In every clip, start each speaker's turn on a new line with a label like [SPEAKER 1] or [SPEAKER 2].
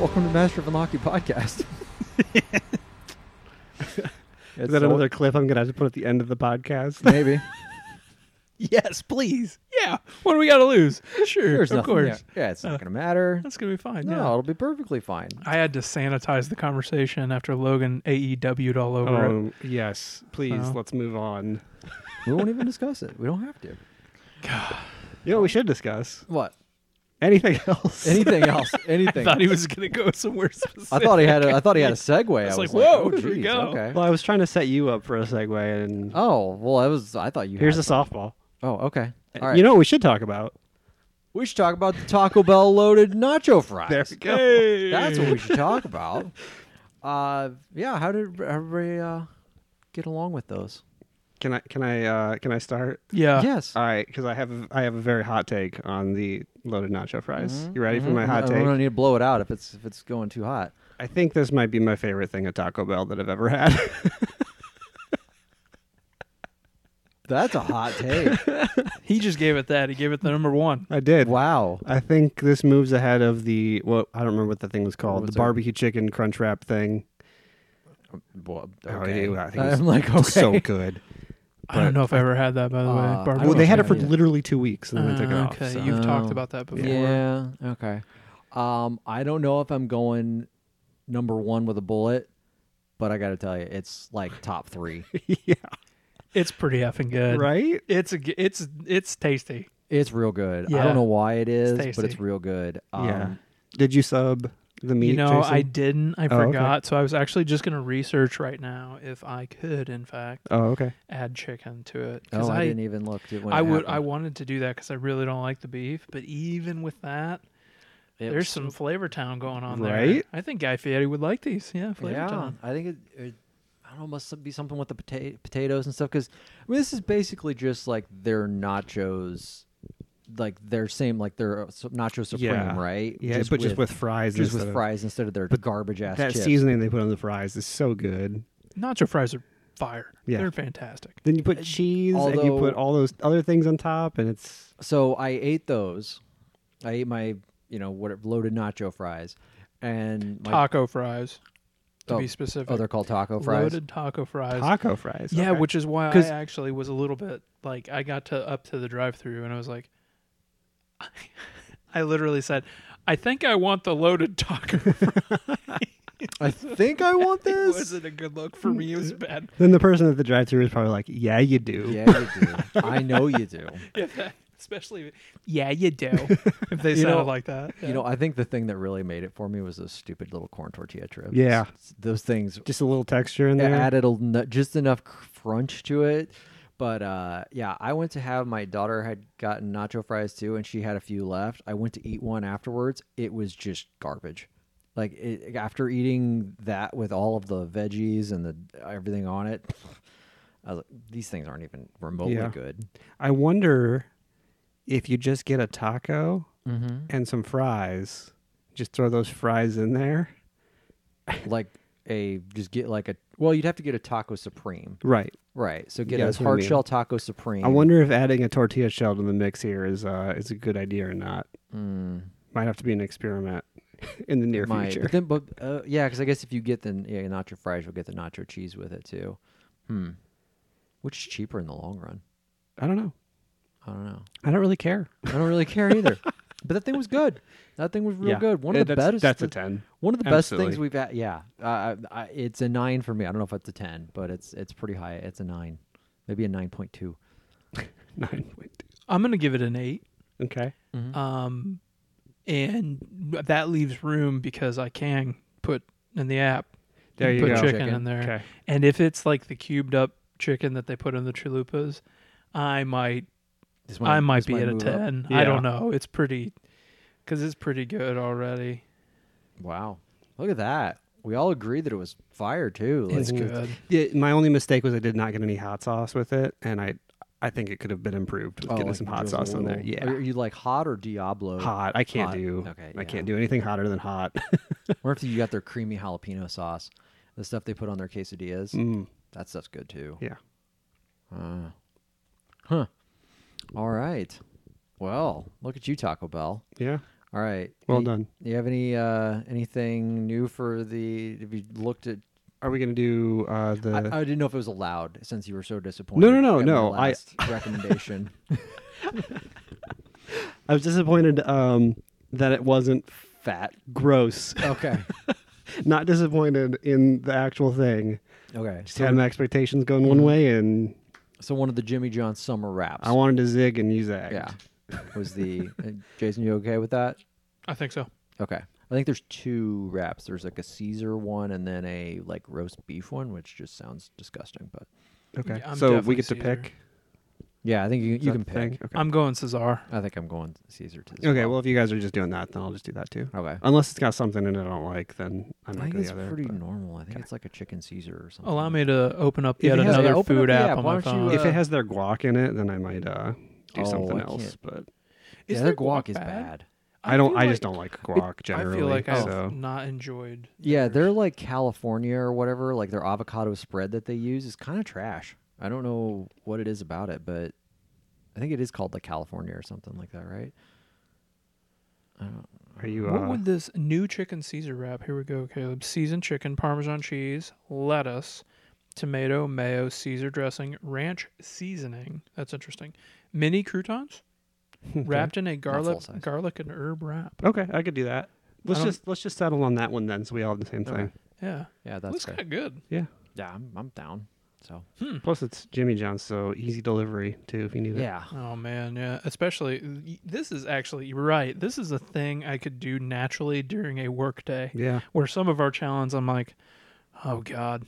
[SPEAKER 1] Welcome to Master of Unlocky podcast.
[SPEAKER 2] Is that another clip I'm gonna have to put at the end of the podcast?
[SPEAKER 1] Maybe.
[SPEAKER 2] yes, please. Yeah. What do we gotta lose? Sure.
[SPEAKER 1] There's
[SPEAKER 2] of
[SPEAKER 1] nothing.
[SPEAKER 2] course. Uh,
[SPEAKER 1] Yeah, yeah, it's not going to matter.
[SPEAKER 2] That's gonna be fine.
[SPEAKER 1] No,
[SPEAKER 2] Yeah.
[SPEAKER 1] it'll be perfectly fine.
[SPEAKER 3] I had to sanitize the conversation after Logan AEW'd all over it.
[SPEAKER 2] Um, yes. Please
[SPEAKER 3] Oh.
[SPEAKER 2] let's move on.
[SPEAKER 1] We won't even discuss it. We don't have to.
[SPEAKER 2] You know what we should discuss?
[SPEAKER 1] What?
[SPEAKER 2] Anything else?
[SPEAKER 1] Anything else? Anything?
[SPEAKER 3] Thought he was gonna go somewhere
[SPEAKER 1] I
[SPEAKER 3] specific.
[SPEAKER 1] thought he had. A, I thought he had a segue. I was
[SPEAKER 3] was
[SPEAKER 1] like,
[SPEAKER 3] like, whoa,
[SPEAKER 1] oh,
[SPEAKER 3] here we
[SPEAKER 1] geez,
[SPEAKER 3] go.
[SPEAKER 1] Okay.
[SPEAKER 2] well, I was trying to set you up for a segue and
[SPEAKER 1] Oh well, I was. I thought you.
[SPEAKER 2] here's a
[SPEAKER 1] had
[SPEAKER 2] softball.
[SPEAKER 1] Oh, okay. All right.
[SPEAKER 2] You know what we should talk about?
[SPEAKER 1] we should talk about the Taco Bell loaded nacho fries.
[SPEAKER 2] There we go.
[SPEAKER 1] That's what we should talk about. Uh, yeah. How did everybody uh, get along with those?
[SPEAKER 2] Can I can I uh, can I start?
[SPEAKER 3] yeah.
[SPEAKER 1] yes.
[SPEAKER 2] All right, because I have a, I have a very hot take on the loaded nacho fries. You ready for
[SPEAKER 1] Mhm.
[SPEAKER 2] my hot
[SPEAKER 1] I
[SPEAKER 2] take?
[SPEAKER 1] don't need to blow it out if it's if it's going too hot.
[SPEAKER 2] I think this might be my favorite thing at Taco Bell that I've ever had.
[SPEAKER 1] That's a hot take.
[SPEAKER 3] He just gave it that. He gave it the number one.
[SPEAKER 2] I did.
[SPEAKER 1] wow.
[SPEAKER 2] I think this moves ahead of the well, I don't remember what the thing was called,
[SPEAKER 1] What's that?
[SPEAKER 2] the barbecue chicken crunch wrap thing.
[SPEAKER 1] Well,
[SPEAKER 2] Oh,
[SPEAKER 1] okay.
[SPEAKER 2] yeah, I think it's
[SPEAKER 1] I'm like okay.
[SPEAKER 2] So good.
[SPEAKER 3] I don't know if I ever had that by the
[SPEAKER 1] Uh,
[SPEAKER 3] way. Barbecue
[SPEAKER 2] Ah, Well, they had it for
[SPEAKER 1] Yeah.
[SPEAKER 2] literally two weeks and then they took it
[SPEAKER 3] Uh,
[SPEAKER 2] off.
[SPEAKER 3] okay,
[SPEAKER 2] so.
[SPEAKER 3] you've
[SPEAKER 1] Oh.
[SPEAKER 3] talked about that before.
[SPEAKER 1] Yeah. Okay. Um, I don't know if I'm going number one with a bullet, but I got to tell you, it's like top three.
[SPEAKER 2] yeah.
[SPEAKER 3] It's pretty effing good.
[SPEAKER 2] Right?
[SPEAKER 3] It's a g- it's it's tasty.
[SPEAKER 1] it's real good. I
[SPEAKER 3] Yeah.
[SPEAKER 1] don't know why it is, but it's
[SPEAKER 3] tasty.
[SPEAKER 1] real good. Um,
[SPEAKER 2] yeah. Did you sub the meat?
[SPEAKER 3] you know,
[SPEAKER 2] Jason?
[SPEAKER 3] I didn't. I
[SPEAKER 2] Oh, okay.
[SPEAKER 3] forgot. So I was actually just gonna research right now if I could, in fact,
[SPEAKER 2] Oh, okay.
[SPEAKER 3] add chicken to it
[SPEAKER 1] Oh,
[SPEAKER 3] because
[SPEAKER 1] I,
[SPEAKER 3] I,
[SPEAKER 1] didn't even look. To when
[SPEAKER 3] I
[SPEAKER 1] it
[SPEAKER 3] would. I
[SPEAKER 1] happened.
[SPEAKER 3] wanted to do that because I really don't like the beef. But even with that,
[SPEAKER 1] It
[SPEAKER 3] there's
[SPEAKER 1] was-
[SPEAKER 3] some flavor town going on there.
[SPEAKER 2] Right?
[SPEAKER 3] I think Guy Fieri would like these. Yeah, flavor
[SPEAKER 1] yeah,
[SPEAKER 3] town.
[SPEAKER 1] I think it, it. I don't know. Must be something with the pota- potatoes and stuff. Because I mean, this is basically just like their nachos, like their same, like their uh, su- nacho supreme,
[SPEAKER 2] Yeah.
[SPEAKER 1] right?
[SPEAKER 2] Yeah, but just with fries
[SPEAKER 1] just with
[SPEAKER 2] instead of-
[SPEAKER 1] fries instead of their garbage ass
[SPEAKER 2] That
[SPEAKER 1] chips.
[SPEAKER 2] seasoning they put on the fries is so good.
[SPEAKER 3] Nacho fries are fire.
[SPEAKER 2] Yeah.
[SPEAKER 3] They're fantastic.
[SPEAKER 2] Then you put cheese and you
[SPEAKER 1] although-
[SPEAKER 2] put all those other things on top and it's
[SPEAKER 1] so I ate those. I ate my, you know, what loaded nacho fries, and my,
[SPEAKER 3] Taco fries, to
[SPEAKER 1] oh,
[SPEAKER 3] be specific.
[SPEAKER 1] oh, they're called taco fries.
[SPEAKER 3] Loaded taco fries.
[SPEAKER 2] taco fries.
[SPEAKER 3] Yeah,
[SPEAKER 2] okay.
[SPEAKER 3] which is why I
[SPEAKER 2] 'Cause-
[SPEAKER 3] actually was a little bit like I got to up to the drive-through and I was like, I, literally said, I think I want the loaded taco. fries."
[SPEAKER 1] I think I want
[SPEAKER 3] it
[SPEAKER 1] this.
[SPEAKER 3] wasn't a good look for me. It was bad.
[SPEAKER 2] then the person at the drive thru is probably like, Yeah, you do.
[SPEAKER 1] yeah, you do. I know you do.
[SPEAKER 3] If that, especially, if, yeah, you do. If they
[SPEAKER 1] You
[SPEAKER 3] sounded
[SPEAKER 1] know-
[SPEAKER 3] like that, yeah.
[SPEAKER 1] You know, I think the thing that really made it for me was those stupid little corn tortilla trips.
[SPEAKER 2] Yeah.
[SPEAKER 1] S- those things
[SPEAKER 2] Just a little texture in
[SPEAKER 1] it
[SPEAKER 2] there.
[SPEAKER 1] added a, nu- just enough crunch to it. But uh, yeah, I went to have my daughter had gotten nacho fries too, and she had a few left. I went to eat one afterwards. It was just garbage. Like it, after eating that with all of the veggies and the everything on it, I was like, these things aren't even remotely
[SPEAKER 2] Yeah.
[SPEAKER 1] good.
[SPEAKER 2] I wonder if you just get a taco and some fries, just throw those fries in there.
[SPEAKER 1] Like a just get like a well, you'd have to get a taco supreme,
[SPEAKER 2] Right.
[SPEAKER 1] right? So get
[SPEAKER 2] Yeah,
[SPEAKER 1] a
[SPEAKER 2] that's what I
[SPEAKER 1] hard
[SPEAKER 2] mean.
[SPEAKER 1] shell taco supreme.
[SPEAKER 2] I wonder if adding a tortilla shell to the mix here is uh, is a good idea or not. Might have to be an experiment in the near
[SPEAKER 1] My,
[SPEAKER 2] future.
[SPEAKER 1] Hmm. but then, but uh, yeah, because I guess if you get the yeah, nacho fries, you'll get the nacho cheese with it too. Hmm. Which is cheaper in the long run?
[SPEAKER 2] I don't know.
[SPEAKER 1] I don't know.
[SPEAKER 2] I don't really care.
[SPEAKER 1] I don't really care either. but that thing was good. That thing was real good. One
[SPEAKER 2] Yeah,
[SPEAKER 1] of the
[SPEAKER 2] that's,
[SPEAKER 1] best.
[SPEAKER 2] That's a ten.
[SPEAKER 1] One of the best
[SPEAKER 2] Absolutely.
[SPEAKER 1] things we've had. Yeah, uh, I, I, it's a nine for me. I don't know if it's a ten, but it's it's pretty high. It's a nine, maybe a nine point two.
[SPEAKER 2] Nine point two.
[SPEAKER 3] I'm gonna give it an eight.
[SPEAKER 2] Okay.
[SPEAKER 1] Uh,
[SPEAKER 3] Um, and that leaves room because I can put in the app.
[SPEAKER 2] There you
[SPEAKER 3] put
[SPEAKER 2] go.
[SPEAKER 3] chicken,
[SPEAKER 1] Chicken.
[SPEAKER 3] in there.
[SPEAKER 2] Okay.
[SPEAKER 3] And if it's like the cubed up chicken that they put in the chalupas, I might
[SPEAKER 1] This
[SPEAKER 3] I might
[SPEAKER 1] this
[SPEAKER 3] be at a
[SPEAKER 1] move up.
[SPEAKER 3] ten. I don't
[SPEAKER 2] Yeah.
[SPEAKER 3] know. It's pretty because it's pretty good already.
[SPEAKER 1] Wow, look at that. We all agree that it was fire too. Like,
[SPEAKER 3] It's good.
[SPEAKER 2] Yeah, my only mistake was I did not get any hot sauce with it, and I I think it could have been improved with
[SPEAKER 1] oh,
[SPEAKER 2] getting
[SPEAKER 1] like
[SPEAKER 2] some hot
[SPEAKER 1] just a
[SPEAKER 2] sauce on there.
[SPEAKER 1] little-
[SPEAKER 2] Yeah.
[SPEAKER 1] Are you like hot or Diablo?
[SPEAKER 2] hot. I can't
[SPEAKER 1] Hot.
[SPEAKER 2] do.
[SPEAKER 1] Okay,
[SPEAKER 2] I
[SPEAKER 1] yeah.
[SPEAKER 2] can't do anything hotter than hot.
[SPEAKER 1] Or if you got their creamy jalapeno sauce, the stuff they put on their quesadillas,
[SPEAKER 2] Mm,
[SPEAKER 1] that stuff's good too.
[SPEAKER 2] yeah.
[SPEAKER 1] Huh. All right. Well, look at you, Taco Bell.
[SPEAKER 2] Yeah.
[SPEAKER 1] All right.
[SPEAKER 2] Well
[SPEAKER 1] Any-
[SPEAKER 2] done.
[SPEAKER 1] You have any uh anything new for the? Have you looked at?
[SPEAKER 2] Are we gonna do uh, the?
[SPEAKER 1] I, I didn't know if it was allowed since you were so disappointed.
[SPEAKER 2] No, no,
[SPEAKER 1] at
[SPEAKER 2] no,
[SPEAKER 1] my
[SPEAKER 2] no, I-
[SPEAKER 1] last recommendation.
[SPEAKER 2] I was disappointed um, that it wasn't fat, gross.
[SPEAKER 1] okay.
[SPEAKER 2] Not disappointed in the actual thing.
[SPEAKER 1] Okay.
[SPEAKER 2] Just had my expectations going one way, and
[SPEAKER 1] So one of the Jimmy John summer wraps.
[SPEAKER 2] I wanted to zig and you zag.
[SPEAKER 1] yeah. Was the uh, Jason? You okay with that?
[SPEAKER 3] I think so.
[SPEAKER 1] Okay. I think there's two wraps. There's like a Caesar one and then a like roast beef one, which just sounds disgusting. But
[SPEAKER 2] Okay.
[SPEAKER 3] Yeah, I'm
[SPEAKER 2] so we
[SPEAKER 3] definitely
[SPEAKER 2] get to
[SPEAKER 3] Caesar.
[SPEAKER 2] pick.
[SPEAKER 1] yeah, I think you,
[SPEAKER 2] Is
[SPEAKER 1] you
[SPEAKER 2] that
[SPEAKER 1] can
[SPEAKER 2] the
[SPEAKER 1] pick.
[SPEAKER 2] thing? Okay.
[SPEAKER 3] I'm going Cesar.
[SPEAKER 1] I think I'm going Caesar to this.
[SPEAKER 2] okay. Well, if you guys are just doing that, then I'll just do that too.
[SPEAKER 1] okay.
[SPEAKER 2] Unless it's got something in it I don't like, then I
[SPEAKER 1] I
[SPEAKER 2] might
[SPEAKER 1] think
[SPEAKER 2] go the
[SPEAKER 1] it's
[SPEAKER 2] other.
[SPEAKER 1] pretty
[SPEAKER 2] but- Oh,
[SPEAKER 1] normal. I think it's like a chicken Caesar or something.
[SPEAKER 3] Allow me to open up
[SPEAKER 2] If
[SPEAKER 3] yet
[SPEAKER 2] it has-
[SPEAKER 3] another
[SPEAKER 1] yeah, open up
[SPEAKER 3] food
[SPEAKER 1] the
[SPEAKER 3] app
[SPEAKER 1] app.
[SPEAKER 3] on
[SPEAKER 1] Why
[SPEAKER 3] my
[SPEAKER 1] don't you,
[SPEAKER 3] phone.
[SPEAKER 1] uh,
[SPEAKER 2] if it has their guac in it, then I might uh, do
[SPEAKER 1] Oh,
[SPEAKER 2] something
[SPEAKER 1] I
[SPEAKER 2] else.
[SPEAKER 1] can't-
[SPEAKER 2] But
[SPEAKER 1] Yeah,
[SPEAKER 3] Is
[SPEAKER 1] their
[SPEAKER 3] there
[SPEAKER 1] guac is
[SPEAKER 3] bad?
[SPEAKER 1] bad.
[SPEAKER 2] I don't.
[SPEAKER 3] feel
[SPEAKER 2] I just
[SPEAKER 3] like-
[SPEAKER 2] don't like guac generally.
[SPEAKER 3] I feel like I've
[SPEAKER 2] so.
[SPEAKER 3] not enjoyed.
[SPEAKER 1] Yeah,
[SPEAKER 3] theirs.
[SPEAKER 1] they're like California or whatever. Like their avocado spread that they use is kind of trash. I don't know what it is about it, but I think it is called like California or something like that, right?
[SPEAKER 2] Are you? Uh,
[SPEAKER 3] What would this new chicken Caesar wrap? Here we go, Caleb. Seasoned chicken, Parmesan cheese, lettuce, tomato, mayo, Caesar dressing, ranch seasoning. That's interesting. Mini croutons wrapped in a garlic
[SPEAKER 1] size.
[SPEAKER 3] garlic and herb wrap.
[SPEAKER 2] Okay, I could do that. Let's
[SPEAKER 3] I don't-
[SPEAKER 2] just let's just settle on that one then, so we all have the same
[SPEAKER 1] Okay.
[SPEAKER 2] thing.
[SPEAKER 3] Yeah,
[SPEAKER 1] Yeah, that's
[SPEAKER 3] looks kind
[SPEAKER 1] good.
[SPEAKER 3] of good.
[SPEAKER 2] Yeah.
[SPEAKER 1] Yeah, I'm, I'm down. So
[SPEAKER 2] Plus, it's Jimmy John's, so easy delivery too if you need it.
[SPEAKER 1] yeah,
[SPEAKER 3] Oh man, yeah. Especially this is actually you're right. This is a thing I could do naturally during a work day.
[SPEAKER 2] Yeah.
[SPEAKER 3] Where some of our challenges, I'm like, oh god.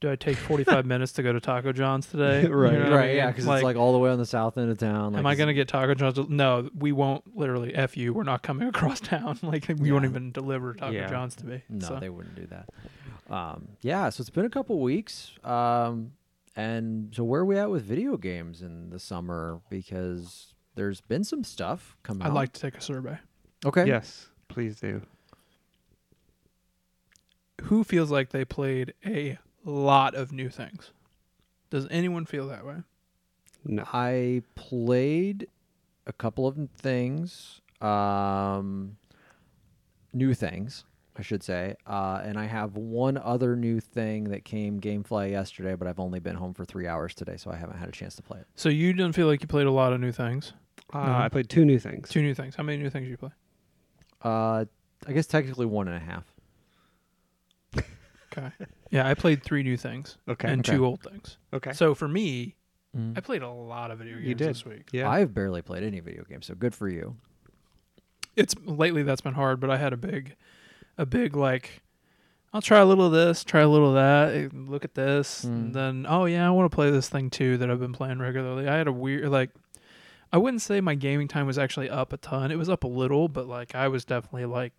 [SPEAKER 3] Do I take 45 minutes to go to Taco John's today? You
[SPEAKER 2] Right.
[SPEAKER 3] know what I
[SPEAKER 1] right. Yeah,
[SPEAKER 3] mean?
[SPEAKER 1] because it's like all the way on the south end of town. Like,
[SPEAKER 3] Am I
[SPEAKER 1] it's-
[SPEAKER 3] gonna get Taco John's? No, we won't. Literally, f you. We're not coming across town. Like we won't
[SPEAKER 1] Yeah.
[SPEAKER 3] even deliver Taco
[SPEAKER 2] Yeah.
[SPEAKER 3] John's to me.
[SPEAKER 1] No,
[SPEAKER 3] so.
[SPEAKER 1] they wouldn't do that. Um, yeah, so it's been a couple weeks. Um, and so where are we at with video games in the summer? Because there's been some stuff coming.
[SPEAKER 3] I'd
[SPEAKER 1] out.
[SPEAKER 3] like to take a survey.
[SPEAKER 1] Okay.
[SPEAKER 2] Yes, please do.
[SPEAKER 3] Who feels like they played a lot of new things? Does anyone feel that way?
[SPEAKER 2] No.
[SPEAKER 1] I played a couple of things, um, new things, I should say. Uh, and I have one other new thing that came GameFly yesterday, but I've only been home for three hours today, so I haven't had a chance to play it.
[SPEAKER 3] So you didn't feel like you played a lot of new things.
[SPEAKER 2] Uh, I played two new things.
[SPEAKER 3] Two new things. How many new things did you play?
[SPEAKER 1] Uh, I guess technically one and a half.
[SPEAKER 3] Okay. Yeah, I played three new things
[SPEAKER 2] Okay.
[SPEAKER 3] and
[SPEAKER 1] Okay.
[SPEAKER 3] two old things.
[SPEAKER 2] okay.
[SPEAKER 3] So for me,
[SPEAKER 1] Mm.
[SPEAKER 3] I played a lot of video games
[SPEAKER 2] Mm-hmm. You did.
[SPEAKER 3] this week.
[SPEAKER 2] yeah.
[SPEAKER 1] I've barely played any video games, so good for you.
[SPEAKER 3] it's lately that's been hard, but I had a big, a big like, I'll try a little of this, try a little of that, eh, look at this,
[SPEAKER 1] Mm.
[SPEAKER 3] and then oh yeah, I want to play this thing too that I've been playing regularly. I had a weird like, I wouldn't say my gaming time was actually up a ton. It was up a little, but like I was definitely like,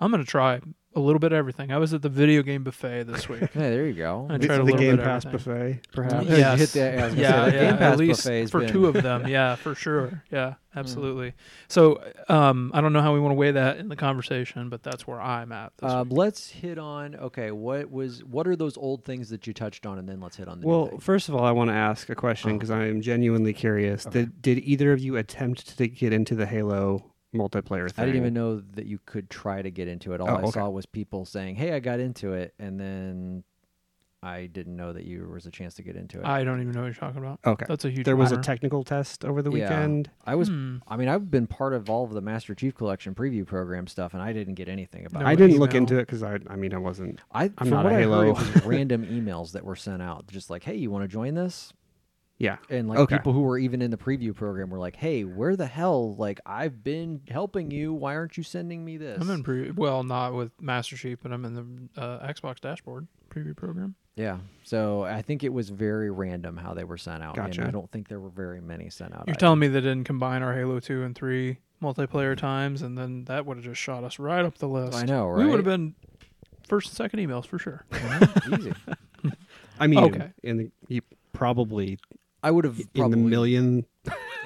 [SPEAKER 3] I'm gonna try a little bit of everything. I was at the video game buffet this week.
[SPEAKER 1] Yeah, there you go.
[SPEAKER 3] I
[SPEAKER 2] This
[SPEAKER 3] tried
[SPEAKER 2] is
[SPEAKER 3] a
[SPEAKER 2] the
[SPEAKER 3] little
[SPEAKER 2] Game
[SPEAKER 3] bit of
[SPEAKER 2] Pass
[SPEAKER 3] everything.
[SPEAKER 2] buffet, perhaps.
[SPEAKER 3] Yeah. Yes.
[SPEAKER 1] Hit the, I was gonna
[SPEAKER 3] yeah,
[SPEAKER 1] say, the
[SPEAKER 3] yeah,
[SPEAKER 1] Game Pass
[SPEAKER 3] at least
[SPEAKER 1] buffet has
[SPEAKER 3] for
[SPEAKER 1] been- Hmm.
[SPEAKER 3] two of them. Yeah, for sure. Yeah, absolutely. So um, I don't know how we want to weigh that in the conversation, but that's where I'm at. This
[SPEAKER 1] Um, let's hit on okay. What was what are those old things that you touched on, and then let's hit on the new
[SPEAKER 2] Well,
[SPEAKER 1] things.
[SPEAKER 2] first of all, I want to ask a question
[SPEAKER 3] Oh.
[SPEAKER 2] because I am genuinely curious. Did, did either of you attempt to get into the Halo multiplayer thing?
[SPEAKER 1] I didn't even know that you could try to get into it. All
[SPEAKER 2] Oh,
[SPEAKER 1] I
[SPEAKER 2] okay.
[SPEAKER 1] saw was people saying, "Hey, I got into it," and then I didn't know that you there was a chance to get into it.
[SPEAKER 3] I don't even know Uh-huh. what you're talking about.
[SPEAKER 2] Okay.
[SPEAKER 3] That's a huge.
[SPEAKER 2] There was a
[SPEAKER 3] bummer.
[SPEAKER 2] technical test over the
[SPEAKER 1] Yeah.
[SPEAKER 2] weekend.
[SPEAKER 1] I was.
[SPEAKER 3] Hmm.
[SPEAKER 1] I mean, I've been part of all of the Master Chief Collection preview program stuff, and I didn't get anything about
[SPEAKER 3] No,
[SPEAKER 1] it.
[SPEAKER 2] I didn't look
[SPEAKER 3] email.
[SPEAKER 2] into it because I, I mean, I wasn't.
[SPEAKER 1] I,
[SPEAKER 2] I'm
[SPEAKER 1] from
[SPEAKER 2] not
[SPEAKER 1] what
[SPEAKER 2] a
[SPEAKER 1] I heard,
[SPEAKER 2] Halo.
[SPEAKER 1] it was random emails that were sent out, just like, "Hey, you want to join this?"
[SPEAKER 2] Yeah.
[SPEAKER 1] And like
[SPEAKER 2] Okay.
[SPEAKER 1] people who were even in the preview program were like, "Hey, where the hell? Like, I've been helping you. Why aren't you sending me this?"
[SPEAKER 3] I'm in pre- well, not with Master Chief, but I'm in the uh, Xbox dashboard preview program.
[SPEAKER 1] yeah. So I think it was very random how they were sent out,
[SPEAKER 2] Gotcha.
[SPEAKER 1] and I don't think there were very many sent out.
[SPEAKER 3] You're
[SPEAKER 1] I-
[SPEAKER 3] telling me they didn't combine our Halo two and three multiplayer times, and then that would have just shot us right up the list.
[SPEAKER 1] I know,
[SPEAKER 3] We would
[SPEAKER 1] right?
[SPEAKER 3] have been first and second emails for sure.
[SPEAKER 1] Mhm, Easy.
[SPEAKER 2] I mean,
[SPEAKER 3] Okay.
[SPEAKER 2] in the, you probably
[SPEAKER 1] I would have
[SPEAKER 2] in the million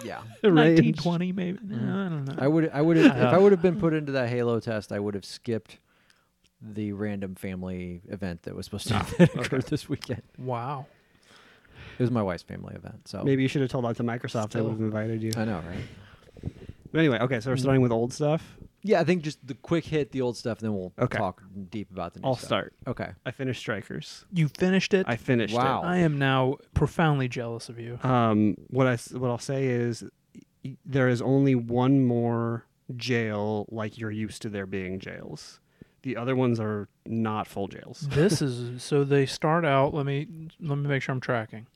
[SPEAKER 1] Yeah,
[SPEAKER 3] Nineteen
[SPEAKER 2] range.
[SPEAKER 3] twenty, maybe. No, I don't know.
[SPEAKER 1] Mm. I would. I would. Have, if
[SPEAKER 2] Uh-huh.
[SPEAKER 1] I would have been put into that Halo test, I would have skipped the random family event that was supposed to
[SPEAKER 2] Ah,
[SPEAKER 1] that occurred this weekend.
[SPEAKER 3] wow.
[SPEAKER 1] It was my wife's family event, so
[SPEAKER 2] Maybe you should have told that to Microsoft. They
[SPEAKER 3] Oh. Still. Mm-hmm.
[SPEAKER 2] would have invited you.
[SPEAKER 1] I know, right?
[SPEAKER 2] But anyway, okay, so we're starting with old stuff.
[SPEAKER 1] Yeah, I think just the quick hit, the old stuff, and then we'll
[SPEAKER 2] Okay.
[SPEAKER 1] talk deep about the new
[SPEAKER 2] I'll
[SPEAKER 1] stuff.
[SPEAKER 2] start.
[SPEAKER 1] Okay.
[SPEAKER 2] I finished Strikers.
[SPEAKER 3] You finished it.
[SPEAKER 2] I finished
[SPEAKER 1] Wow.
[SPEAKER 2] it.
[SPEAKER 3] I am now profoundly jealous of you.
[SPEAKER 2] Um, what I s- what I'll say is, y- there is only one more jail like you're used to there being jails. The other ones are not full jails.
[SPEAKER 3] this is so they start out let me let me make sure i'm tracking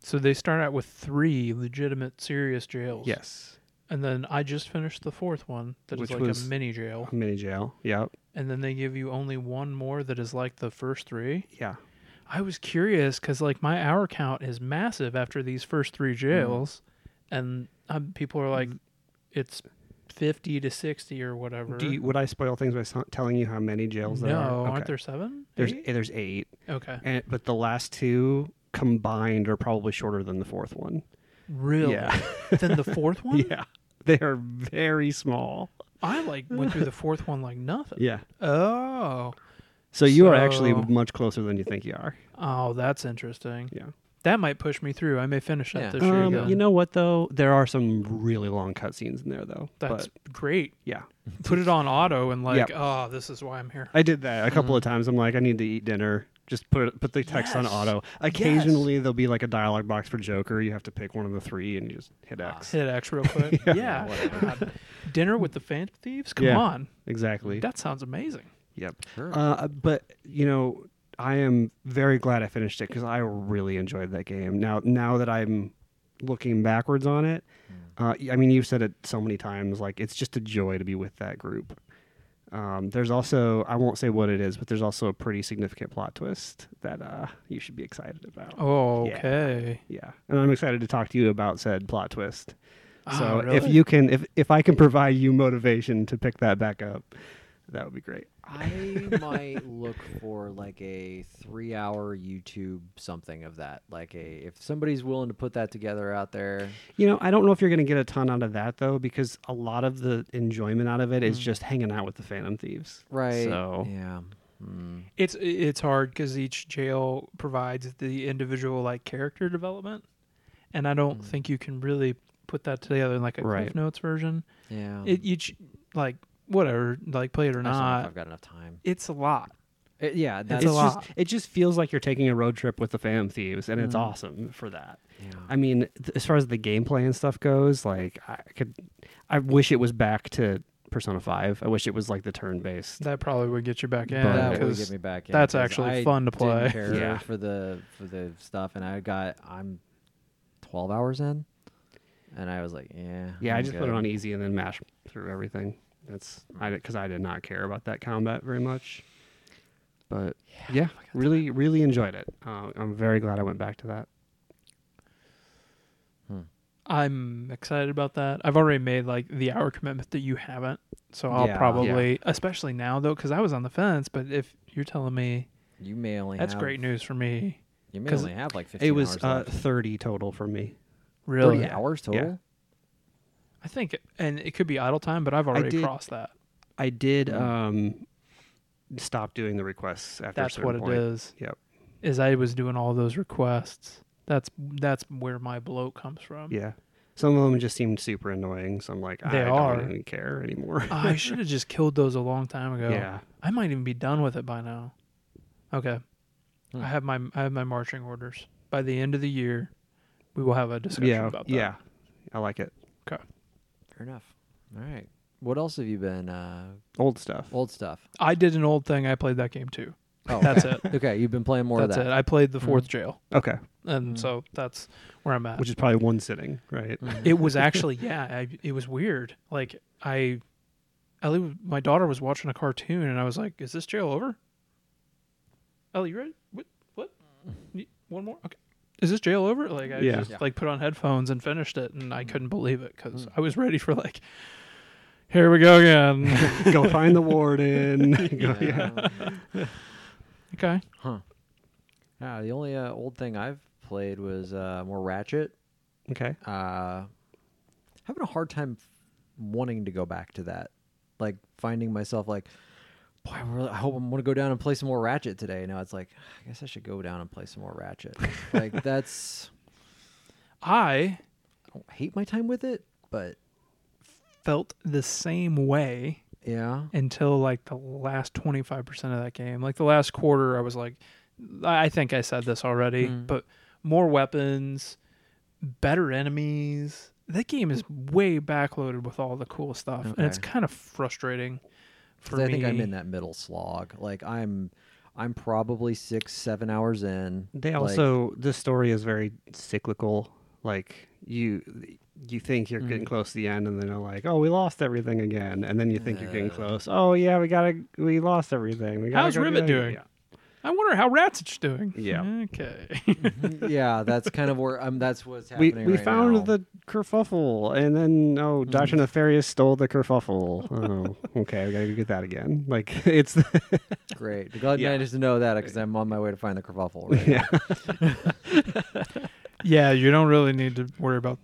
[SPEAKER 3] so they start out with three legitimate serious jails
[SPEAKER 2] Yes,
[SPEAKER 3] and then i just finished the fourth one that is
[SPEAKER 2] Which
[SPEAKER 3] like
[SPEAKER 2] was-
[SPEAKER 3] a mini jail
[SPEAKER 2] a mini jail. Yep.
[SPEAKER 3] and then they give you only one more that is like the first three
[SPEAKER 2] Yeah.
[SPEAKER 3] i was curious because like my hour count is massive after these first three
[SPEAKER 2] Mm-hmm.
[SPEAKER 3] jails and um, people are like it's 50 to 60 or whatever
[SPEAKER 2] Do you, would I spoil things by so- telling you how many jails
[SPEAKER 3] no
[SPEAKER 2] there are? Okay.
[SPEAKER 3] aren't there seven
[SPEAKER 2] There's eh,
[SPEAKER 3] Eight?
[SPEAKER 2] there's eight,
[SPEAKER 3] okay
[SPEAKER 2] and, but the last two combined are probably shorter than the fourth one.
[SPEAKER 3] really
[SPEAKER 2] Yeah.
[SPEAKER 3] then the fourth one
[SPEAKER 2] Yeah, they are very small.
[SPEAKER 3] I like went through the fourth one like nothing.
[SPEAKER 2] Yeah.
[SPEAKER 3] Oh.
[SPEAKER 2] So you are actually
[SPEAKER 3] So-
[SPEAKER 2] much closer than you think you are.
[SPEAKER 3] Oh, that's interesting.
[SPEAKER 2] Yeah.
[SPEAKER 3] That might push me through. I may finish that
[SPEAKER 1] Yeah.
[SPEAKER 3] this year.
[SPEAKER 2] Um,
[SPEAKER 3] then.
[SPEAKER 2] you know what though? There are some really long cutscenes in there though.
[SPEAKER 3] that's
[SPEAKER 2] but
[SPEAKER 3] great.
[SPEAKER 2] yeah,
[SPEAKER 3] Put it on auto and like,
[SPEAKER 2] Yep.
[SPEAKER 3] oh, this is why I'm here.
[SPEAKER 2] I did that a couple of times. I'm like, I need to eat dinner. Just put it, put the text on
[SPEAKER 3] Mm-hmm. Yes.
[SPEAKER 2] auto. Occasionally there'll be like a dialogue box for Joker. You have to pick one of the three and you just hit X.
[SPEAKER 3] Hit X real quick. yeah. God. Dinner with the Phantom Thieves? Come
[SPEAKER 2] Yeah.
[SPEAKER 3] on.
[SPEAKER 2] Exactly.
[SPEAKER 3] That sounds amazing.
[SPEAKER 2] Yep.
[SPEAKER 1] Sure.
[SPEAKER 2] Uh, but you know, I am very glad I finished it because I really enjoyed that game. Now, now that I'm looking backwards on it,
[SPEAKER 3] Mm.
[SPEAKER 2] uh, I mean, you've said it so many times. Like, it's just a joy to be with that group. Um, there's also I won't say what it is, but there's also a pretty significant plot twist that uh, you should be excited about.
[SPEAKER 3] Oh,
[SPEAKER 2] Yeah.
[SPEAKER 3] okay.
[SPEAKER 2] Yeah, and I'm excited to talk to you about said plot twist. So
[SPEAKER 3] Oh,
[SPEAKER 2] if
[SPEAKER 3] really?
[SPEAKER 2] you can, if if I can provide you motivation to pick that back up, that would be great.
[SPEAKER 1] I might look for like a three hour YouTube something of that. Like a if somebody's willing to put that together out there.
[SPEAKER 2] You know, I don't know if you're going to get a ton out of that though, because a lot of the enjoyment out of it is just hanging out with the Phantom Thieves.
[SPEAKER 1] Right.
[SPEAKER 2] So
[SPEAKER 1] Yeah. Mm.
[SPEAKER 3] It's it's hard because each jail provides the individual like character development, and I
[SPEAKER 1] Mm.
[SPEAKER 3] don't think you can really put that together in like a
[SPEAKER 2] Right.
[SPEAKER 3] Cliff Notes version.
[SPEAKER 1] Yeah.
[SPEAKER 3] it you ch- like whatever like play it or
[SPEAKER 1] I just don't know if
[SPEAKER 3] not
[SPEAKER 1] I've got enough time.
[SPEAKER 3] it's a lot
[SPEAKER 1] It- yeah. That's
[SPEAKER 2] it's
[SPEAKER 3] a
[SPEAKER 2] just
[SPEAKER 3] lot.
[SPEAKER 2] it just feels like you're taking a road trip with the Phantom Thieves, and it's awesome for that.
[SPEAKER 1] Yeah.
[SPEAKER 2] I mean, th- as far as the gameplay and stuff goes, like I could, I wish it was back to Persona Five. I wish it was like the turn based.
[SPEAKER 3] that probably would get you back in
[SPEAKER 2] That
[SPEAKER 1] that would
[SPEAKER 3] 'cause
[SPEAKER 1] get me back in.
[SPEAKER 3] that's
[SPEAKER 1] 'cause
[SPEAKER 3] actually
[SPEAKER 1] I
[SPEAKER 3] fun to play.
[SPEAKER 1] Didn't care
[SPEAKER 2] Yeah.
[SPEAKER 1] for the for the stuff, and I got I'm twelve hours in, and I was like, Mm, yeah.
[SPEAKER 2] Yeah, i
[SPEAKER 1] I'm
[SPEAKER 2] just put it
[SPEAKER 1] good.
[SPEAKER 2] on easy and then mash through everything. That's I because I did not care about that combat very much. But yeah, really, really enjoyed it. Uh, I'm very glad I went back to that.
[SPEAKER 3] i'm excited about that i've already made like the hour commitment that you haven't so i'll
[SPEAKER 1] Yeah. Yeah.
[SPEAKER 3] probably especially now though because i was on the fence but if you're telling me
[SPEAKER 1] You may only
[SPEAKER 3] that's
[SPEAKER 1] have,
[SPEAKER 3] great news for me
[SPEAKER 1] You may
[SPEAKER 3] 'cause
[SPEAKER 1] only have like fifteen.
[SPEAKER 2] It was
[SPEAKER 1] hours
[SPEAKER 2] uh,
[SPEAKER 1] left.
[SPEAKER 2] 30 total for me.
[SPEAKER 1] thirty
[SPEAKER 3] really
[SPEAKER 2] yeah.
[SPEAKER 1] hours
[SPEAKER 2] Yeah.
[SPEAKER 1] total.
[SPEAKER 3] i think and it could be idle time but i've already
[SPEAKER 2] did-
[SPEAKER 3] crossed that
[SPEAKER 2] I did um, stop doing the requests after.
[SPEAKER 3] Mm-hmm. that's what it is
[SPEAKER 2] Yep.
[SPEAKER 3] is i was doing all those requests that's that's where my bloat comes from
[SPEAKER 2] Yeah. Some of them just seemed super annoying, so I'm like,
[SPEAKER 3] They
[SPEAKER 2] I
[SPEAKER 3] are.
[SPEAKER 2] don't even care anymore.
[SPEAKER 3] Ah, I should have just killed those a long time ago.
[SPEAKER 2] Yeah.
[SPEAKER 3] I might even be done with it by now. Okay.
[SPEAKER 1] Hmm.
[SPEAKER 3] I have my I have my marching orders. By the end of the year, we will have a discussion
[SPEAKER 2] Yeah.
[SPEAKER 3] about that.
[SPEAKER 2] Yeah. I like it.
[SPEAKER 3] Okay.
[SPEAKER 1] Fair enough. All right. What else have you been? Uh,
[SPEAKER 2] Old stuff.
[SPEAKER 1] old stuff.
[SPEAKER 3] I did an old thing. I played that game too.
[SPEAKER 1] Oh,
[SPEAKER 3] That's
[SPEAKER 1] okay.
[SPEAKER 3] it.
[SPEAKER 1] okay, you've been playing more
[SPEAKER 3] that's
[SPEAKER 1] of
[SPEAKER 3] it.
[SPEAKER 1] that. Hmm.
[SPEAKER 3] I played the 4th jail,
[SPEAKER 2] Okay.
[SPEAKER 3] and so that's where I'm at.
[SPEAKER 2] Which is probably one sitting, right?
[SPEAKER 3] it was actually yeah. I, it was weird. Like I, Ellie, my daughter was watching a cartoon, and I was like, "Is this jail over?" Ellie, you ready? What? What? Need One more? Okay. Is this jail over? Like I
[SPEAKER 2] Yeah.
[SPEAKER 3] just
[SPEAKER 1] Yeah.
[SPEAKER 3] like put on headphones and finished it, and I couldn't believe it because I was ready for like, here we go again.
[SPEAKER 2] Go find the warden. Go- yeah.
[SPEAKER 1] Um,
[SPEAKER 3] okay.
[SPEAKER 1] huh. Yeah, the only uh, old thing I've played was uh, more Ratchet.
[SPEAKER 2] Okay.
[SPEAKER 1] uh, having a hard time f- wanting to go back to that. Like finding myself like, boy, I, really, I hope I'm gonna go down and play some more Ratchet today. Now it's like, I guess I should go down and play some more Ratchet. like that's,
[SPEAKER 3] I
[SPEAKER 1] I don't hate my time with it, but
[SPEAKER 3] felt the same way
[SPEAKER 1] Yeah.
[SPEAKER 3] until like the last 25% of that game. Like the last quarter, I was like, I I think I said this already,
[SPEAKER 1] Mm.
[SPEAKER 3] but more weapons, better enemies. That game is way backloaded with all the cool stuff, and it's
[SPEAKER 1] Okay.
[SPEAKER 3] kind of frustrating for
[SPEAKER 1] 'Cause I
[SPEAKER 3] me.
[SPEAKER 1] think I'm in that middle slog. Like I'm, I'm probably six, seven hours in.
[SPEAKER 2] They
[SPEAKER 1] Like,
[SPEAKER 2] also the story is very cyclical. Like you, you think you're getting
[SPEAKER 3] Mm-hmm.
[SPEAKER 2] close to the end, and then they're like, "Oh, we lost everything again," and then you think you're getting
[SPEAKER 1] Uh.
[SPEAKER 2] close. Oh yeah, we gotta, we lost everything. We gotta
[SPEAKER 3] How's
[SPEAKER 2] go do
[SPEAKER 3] Rivet
[SPEAKER 2] it."
[SPEAKER 3] doing?
[SPEAKER 2] Yeah.
[SPEAKER 3] I wonder how Ratchit's doing.
[SPEAKER 2] Yeah.
[SPEAKER 3] Okay.
[SPEAKER 1] Mm-hmm. yeah, that's kind of where um, that's what's
[SPEAKER 2] We
[SPEAKER 1] happening.
[SPEAKER 2] we
[SPEAKER 1] right
[SPEAKER 2] found
[SPEAKER 1] now.
[SPEAKER 2] the kerfuffle, and then oh,
[SPEAKER 3] Hmm.
[SPEAKER 2] Dasha Nefarious stole the kerfuffle. oh, okay, we gotta go get that again. Like it's
[SPEAKER 1] great. Glad
[SPEAKER 2] Yeah.
[SPEAKER 1] I just know that because I'm on my way to find the kerfuffle. Right?
[SPEAKER 2] yeah.
[SPEAKER 3] yeah, you don't really need to worry about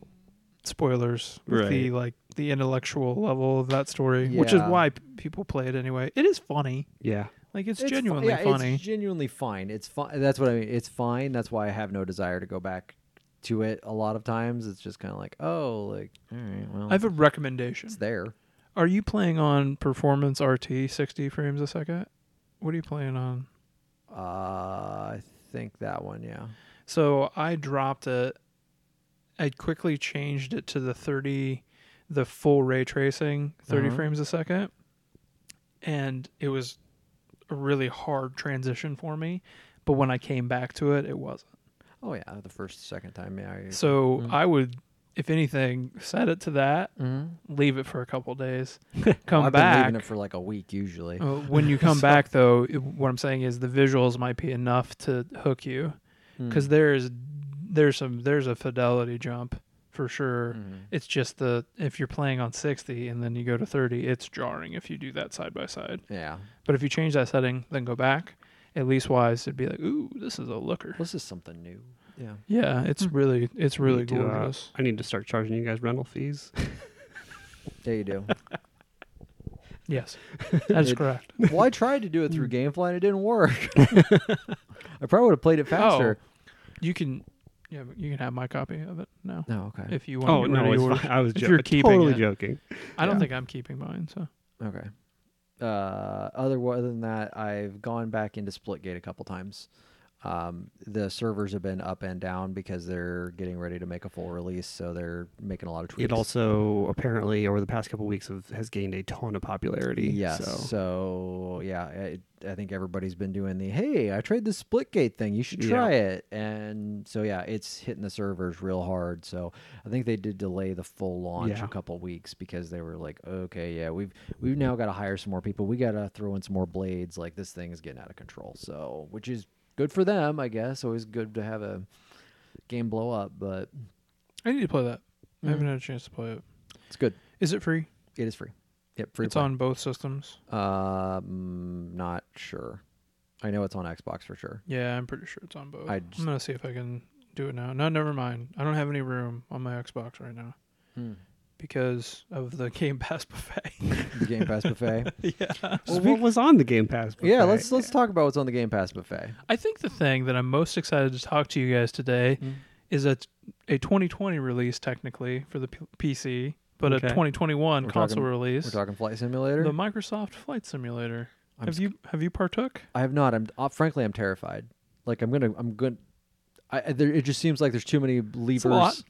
[SPEAKER 3] spoilers with the
[SPEAKER 2] Right.
[SPEAKER 3] like the intellectual level of that story, which is
[SPEAKER 1] Yeah.
[SPEAKER 3] why p- people play it anyway. It is funny.
[SPEAKER 2] yeah.
[SPEAKER 3] Like it's,
[SPEAKER 1] It's fi-
[SPEAKER 3] genuinely
[SPEAKER 1] yeah,
[SPEAKER 3] funny.
[SPEAKER 1] It's genuinely fine. It's fine. That's what I mean. It's fine. That's why I have no desire to go back to it. A lot of times, it's just kind of like, oh, like all right, well,
[SPEAKER 3] I have a recommendation.
[SPEAKER 1] it's there.
[SPEAKER 3] Are you playing on performance RT 60 frames a second? What are you playing on?
[SPEAKER 1] Uh, I think that one. Yeah.
[SPEAKER 3] So I dropped it. I quickly changed it to the 30, the full ray tracing, 30
[SPEAKER 1] Uh-huh.
[SPEAKER 3] frames a second. And it was a really hard transition for me. But when I came back to it, it wasn't.
[SPEAKER 1] Oh yeah, the first second time. Yeah. I-
[SPEAKER 3] So
[SPEAKER 1] Mm.
[SPEAKER 3] I would, if anything, set it to that,
[SPEAKER 1] Mhm.
[SPEAKER 3] leave it for a couple days, come
[SPEAKER 1] I've
[SPEAKER 3] back.
[SPEAKER 1] been leaving it for like a week usually.
[SPEAKER 3] Uh, when you come back, though, it- what I'm saying is the visuals might be enough to hook you
[SPEAKER 1] Mm-hmm. Mm.
[SPEAKER 3] because there's there's some there's a fidelity jump for sure.
[SPEAKER 1] Mm. Mm-hmm.
[SPEAKER 3] It's just the if you're playing on 60 and then you go to 30, it's jarring if you do that side by side.
[SPEAKER 1] yeah,
[SPEAKER 3] But if you change that setting, then go back, at least wise, it'd be like, ooh, this is a looker. Hmm.
[SPEAKER 1] this is something new. Yeah.
[SPEAKER 3] Yeah, it's really it's really
[SPEAKER 2] Need to, uh,
[SPEAKER 3] gorgeous.
[SPEAKER 2] I need to start charging you guys rental fees.
[SPEAKER 1] Yeah, you do.
[SPEAKER 3] Yes, that is
[SPEAKER 1] It-
[SPEAKER 3] correct.
[SPEAKER 1] well, I tried to do it through
[SPEAKER 3] Mm.
[SPEAKER 1] GameFly and it didn't work. I probably would have
[SPEAKER 3] Oh.
[SPEAKER 1] played it faster.
[SPEAKER 3] You can, yeah, you can have my copy of it now
[SPEAKER 1] No, okay.
[SPEAKER 3] if you want.
[SPEAKER 2] Oh
[SPEAKER 3] to
[SPEAKER 2] no, it's fine. I was
[SPEAKER 3] If
[SPEAKER 2] jo-
[SPEAKER 3] you're keeping
[SPEAKER 2] totally
[SPEAKER 3] it.
[SPEAKER 2] joking.
[SPEAKER 3] I don't
[SPEAKER 1] Yeah.
[SPEAKER 3] think I'm keeping mine. So
[SPEAKER 1] Okay. Uh, other other than that, I've gone back into Splitgate a couple times. Um, the servers have been up and down because they're getting ready to make a full release, so they're making a lot of tweaks.
[SPEAKER 2] It also apparently over the past couple weeks of, has gained a ton of popularity.
[SPEAKER 1] Yes. So,
[SPEAKER 2] So.
[SPEAKER 1] yeah, I, I think everybody's been doing the hey, I tried the split gate thing. You should
[SPEAKER 2] Yeah.
[SPEAKER 1] try it. And so yeah, it's hitting the servers real hard. So I think they did delay the full launch
[SPEAKER 2] Yeah.
[SPEAKER 1] a couple weeks because they were like, okay, yeah, we've we've now got to hire some more people. We got to throw in some more blades. Like this thing is getting out of control. So which is good for them, I guess. Always good to have a game blow up, but
[SPEAKER 3] I need to play that. I
[SPEAKER 1] Mhm.
[SPEAKER 3] haven't had a chance to play it.
[SPEAKER 1] it's good.
[SPEAKER 3] Is it free?
[SPEAKER 1] It is free. Yep, free. to
[SPEAKER 3] it's
[SPEAKER 1] play.
[SPEAKER 3] on both systems.
[SPEAKER 1] Um, not sure. I know it's on Xbox for sure.
[SPEAKER 3] Yeah, I'm pretty sure it's on both.
[SPEAKER 1] I
[SPEAKER 3] I'm
[SPEAKER 1] just-
[SPEAKER 3] gonna see if I can do it now. No, never mind. I don't have any room on my Xbox right now Hmm. because of the Game Pass buffet.
[SPEAKER 1] The Game Pass buffet.
[SPEAKER 3] yeah.
[SPEAKER 2] Well, what was on the Game Pass?
[SPEAKER 1] Yeah,
[SPEAKER 2] buffet?
[SPEAKER 1] let's let's talk about what's on the Game Pass buffet.
[SPEAKER 3] I think the thing that I'm most excited to talk to you guys today
[SPEAKER 1] Mm.
[SPEAKER 3] is a a 2020 release technically for the P- PC, but
[SPEAKER 2] Okay.
[SPEAKER 3] a 2021
[SPEAKER 1] We're
[SPEAKER 3] console
[SPEAKER 1] talking-
[SPEAKER 3] release.
[SPEAKER 1] We're talking Flight Simulator.
[SPEAKER 3] The Microsoft Flight Simulator.
[SPEAKER 1] I'm
[SPEAKER 3] have
[SPEAKER 1] sc-
[SPEAKER 3] you have you partook?
[SPEAKER 1] I have not. I'm uh, frankly I'm terrified. Like I'm gonna I'm gonna. I, I- there, it just seems like there's too many
[SPEAKER 3] a lot.
[SPEAKER 1] levers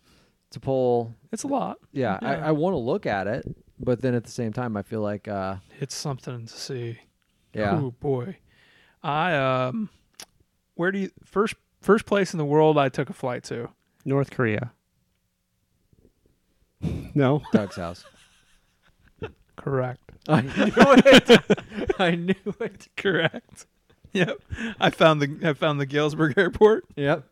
[SPEAKER 1] to pull.
[SPEAKER 3] It's a lot.
[SPEAKER 1] Yeah, I,
[SPEAKER 3] Yeah.
[SPEAKER 1] I want to look at it, but then at the same time I feel like uh
[SPEAKER 3] It's something to see.
[SPEAKER 1] yeah
[SPEAKER 3] Oh boy. I um where do you first first place in the world I took a flight to?
[SPEAKER 2] North Korea. No,
[SPEAKER 1] Doug's house.
[SPEAKER 3] Correct.
[SPEAKER 1] I knew it. I knew it.
[SPEAKER 3] Correct. Yep. I found the I found the Galesburg Airport
[SPEAKER 1] Yep.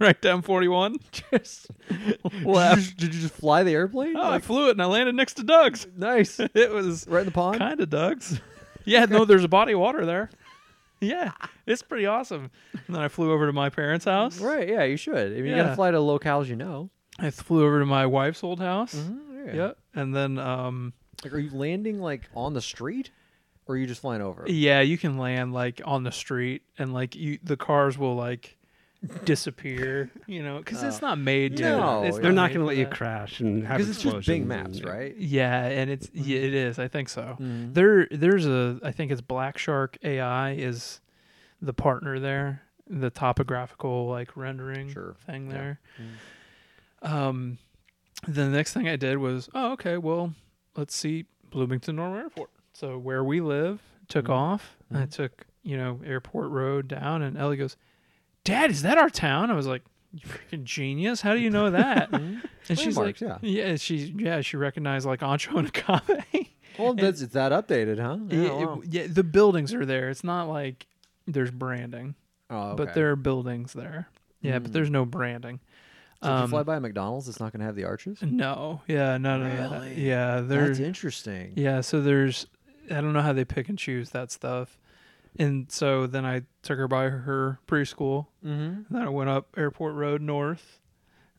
[SPEAKER 3] right down 41.
[SPEAKER 1] Just
[SPEAKER 3] Left.
[SPEAKER 1] Did you, did you just fly the airplane?
[SPEAKER 3] Oh, I
[SPEAKER 1] Like,
[SPEAKER 3] flew it and I landed next to Doug's.
[SPEAKER 1] nice.
[SPEAKER 3] It was
[SPEAKER 1] Right in the pond.
[SPEAKER 3] kind of Doug's. Yeah, no, there's a body of water there. Yeah, it's pretty awesome. And then I flew over to my parents' house.
[SPEAKER 1] Right. Yeah, you should. I mean, you
[SPEAKER 3] Yeah.
[SPEAKER 1] gotta fly to locales you know.
[SPEAKER 3] I flew over to my wife's old house.
[SPEAKER 1] Mm-hmm,
[SPEAKER 3] Yep. And then um
[SPEAKER 1] Like, are you landing like on the street, or are you just flying over?
[SPEAKER 3] Yeah, you can land like on the street and like you the cars will like disappear, you know, because it's not made to.
[SPEAKER 1] Oh. No,
[SPEAKER 3] it's
[SPEAKER 2] They're not going
[SPEAKER 3] made
[SPEAKER 2] to
[SPEAKER 3] for
[SPEAKER 2] let you
[SPEAKER 3] that.
[SPEAKER 2] crash and have
[SPEAKER 1] because it's just big
[SPEAKER 2] explosions
[SPEAKER 1] maps,
[SPEAKER 2] and-
[SPEAKER 3] Mm-hmm.
[SPEAKER 1] right?
[SPEAKER 3] Yeah, and it's
[SPEAKER 2] Mm-hmm.
[SPEAKER 3] yeah, it is. I think so.
[SPEAKER 1] Mm-hmm.
[SPEAKER 3] There, there's a. I think it's Black Shark AI is the partner there, the topographical like rendering
[SPEAKER 1] Sure,
[SPEAKER 3] thing
[SPEAKER 1] yeah.
[SPEAKER 3] there. Um, the next thing I did was, oh, okay, well, let's see Bloomington Normal Airport. So where we live, took off. I took you know Airport Road down, and Ellie goes, "Dad, is that our town?" I was like, "You freaking genius! How do you know that?" Mm-hmm. and she's like,
[SPEAKER 1] Landmarks, yeah.
[SPEAKER 3] yeah, she yeah she recognized like Ancho and Agave.
[SPEAKER 1] Well, that's it's that updated, huh?
[SPEAKER 3] yeah, it- yeah, the buildings are there. It's not like there's branding,
[SPEAKER 1] Oh,
[SPEAKER 3] but there are buildings there. Yeah, but there's no branding.
[SPEAKER 1] So if you
[SPEAKER 3] um,
[SPEAKER 1] fly by a McDonald's, it's not going to have the arches.
[SPEAKER 3] No, yeah, none of that.
[SPEAKER 1] Really?
[SPEAKER 3] Yeah, there's
[SPEAKER 1] That's interesting.
[SPEAKER 3] yeah, so there's I don't know how they pick and choose that stuff. And so then I took her by her preschool.
[SPEAKER 1] Mm-hmm.
[SPEAKER 3] And then I went up Airport Road North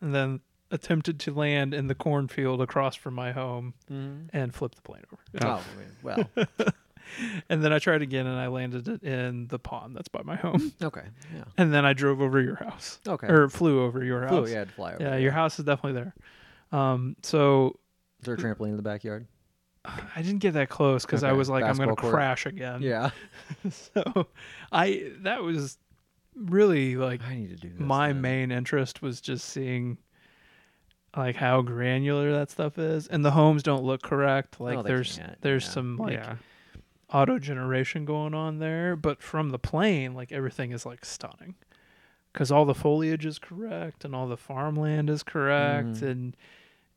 [SPEAKER 3] and then attempted to land in the cornfield across from my home
[SPEAKER 1] Mhm.
[SPEAKER 3] and flipped the plane over.
[SPEAKER 1] Oh, man. well,
[SPEAKER 3] And then I tried again and I landed it in the pond that's by my home.
[SPEAKER 1] okay, yeah,
[SPEAKER 3] and then I drove over your house.
[SPEAKER 1] Oh, okay.
[SPEAKER 3] Or flew over your
[SPEAKER 1] Flew,
[SPEAKER 3] house.
[SPEAKER 1] yeah, I'd fly over.
[SPEAKER 3] yeah, your house is definitely there. Um, so
[SPEAKER 1] Is there a trampoline in the backyard?
[SPEAKER 3] I didn't get that close because I
[SPEAKER 1] Okay,
[SPEAKER 3] was like, I'm going to
[SPEAKER 1] basketball court.
[SPEAKER 3] crash again.
[SPEAKER 1] Yeah,
[SPEAKER 3] so i that was really like
[SPEAKER 1] I need to do this.
[SPEAKER 3] my
[SPEAKER 1] then.
[SPEAKER 3] main interest was just seeing like how granular that stuff is and the homes don't look correct like
[SPEAKER 1] they
[SPEAKER 3] there's
[SPEAKER 1] can't,
[SPEAKER 3] there's
[SPEAKER 1] yeah.
[SPEAKER 3] some like
[SPEAKER 2] yeah.
[SPEAKER 3] auto generation going on there but from the plane like everything is like stunning because all the foliage is correct and all the farmland is correct
[SPEAKER 1] Mm-hmm.
[SPEAKER 3] and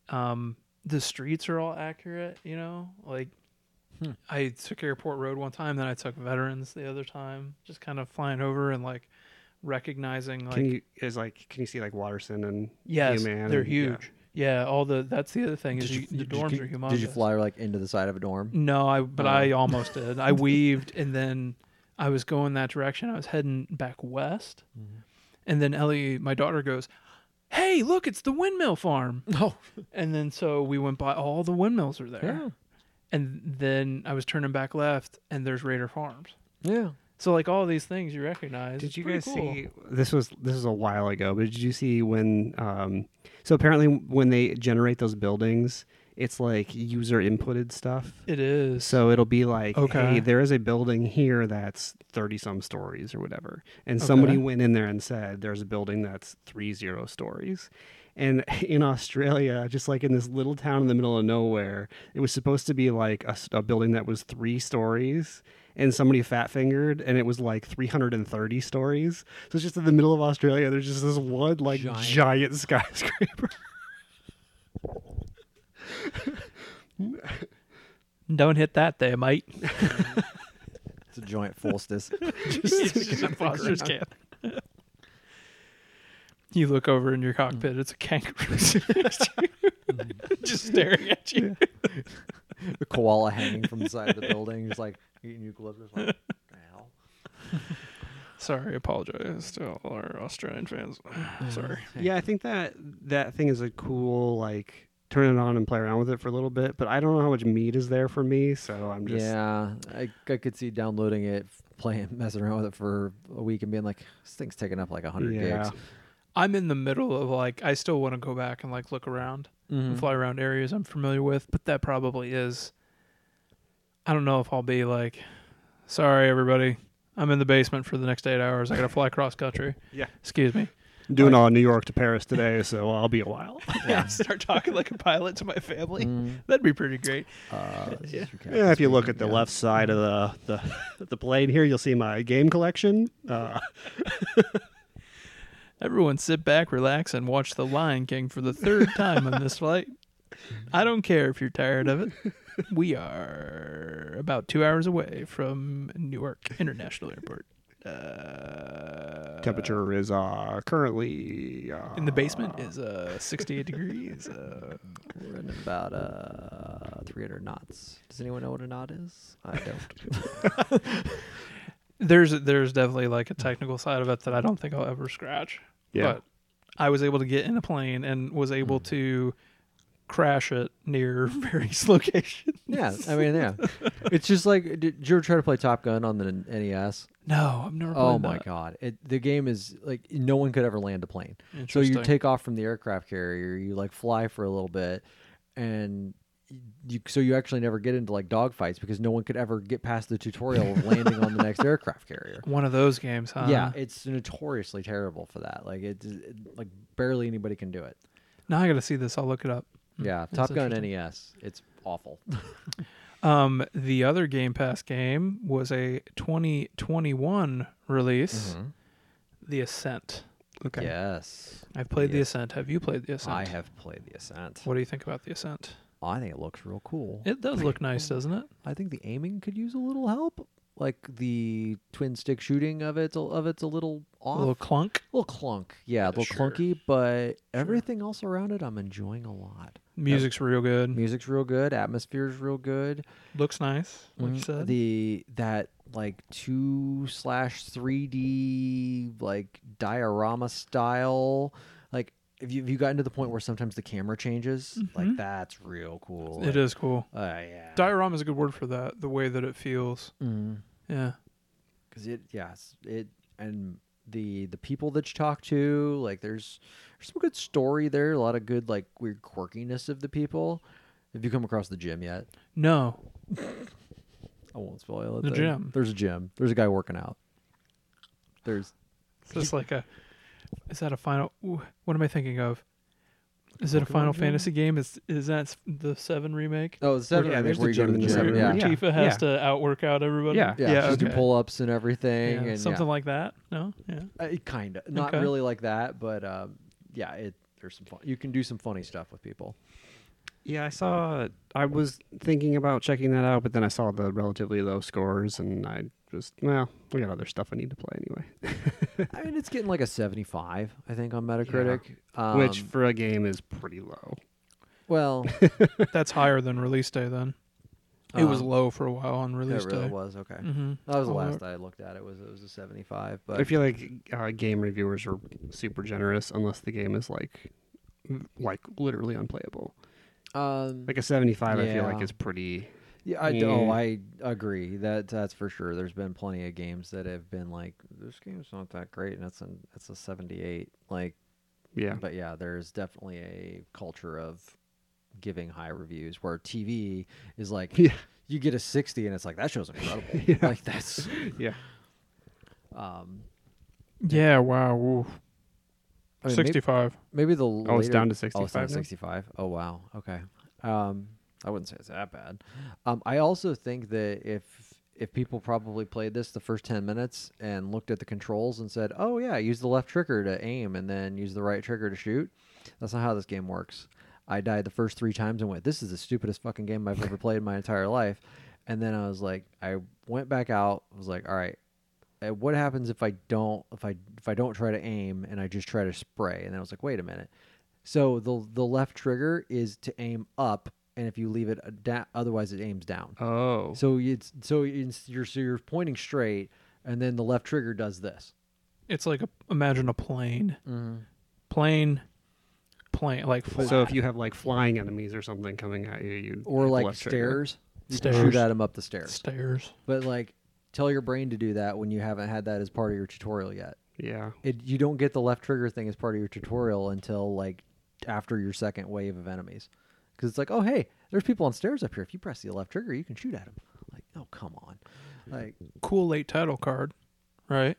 [SPEAKER 3] um the streets are all accurate you know like
[SPEAKER 1] Hmm.
[SPEAKER 3] i took airport road one time then i took veterans the other time just kind of flying over and like recognizing like
[SPEAKER 2] Can you is like can you see like Waterson and
[SPEAKER 3] yes
[SPEAKER 2] Man
[SPEAKER 3] they're
[SPEAKER 2] and- yeah.
[SPEAKER 3] huge yeah. all the that's the other thing is
[SPEAKER 1] Did
[SPEAKER 3] you,
[SPEAKER 1] you,
[SPEAKER 3] the
[SPEAKER 1] did you
[SPEAKER 3] dorms
[SPEAKER 1] keep-
[SPEAKER 3] are humongous
[SPEAKER 1] Did you fly like into the side of a dorm?
[SPEAKER 3] no, I but
[SPEAKER 1] Oh.
[SPEAKER 2] Uh.
[SPEAKER 3] I almost did. I weaved and then I was going that direction. I was heading back west.
[SPEAKER 2] Mm-hmm.
[SPEAKER 3] And then Ellie, my daughter goes, "Hey, look, it's the windmill farm."
[SPEAKER 1] No.
[SPEAKER 2] Oh.
[SPEAKER 3] And then so we went by all the windmills are there.
[SPEAKER 1] Yeah.
[SPEAKER 3] And then I was turning back left and there's Raider Farms.
[SPEAKER 1] Yeah.
[SPEAKER 3] So like all these things you recognize.
[SPEAKER 2] Did
[SPEAKER 3] It's
[SPEAKER 2] you
[SPEAKER 3] pretty
[SPEAKER 2] guys
[SPEAKER 3] cool.
[SPEAKER 2] see this was this was a while ago, but did you see when um so apparently when they generate those buildings, it's like user inputted stuff.
[SPEAKER 3] It is.
[SPEAKER 2] So it'll be like,
[SPEAKER 3] Okay.
[SPEAKER 2] hey, there is a building here that's 30 some stories or whatever. And somebody
[SPEAKER 3] Okay.
[SPEAKER 2] went in there and said, there's a building that's three zero stories. And in Australia, just like in this little town in the middle of nowhere, it was supposed to be like a, s- a building that was three stories. And somebody fat fingered, and it was like 330 stories. So it's just in the middle of Australia. There's just this one like
[SPEAKER 1] Giant.
[SPEAKER 2] giant skyscraper.
[SPEAKER 3] Don't hit that there, mate.
[SPEAKER 1] It's a giant solstice.
[SPEAKER 3] It's just a foster's cat. you look over in your cockpit, it's a kangaroo sitting next to you, just staring at you.
[SPEAKER 1] the koala hanging from the side of the building, just like eating eucalyptus. Like, ow.
[SPEAKER 3] Sorry, apologize to all our Australian fans. Sorry.
[SPEAKER 2] Yeah, I think that that thing is a cool like turn it on and play around with it for a little bit, but I don't know how much meat is there for me, so I'm just
[SPEAKER 1] yeah, I, I could see downloading it, playing, messing around with it for a week, and being like, this thing's taking up like hundred
[SPEAKER 2] Yeah.
[SPEAKER 1] gigs.
[SPEAKER 3] I'm in the middle of like, I still want to go back and like look around
[SPEAKER 1] Mm-hmm. Hmm.
[SPEAKER 3] and fly around areas I'm familiar with, but that probably is. I don't know if I'll be like, sorry, everybody. I'm in the basement for the next eight hours. I got to fly cross country.
[SPEAKER 2] Yeah.
[SPEAKER 3] Excuse me.
[SPEAKER 2] I'm doing all New York to Paris today, so I'll be a while.
[SPEAKER 3] yeah, start talking like a pilot to my family. That'd be pretty great.
[SPEAKER 1] Uh, this is your cat
[SPEAKER 2] yeah, if
[SPEAKER 1] this
[SPEAKER 2] you
[SPEAKER 1] week,
[SPEAKER 2] look at the
[SPEAKER 1] yeah.
[SPEAKER 2] left side of the, the the plane here, you'll see my game collection. Uh,
[SPEAKER 3] Everyone sit back, relax, and watch The Lion King for the third time on this flight. I don't care if you're tired of it. We are about two hours away from Newark International Airport. Uh,
[SPEAKER 2] temperature is uh, currently uh,
[SPEAKER 3] in the basement is uh, 68 degrees. Uh,
[SPEAKER 1] We're in about uh, 300 knots. Does anyone know what a knot is? I don't.
[SPEAKER 3] there's there's definitely like a technical side of it that I don't think I'll ever scratch.
[SPEAKER 2] Yeah.
[SPEAKER 1] Hmm.
[SPEAKER 3] But I was able to get in a plane and was able to crash it near various locations.
[SPEAKER 1] Yeah, I mean, yeah. it's just like, did you ever try to play Top Gun on the E NES?
[SPEAKER 3] No, I've never.
[SPEAKER 1] Oh
[SPEAKER 3] played
[SPEAKER 1] my
[SPEAKER 3] that.
[SPEAKER 1] god! It, the game is like no one could ever land a plane. So you
[SPEAKER 3] Interesting.
[SPEAKER 1] take off from the aircraft carrier, you like fly for a little bit, and you so you actually never get into like dogfights because no one could ever get past the tutorial of landing on the next aircraft carrier.
[SPEAKER 3] one of those games, huh?
[SPEAKER 1] yeah, it's notoriously terrible for that. Like it's it, like barely anybody can do it.
[SPEAKER 3] Now I got to see this. I'll look it up.
[SPEAKER 1] Yeah,
[SPEAKER 3] Hmm, that's
[SPEAKER 1] Top Gun
[SPEAKER 3] interesting.
[SPEAKER 1] NES. It's awful.
[SPEAKER 3] Um, the other Game Pass game was a 2021 release,
[SPEAKER 1] Mm-hmm.
[SPEAKER 3] The Ascent.
[SPEAKER 2] Okay.
[SPEAKER 1] Yes,
[SPEAKER 3] I've played The
[SPEAKER 1] Yes.
[SPEAKER 3] Ascent. Have you played The Ascent?
[SPEAKER 1] I have played the Ascent.
[SPEAKER 3] What do you think about The Ascent?
[SPEAKER 1] I think it looks real cool.
[SPEAKER 3] It does look nice, doesn't it?
[SPEAKER 1] I think the aiming could use a little help. Like the twin stick shooting of it's a, of it's a little
[SPEAKER 3] A
[SPEAKER 1] off, a
[SPEAKER 3] little
[SPEAKER 1] little,
[SPEAKER 3] clunk.
[SPEAKER 1] clunk. Yeah, a little
[SPEAKER 3] sure.
[SPEAKER 1] clunky, but everything else around it, I'm enjoying a lot.
[SPEAKER 3] Music's real good.
[SPEAKER 1] Music's real good, atmosphere's real good.
[SPEAKER 3] Looks nice, like you
[SPEAKER 1] Mm,
[SPEAKER 3] said.
[SPEAKER 1] The that like two slash three D like diorama style. Like if you have you gotten to the point where sometimes the camera changes, like that's real cool.
[SPEAKER 3] Mm-hmm. it is cool.
[SPEAKER 1] Uh, yeah.
[SPEAKER 3] Diorama is a good word for that. The way that it feels.
[SPEAKER 1] Mhm.
[SPEAKER 3] Yeah.
[SPEAKER 1] because it yes it and the the people that you talk to like there's there's some good story there a lot of good like weird quirkiness of the people have you come across the gym yet
[SPEAKER 3] No.
[SPEAKER 1] i won't spoil it
[SPEAKER 3] The
[SPEAKER 1] though.
[SPEAKER 3] gym.
[SPEAKER 1] there's a gym there's a guy working out there's
[SPEAKER 3] It's just like a. Is that a final? ooh, What am I thinking of? Is it a
[SPEAKER 1] Pokemon
[SPEAKER 3] Final
[SPEAKER 1] game?
[SPEAKER 3] Fantasy game? Is is that the seven remake?
[SPEAKER 1] oh the seven
[SPEAKER 2] yeah,
[SPEAKER 1] yeah,
[SPEAKER 2] there's
[SPEAKER 1] where
[SPEAKER 2] the
[SPEAKER 1] you go to
[SPEAKER 2] gym
[SPEAKER 1] the
[SPEAKER 2] in the
[SPEAKER 1] gym
[SPEAKER 3] Where
[SPEAKER 2] seven,
[SPEAKER 1] yeah yeah,
[SPEAKER 2] yeah.
[SPEAKER 3] Tifa has to outwork out everybody.
[SPEAKER 2] Yeah.
[SPEAKER 1] yeah, just do
[SPEAKER 3] okay.
[SPEAKER 1] pull-ups and
[SPEAKER 3] Yeah,
[SPEAKER 1] everything and
[SPEAKER 3] something like that. No. Yeah.
[SPEAKER 1] yeah. kind of not
[SPEAKER 3] Okay.
[SPEAKER 1] really like that but um yeah it there's some fun you can do some funny stuff with people
[SPEAKER 2] Yeah, I saw. I was thinking about checking that out, but then I saw the relatively low scores, and I just well, we got other stuff I need to play anyway.
[SPEAKER 1] i mean it's getting like a 75 i think on metacritic um,
[SPEAKER 2] Which for a game is pretty low.
[SPEAKER 1] Well,
[SPEAKER 3] That's higher than release day. Then it was
[SPEAKER 1] Um,
[SPEAKER 3] low for a while on
[SPEAKER 1] it
[SPEAKER 3] release
[SPEAKER 1] really
[SPEAKER 3] day.
[SPEAKER 1] was okay.
[SPEAKER 3] Mm-hmm.
[SPEAKER 1] That was the
[SPEAKER 3] Oh,
[SPEAKER 1] last I looked at. It was it was a seventy-five. But
[SPEAKER 2] I feel like uh, game reviewers are super generous unless the game is like, like literally unplayable.
[SPEAKER 1] um,
[SPEAKER 2] Like a seventy-five, I feel like
[SPEAKER 1] Yeah.
[SPEAKER 2] is pretty.
[SPEAKER 1] yeah, I don't.
[SPEAKER 2] yeah.
[SPEAKER 1] I agree. That that's for sure. There's been plenty of games that have been like this game's not that great, and it's an it's a seventy-eight. Like,
[SPEAKER 2] Yeah,
[SPEAKER 1] but yeah, there's definitely a culture of giving high reviews where TV is like
[SPEAKER 2] Yeah.
[SPEAKER 1] you get a sixty, and it's like that show's incredible.
[SPEAKER 2] Yeah.
[SPEAKER 1] Like that's
[SPEAKER 2] yeah.
[SPEAKER 1] um.
[SPEAKER 3] Yeah. Wow. woo.
[SPEAKER 1] I mean, maybe-
[SPEAKER 3] Sixty-five.
[SPEAKER 1] Maybe the
[SPEAKER 2] Oh, it's
[SPEAKER 1] later-
[SPEAKER 2] down to
[SPEAKER 1] Oh, it's not
[SPEAKER 2] 65 now?
[SPEAKER 1] 65. Oh, wow. Okay. Um, I wouldn't say it's that bad. Um, I also think that if if people probably played this the first 10 minutes and looked at the controls and said, "Oh yeah, use the left trigger to aim and then use the right trigger to shoot." That's not how this game works. I died the first 3 times and went, "This is the stupidest fucking game I've ever played in my entire life." And then I was like, I went back out. I was like, "All right, uh, what happens if I don't if I if I don't try to aim and I just try to spray? And then I was like, wait a minute. So the the left trigger is to aim up, and if you leave it a da- otherwise it aims down.
[SPEAKER 2] Oh,
[SPEAKER 1] So it's so it's, you're so you're pointing straight, and then the left trigger does this.
[SPEAKER 3] It's like a, imagine a plane,
[SPEAKER 1] Mm-hmm.
[SPEAKER 3] plane, plane, like flat.
[SPEAKER 2] so if you have like flying enemies or something coming at you, you
[SPEAKER 1] Or
[SPEAKER 2] hit the
[SPEAKER 1] like
[SPEAKER 2] left trigger.
[SPEAKER 1] stairs, you can shoot
[SPEAKER 3] Stairs.
[SPEAKER 1] at them up the stairs.
[SPEAKER 3] stairs.
[SPEAKER 1] But like, tell your brain to do that when you haven't had that as part of your tutorial yet.
[SPEAKER 2] Yeah,
[SPEAKER 1] It, you don't get the left trigger thing as part of your tutorial until like after your second wave of enemies because it's like oh hey there's people on stairs up here if you press the left trigger you can shoot at them like oh come on like
[SPEAKER 3] Cool late title card, right?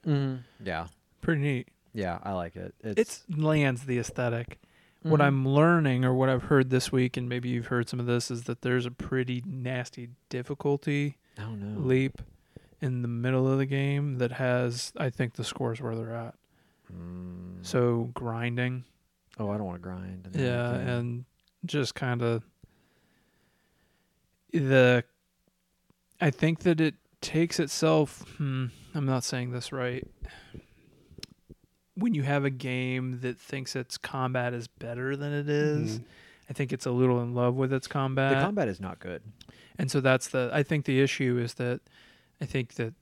[SPEAKER 1] yeah
[SPEAKER 3] Pretty neat.
[SPEAKER 1] yeah i like it it's,
[SPEAKER 3] Mm-hmm.
[SPEAKER 1] Mm-hmm.
[SPEAKER 3] It's lands the aesthetic. What I'm learning, or what I've heard this week, and maybe you've heard some of this, is that there's a pretty nasty difficulty
[SPEAKER 1] i don't know
[SPEAKER 3] leap in the middle of the game that has, I think, the scores where they're at.
[SPEAKER 1] Mm.
[SPEAKER 3] So grinding,
[SPEAKER 1] oh i don't want to grind and
[SPEAKER 3] yeah,
[SPEAKER 1] everything.
[SPEAKER 3] and just kind of the. I think that it takes itself. Hmm, I'm not saying this right. When you have a game that thinks its combat is better than it is,
[SPEAKER 2] Mhm.
[SPEAKER 3] I think it's a little in love with its combat.
[SPEAKER 1] the combat is not good
[SPEAKER 3] And so that's the I think the issue is that I think that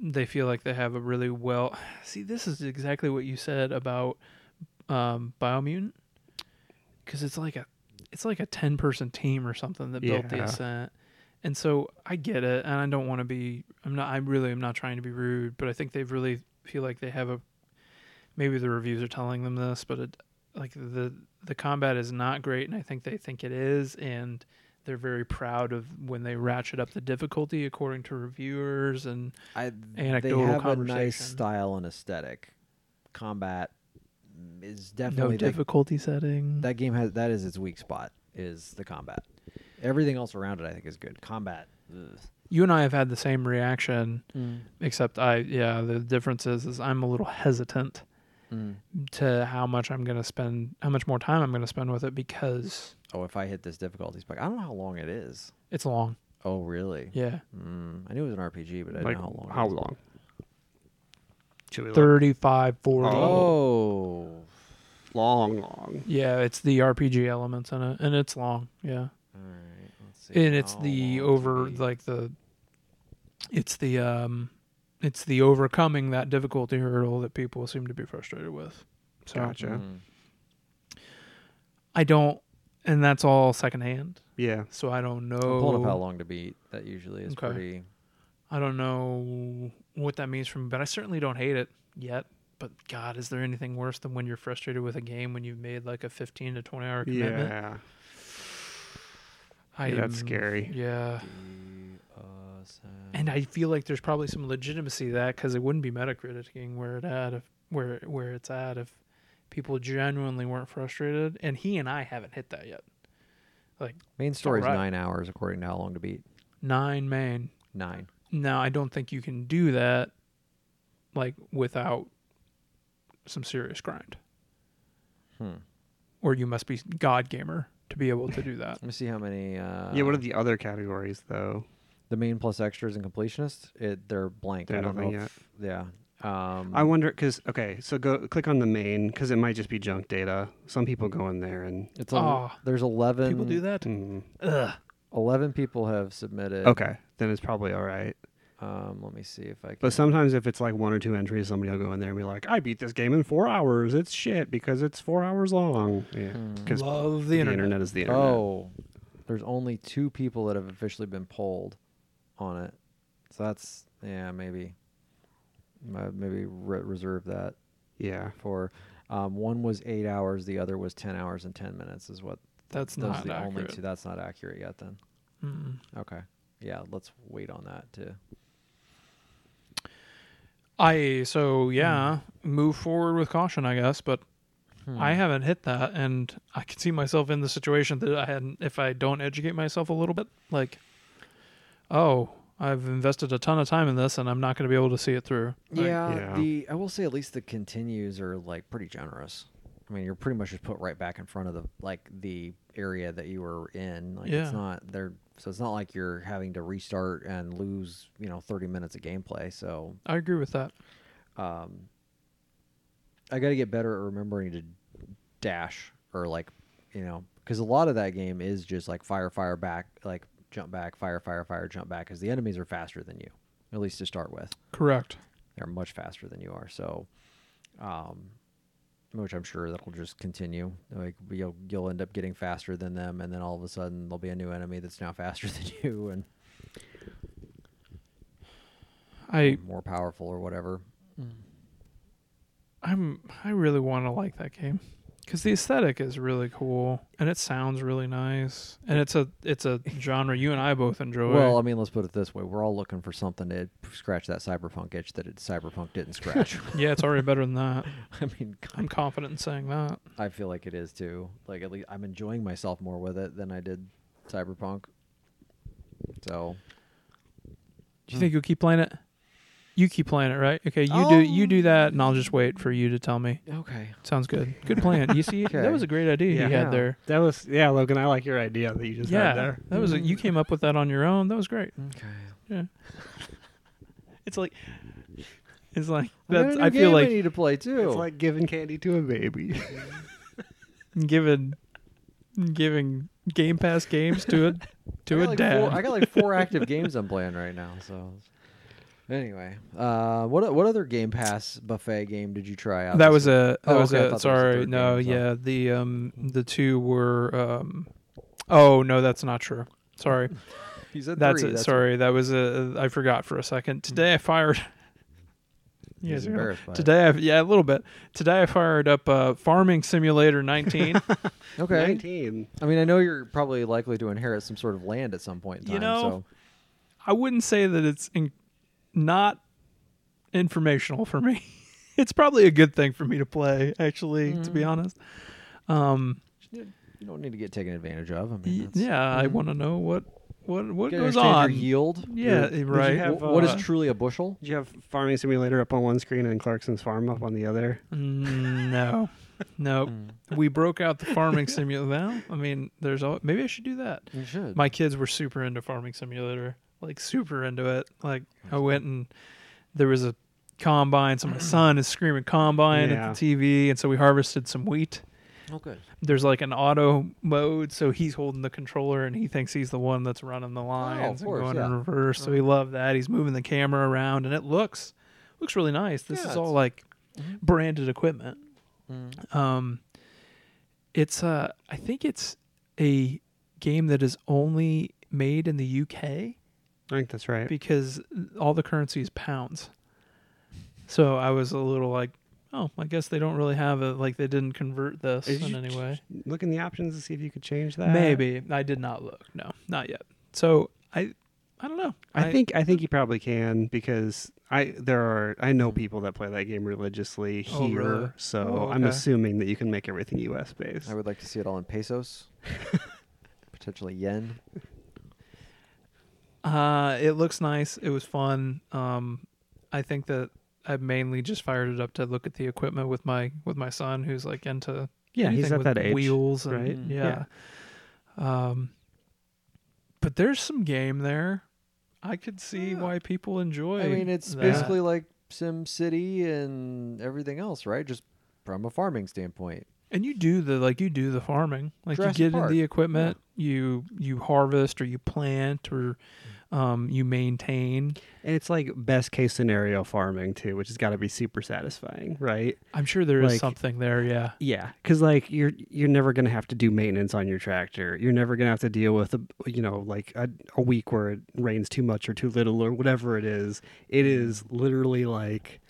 [SPEAKER 3] they feel like they have a really well see this is exactly what you said about um biomutant because it's like a it's like a 10 person team or something that built the
[SPEAKER 2] Yeah.
[SPEAKER 3] ascent and so i get it and i don't want to be i'm not i really am not trying to be rude but i think they really feel like they have a maybe the reviews are telling them this but it like the the combat is not great and i think they think it is and they're very proud of when they ratchet up the difficulty according to reviewers and
[SPEAKER 1] I,
[SPEAKER 3] Anecdotal
[SPEAKER 1] they have a nice
[SPEAKER 3] conversation.
[SPEAKER 1] style and aesthetic. Combat is
[SPEAKER 3] no
[SPEAKER 1] definitely that,
[SPEAKER 3] difficulty setting
[SPEAKER 1] that game has that is its weak spot is the combat. Everything else around it I think is good. Combat. ugh.
[SPEAKER 3] you and i have had the same reaction except i yeah the difference is, is i'm a little hesitant to how much i'm going to spend how much more time i'm going to spend with it because
[SPEAKER 1] Oh, if I hit this difficulty spike, I don't know how long it is.
[SPEAKER 3] it's long
[SPEAKER 1] Oh, really?
[SPEAKER 3] yeah
[SPEAKER 1] Mm, I knew it was an RPG, but I didn't
[SPEAKER 2] Like
[SPEAKER 1] know how long.
[SPEAKER 2] how
[SPEAKER 1] it was.
[SPEAKER 2] long? Should we look?
[SPEAKER 3] 35 40
[SPEAKER 1] Oh.
[SPEAKER 2] long, long.
[SPEAKER 3] yeah it's the rpg elements in it and it's long yeah
[SPEAKER 1] All right. Let's see.
[SPEAKER 3] and it's
[SPEAKER 1] how
[SPEAKER 3] the
[SPEAKER 1] long it's
[SPEAKER 3] over
[SPEAKER 1] gonna be.
[SPEAKER 3] like the it's the um it's the overcoming that difficulty hurdle that people seem to be frustrated with so
[SPEAKER 2] Gotcha.
[SPEAKER 1] Mm.
[SPEAKER 3] i don't and that's all secondhand
[SPEAKER 2] Yeah.
[SPEAKER 3] so i don't know
[SPEAKER 1] I'm pulling up how long to beat. That usually is
[SPEAKER 3] Oh. Okay.
[SPEAKER 1] pretty.
[SPEAKER 3] i don't know what that means for me but i certainly don't hate it yet but god is there anything worse than when you're frustrated with a game when you've made like a 15 to 20 hour commitment
[SPEAKER 2] Yeah.
[SPEAKER 3] I
[SPEAKER 2] Yeah, that's
[SPEAKER 3] am-
[SPEAKER 2] scary.
[SPEAKER 3] yeah
[SPEAKER 1] The Ascent.
[SPEAKER 3] and I feel like there's probably some legitimacy to that because it wouldn't be metacriticing where it at if where where it's at if people genuinely weren't frustrated. And he and I haven't hit that yet.
[SPEAKER 1] Main story's
[SPEAKER 3] Alright.
[SPEAKER 1] nine hours according to how long to beat.
[SPEAKER 3] Nine man.
[SPEAKER 1] Nine.
[SPEAKER 3] Now I don't think you can do that like without some serious grind.
[SPEAKER 1] Hmm.
[SPEAKER 3] Or you must be god gamer to be able to do that.
[SPEAKER 1] Let me see how many. Uh,
[SPEAKER 2] yeah. What are the other categories though?
[SPEAKER 1] the main plus extras and completionists? It they're blank.
[SPEAKER 2] They're
[SPEAKER 1] I don't know.
[SPEAKER 2] nothing yet.
[SPEAKER 1] If, yeah. Um,
[SPEAKER 2] I wonder because okay, so go click on the main because it might just be junk data. Some people go in there and.
[SPEAKER 1] it's a,
[SPEAKER 3] Ah,
[SPEAKER 1] there's eleven.
[SPEAKER 3] people do that.
[SPEAKER 2] Mm.
[SPEAKER 3] Ugh.
[SPEAKER 1] Eleven people have submitted.
[SPEAKER 2] Okay, then it's probably all right.
[SPEAKER 1] Um, let me see if I can.
[SPEAKER 2] But sometimes if it's like one or two entries, somebody will go in there and be like, "I beat this game in four hours. It's shit because it's four hours long." Yeah,
[SPEAKER 1] Hmm.
[SPEAKER 2] because
[SPEAKER 3] Love
[SPEAKER 2] the
[SPEAKER 3] the internet.
[SPEAKER 2] internet is the internet.
[SPEAKER 1] Oh, there's only two people that have officially been polled on it. So that's yeah, maybe. Uh, Maybe re- reserve that
[SPEAKER 2] yeah.
[SPEAKER 1] for. Um, one was eight hours, the other was ten hours and ten minutes. Is what
[SPEAKER 3] That's
[SPEAKER 1] those are
[SPEAKER 3] not
[SPEAKER 1] the only
[SPEAKER 3] accurate.
[SPEAKER 1] two. That's not accurate yet. Then
[SPEAKER 3] Mm.
[SPEAKER 1] okay, yeah, let's wait on that to
[SPEAKER 3] I so yeah, move forward with caution, I guess. But I haven't hit that, and I can see myself in the situation that I hadn't if I don't educate myself a little bit. Like, oh, I've invested a ton of time in this, and I'm not going to be able to see it through. Like,
[SPEAKER 1] Yeah,
[SPEAKER 2] Yeah.
[SPEAKER 1] the I will say at least the continues are like pretty generous. I mean, you're pretty much just put right back in front of the like the area that you were in. Like
[SPEAKER 3] Yeah.
[SPEAKER 1] it's not there, so it's not like you're having to restart and lose you know 30 minutes of gameplay. So
[SPEAKER 3] I agree with that.
[SPEAKER 1] um, I got to get better at remembering to dash or like you know because a lot of that game is just like fire, fire back, like jump back, fire, fire, fire, jump back because the enemies are faster than you, at least to start with
[SPEAKER 3] Correct.
[SPEAKER 1] they're much faster than you are. So, um, which I'm sure that'll just continue. Like you'll you'll end up getting faster than them, and then all of a sudden there'll be a new enemy that's now faster than you and
[SPEAKER 3] I
[SPEAKER 1] more powerful or whatever.
[SPEAKER 3] I'm I really want to like that game because the aesthetic is really cool and it sounds really nice and it's a it's a genre you and I both enjoy.
[SPEAKER 1] Well, I mean, let's put it this way: we're all looking for something to scratch that cyberpunk itch that it, cyberpunk didn't scratch.
[SPEAKER 3] yeah, it's already better than that.
[SPEAKER 1] I mean,
[SPEAKER 3] I'm confident in saying that.
[SPEAKER 1] I feel like it is too. Like at least I'm enjoying myself more with it than I did cyberpunk. So
[SPEAKER 3] Do you think you'll keep playing it? You keep playing it, right? Okay, you do you do that, and I'll just wait for you to tell me.
[SPEAKER 1] okay,
[SPEAKER 3] Sounds good. Good plan. You see,
[SPEAKER 1] Okay.
[SPEAKER 3] that was a great idea you
[SPEAKER 2] Yeah.
[SPEAKER 1] Yeah.
[SPEAKER 3] had there.
[SPEAKER 2] That was yeah, Logan. I like your idea that you just
[SPEAKER 3] yeah,
[SPEAKER 2] had there.
[SPEAKER 3] that was a, you came up with that on your own. That was great.
[SPEAKER 1] okay.
[SPEAKER 3] It's like it's like
[SPEAKER 1] I got a
[SPEAKER 3] that's.
[SPEAKER 1] new
[SPEAKER 3] I feel
[SPEAKER 1] game
[SPEAKER 3] like
[SPEAKER 1] I need to play too.
[SPEAKER 2] It's like giving candy to a baby.
[SPEAKER 3] giving giving Game Pass games to a
[SPEAKER 1] I
[SPEAKER 3] to a
[SPEAKER 1] got like
[SPEAKER 3] dad.
[SPEAKER 1] Four, I got like four active games I'm playing right now. So anyway, uh, what what other Game Pass buffet game did you try out?
[SPEAKER 3] that
[SPEAKER 1] this
[SPEAKER 3] was
[SPEAKER 1] week?
[SPEAKER 3] a that
[SPEAKER 1] Oh,
[SPEAKER 3] was
[SPEAKER 1] okay, I thought that was
[SPEAKER 3] a
[SPEAKER 1] the
[SPEAKER 3] sorry
[SPEAKER 1] third
[SPEAKER 3] no
[SPEAKER 1] game, so-
[SPEAKER 3] yeah the um the two were um Oh no, that's not true. Sorry,
[SPEAKER 1] He said
[SPEAKER 3] that's
[SPEAKER 1] three.
[SPEAKER 3] it. Sorry, that was a I forgot for a second. Today I fired. You
[SPEAKER 1] He's
[SPEAKER 3] guys are gonna-
[SPEAKER 1] embarrassed by it.
[SPEAKER 3] Today, I, yeah, a little bit. Today I fired up uh, Farming Simulator 19.
[SPEAKER 1] Okay.
[SPEAKER 2] 19.
[SPEAKER 1] I mean, I know you're probably likely to inherit some sort of land at some point in time.
[SPEAKER 3] You know- I wouldn't say that it's in, not informational for me. it's probably a good thing for me to play, actually, to
[SPEAKER 1] Mm.
[SPEAKER 3] be honest. Um,
[SPEAKER 1] so you don't need to get taken advantage of. I
[SPEAKER 3] y-
[SPEAKER 1] mean, that's,
[SPEAKER 3] yeah, I want to know what what what
[SPEAKER 1] you gotta
[SPEAKER 3] goes
[SPEAKER 1] understand
[SPEAKER 3] on.
[SPEAKER 1] Your yield.
[SPEAKER 3] Yeah, eh,
[SPEAKER 1] your-
[SPEAKER 3] right.
[SPEAKER 2] you have,
[SPEAKER 1] wh- what is
[SPEAKER 3] uh,
[SPEAKER 1] truly a bushel?
[SPEAKER 2] Did you have Farming Simulator up on one screen and Clarkson's Farm up on the other?
[SPEAKER 3] Mm, no, no.
[SPEAKER 1] Hmm.
[SPEAKER 3] we broke out the Farming Simulator. Well, I mean, there's all. Maybe I should do that.
[SPEAKER 1] You should.
[SPEAKER 3] my kids were super into farming simulator like super into it like i went and there was a combine so my son is screaming combine
[SPEAKER 2] Yeah.
[SPEAKER 3] at the tv and so we harvested some wheat
[SPEAKER 1] oh, good.
[SPEAKER 3] there's like an auto mode so he's holding the controller and he thinks he's the one that's running the lines
[SPEAKER 1] Oh, course,
[SPEAKER 3] and going in
[SPEAKER 1] yeah.
[SPEAKER 3] reverse so he loved that he's moving the camera around and it looks looks really nice this
[SPEAKER 1] Yeah,
[SPEAKER 3] is
[SPEAKER 1] it's- Mhm.
[SPEAKER 3] all like branded equipment um it's uh i think it's a game that is only made in the uk
[SPEAKER 2] I think that's right.
[SPEAKER 3] because all the currency is pounds. So I was a little like, oh, I guess they don't really have it. Like they didn't convert this
[SPEAKER 2] Is
[SPEAKER 3] in
[SPEAKER 2] you-
[SPEAKER 3] any way.
[SPEAKER 2] Look in the options to see if you could change that.
[SPEAKER 3] Maybe I did not look. No, not yet. So I, I don't know.
[SPEAKER 2] I think I think you probably can because I there are I know people that play that game religiously
[SPEAKER 3] Oh,
[SPEAKER 2] here,
[SPEAKER 3] really?
[SPEAKER 2] so
[SPEAKER 3] Oh,
[SPEAKER 2] I'm
[SPEAKER 3] okay.
[SPEAKER 2] assuming that you can make everything U.S. based.
[SPEAKER 1] I would like to see it all in pesos, potentially yen.
[SPEAKER 3] uh, it looks nice. It was fun. Um, I think that I mainly just fired it up to look at the equipment with my with my son, who's like into
[SPEAKER 2] Yeah, he's
[SPEAKER 3] anything
[SPEAKER 2] at
[SPEAKER 3] with
[SPEAKER 2] that age,
[SPEAKER 3] wheels, and,
[SPEAKER 2] right?
[SPEAKER 3] Yeah. Um, but there's some game there. I could see
[SPEAKER 1] Yeah.
[SPEAKER 3] why people enjoy.
[SPEAKER 1] I mean, it's
[SPEAKER 3] that.
[SPEAKER 1] basically like Sim City and everything else, right? Just from a farming standpoint.
[SPEAKER 3] and you do the like you do the farming, like
[SPEAKER 1] Jurassic
[SPEAKER 3] you get
[SPEAKER 1] Park.
[SPEAKER 3] in the equipment, you you harvest or you plant or um you maintain.
[SPEAKER 2] and it's like best case scenario farming too, which has got to be super satisfying, right?
[SPEAKER 3] I'm sure there is
[SPEAKER 2] Like-
[SPEAKER 3] something there. Yeah,
[SPEAKER 2] Yeah, because like you're you're never gonna have to do maintenance on your tractor. You're never gonna have to deal with a you know like a, a week where it rains too much or too little or whatever it is. It is literally like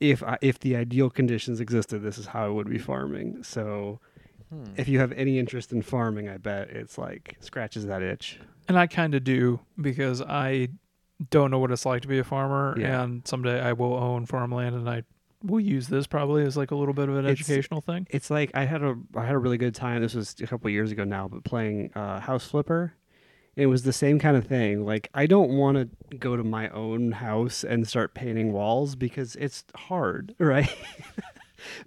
[SPEAKER 2] if I, if the ideal conditions existed, this is how I would be farming. So if you have any interest in farming, I bet it's like scratches that itch.
[SPEAKER 3] and I kind of do because I don't know what it's like to be a farmer,
[SPEAKER 2] Yeah.
[SPEAKER 3] and someday I will own farmland, and I will use this probably as like a little bit of an
[SPEAKER 2] It's-
[SPEAKER 3] educational thing.
[SPEAKER 2] It's like I had a I had a really good time. This was a couple of years ago now, but playing uh, House Flipper, it was the same kind of thing. Like I don't want to go to my own house and start painting walls because it's hard, right?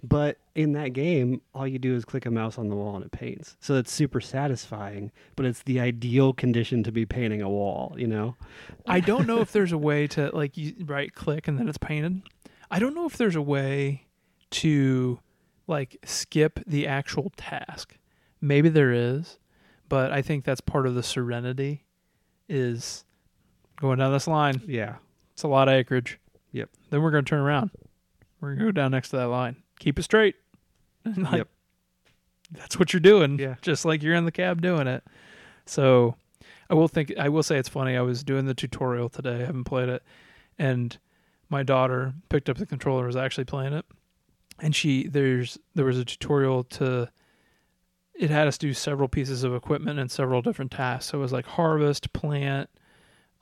[SPEAKER 2] but in that game, all you do is click a mouse on the wall and it paints. So it's super satisfying, but it's the ideal condition to be painting a wall. You know,
[SPEAKER 3] I don't know if there's a way to like you right click and then it's painted. I don't know if there's a way to like skip the actual task. Maybe there is, but I think that's part of the serenity is going down this line.
[SPEAKER 2] yeah,
[SPEAKER 3] It's a lot of acreage.
[SPEAKER 2] Yep.
[SPEAKER 3] Then we're going to turn around. We're going to go down next to that line. Keep it straight. And, like,
[SPEAKER 2] Yep.
[SPEAKER 3] That's what you're doing.
[SPEAKER 2] Yeah.
[SPEAKER 3] Just like you're in the cab doing it. So I will think, I will say it's funny. I was doing the tutorial today. I haven't played it. And my daughter picked up the controller and was actually playing it. And she, there's, there was a tutorial to, it had us do several pieces of equipment and several different tasks. So it was like harvest, plant,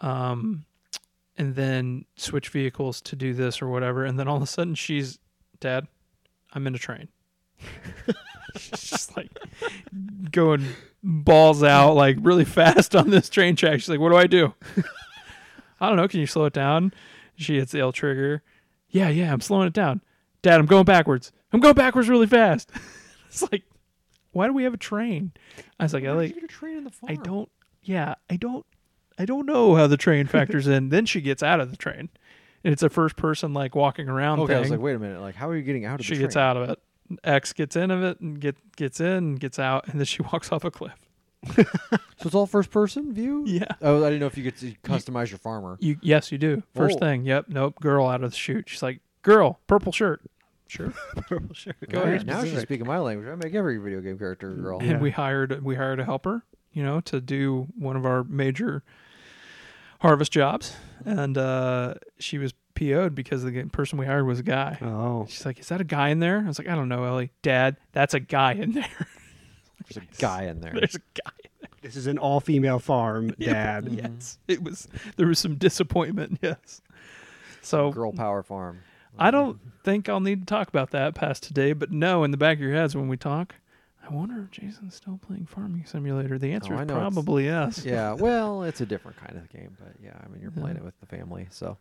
[SPEAKER 3] um, and then switch vehicles to do this or whatever. And then all of a sudden she's, Dad, I'm in a train. she's just like going balls out, like really fast on this train track. She's like, What do I do? I don't know. Can you slow it down? She hits the L trigger. Yeah, yeah, I'm slowing it down. Dad, I'm going backwards. I'm going backwards really fast. it's like, why do we have a train? I was like, I like,
[SPEAKER 1] you the farm.
[SPEAKER 3] I don't. Yeah, I don't. I don't know how the train factors in. Then she gets out of the train, and it's a first person like walking around
[SPEAKER 1] Okay, I was
[SPEAKER 3] thing.
[SPEAKER 1] like, wait a minute. Like, how are you getting out of
[SPEAKER 3] she
[SPEAKER 1] the
[SPEAKER 3] gets
[SPEAKER 1] train?
[SPEAKER 3] out of it. X gets in of it and get gets in and gets out, and then she walks off a cliff.
[SPEAKER 1] So it's all first person view.
[SPEAKER 3] Yeah.
[SPEAKER 1] Oh, I didn't know if you could s- customize your farmer.
[SPEAKER 3] You yes, you do. First
[SPEAKER 1] Oh.
[SPEAKER 3] thing. Yep. Nope. Girl out of the chute. She's like, girl, purple shirt. Sure.
[SPEAKER 2] purple shirt.
[SPEAKER 3] Go
[SPEAKER 1] All
[SPEAKER 3] ahead.
[SPEAKER 1] right, Now she's speaking my language. I make every video game character a girl.
[SPEAKER 3] And we hired we hired a helper. you know, to do one of our major harvest jobs, and uh, she was PO'd because the g- person we hired was a guy.
[SPEAKER 2] Oh,
[SPEAKER 3] She's like, "Is that a guy in there?" I was like, "I don't know, Ellie. Dad, that's a guy in there.
[SPEAKER 1] There's a guy in there.
[SPEAKER 3] There's a guy."
[SPEAKER 2] this is an all-female farm, Dad.
[SPEAKER 1] Mm-hmm.
[SPEAKER 3] Yes, it was. There was some disappointment. Yes. So
[SPEAKER 1] Girl power farm.
[SPEAKER 3] I don't think I'll need to talk about that past today, but no, in the back of your heads when we talk, I wonder if Jason's still playing Farming Simulator. The answer
[SPEAKER 1] Oh, I
[SPEAKER 3] is
[SPEAKER 1] know it's-
[SPEAKER 3] probably yes.
[SPEAKER 1] Yeah, well, it's a different kind of game, but yeah, I mean, you're playing
[SPEAKER 3] Yeah.
[SPEAKER 1] it with the family, so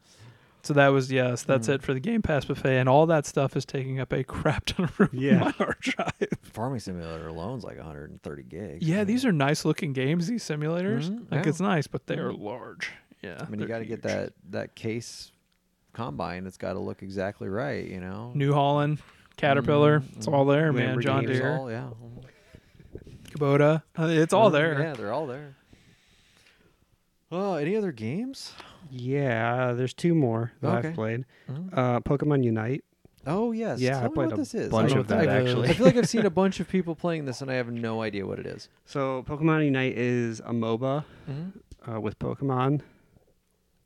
[SPEAKER 3] So that was yes. That's
[SPEAKER 1] Mm.
[SPEAKER 3] it for the Game Pass buffet, and all that stuff is taking up a crap ton of room
[SPEAKER 2] Yeah.
[SPEAKER 3] on my hard drive.
[SPEAKER 1] farming simulator alone's like 130 gigs.
[SPEAKER 3] Yeah, these are nice looking games. These simulators,
[SPEAKER 1] Mhm,
[SPEAKER 3] like
[SPEAKER 1] yeah. Mm-hmm.
[SPEAKER 3] it's nice, but they are large. Yeah,
[SPEAKER 1] I mean, you
[SPEAKER 3] they're
[SPEAKER 1] got to get
[SPEAKER 3] huge.
[SPEAKER 1] that that case combine that's got to look exactly right, you know.
[SPEAKER 3] New Holland, Caterpillar.
[SPEAKER 1] Mm-hmm.
[SPEAKER 3] It's all there, man. John
[SPEAKER 2] Lamborghinis,
[SPEAKER 3] Deere,
[SPEAKER 1] all, yeah.
[SPEAKER 3] Kubota. uh, It's all
[SPEAKER 1] Mm,
[SPEAKER 3] there.
[SPEAKER 1] Yeah, they're all there. Oh, any other games?
[SPEAKER 2] Yeah, there's two more that
[SPEAKER 1] Okay.
[SPEAKER 2] I've played.
[SPEAKER 1] Mhm.
[SPEAKER 2] Uh, Pokemon Unite.
[SPEAKER 1] Oh yes.
[SPEAKER 2] Yeah, I
[SPEAKER 1] Tell me
[SPEAKER 2] played
[SPEAKER 1] what
[SPEAKER 2] a
[SPEAKER 1] this is. I
[SPEAKER 2] bunch
[SPEAKER 1] don't
[SPEAKER 3] of
[SPEAKER 1] know what
[SPEAKER 3] that,
[SPEAKER 1] I-
[SPEAKER 3] actually.
[SPEAKER 1] I feel like I've seen a bunch of people playing this, and I have no idea what it is.
[SPEAKER 2] So Pokemon Unite is a MOBA uh, with Pokemon.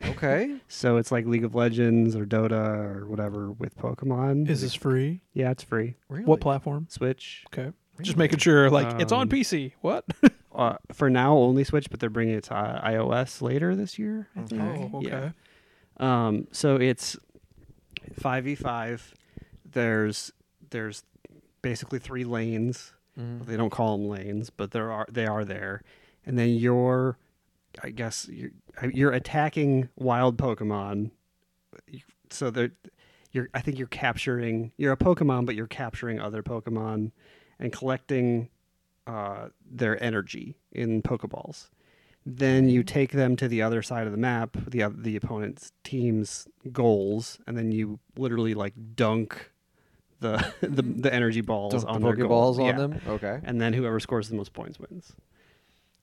[SPEAKER 1] Okay.
[SPEAKER 2] So it's like League of Legends or Dota or whatever with Pokemon.
[SPEAKER 3] Is this free?
[SPEAKER 2] Yeah, it's free.
[SPEAKER 1] Really?
[SPEAKER 3] What platform?
[SPEAKER 2] Switch.
[SPEAKER 3] Okay. Just making sure, like, it's on
[SPEAKER 2] Um,
[SPEAKER 3] PC. What?
[SPEAKER 2] Uh, for now, only Switch, but they're bringing it to I- iOS later this year. I think.
[SPEAKER 1] Okay.
[SPEAKER 3] Oh,
[SPEAKER 2] Yeah.
[SPEAKER 3] okay.
[SPEAKER 2] Um, so it's five v five. There's there's basically three lanes.
[SPEAKER 3] Mm.
[SPEAKER 1] Mhm.
[SPEAKER 2] They don't call them lanes, but there are they are there. And then you're, I guess you're you're attacking wild Pokemon. So they're you're I think you're capturing you're a Pokemon, but you're capturing other Pokemon and collecting uh, their energy in Pokeballs. Then
[SPEAKER 1] Mm-hmm.
[SPEAKER 2] you take them to the other side of the map, the oth- the opponent's team's goals, and then you literally like dunk the the, the energy balls
[SPEAKER 1] Dunk
[SPEAKER 2] on
[SPEAKER 1] the
[SPEAKER 2] their goals.
[SPEAKER 1] Pokeballs on
[SPEAKER 2] Yeah.
[SPEAKER 1] them. Okay.
[SPEAKER 2] and then whoever scores the most points wins.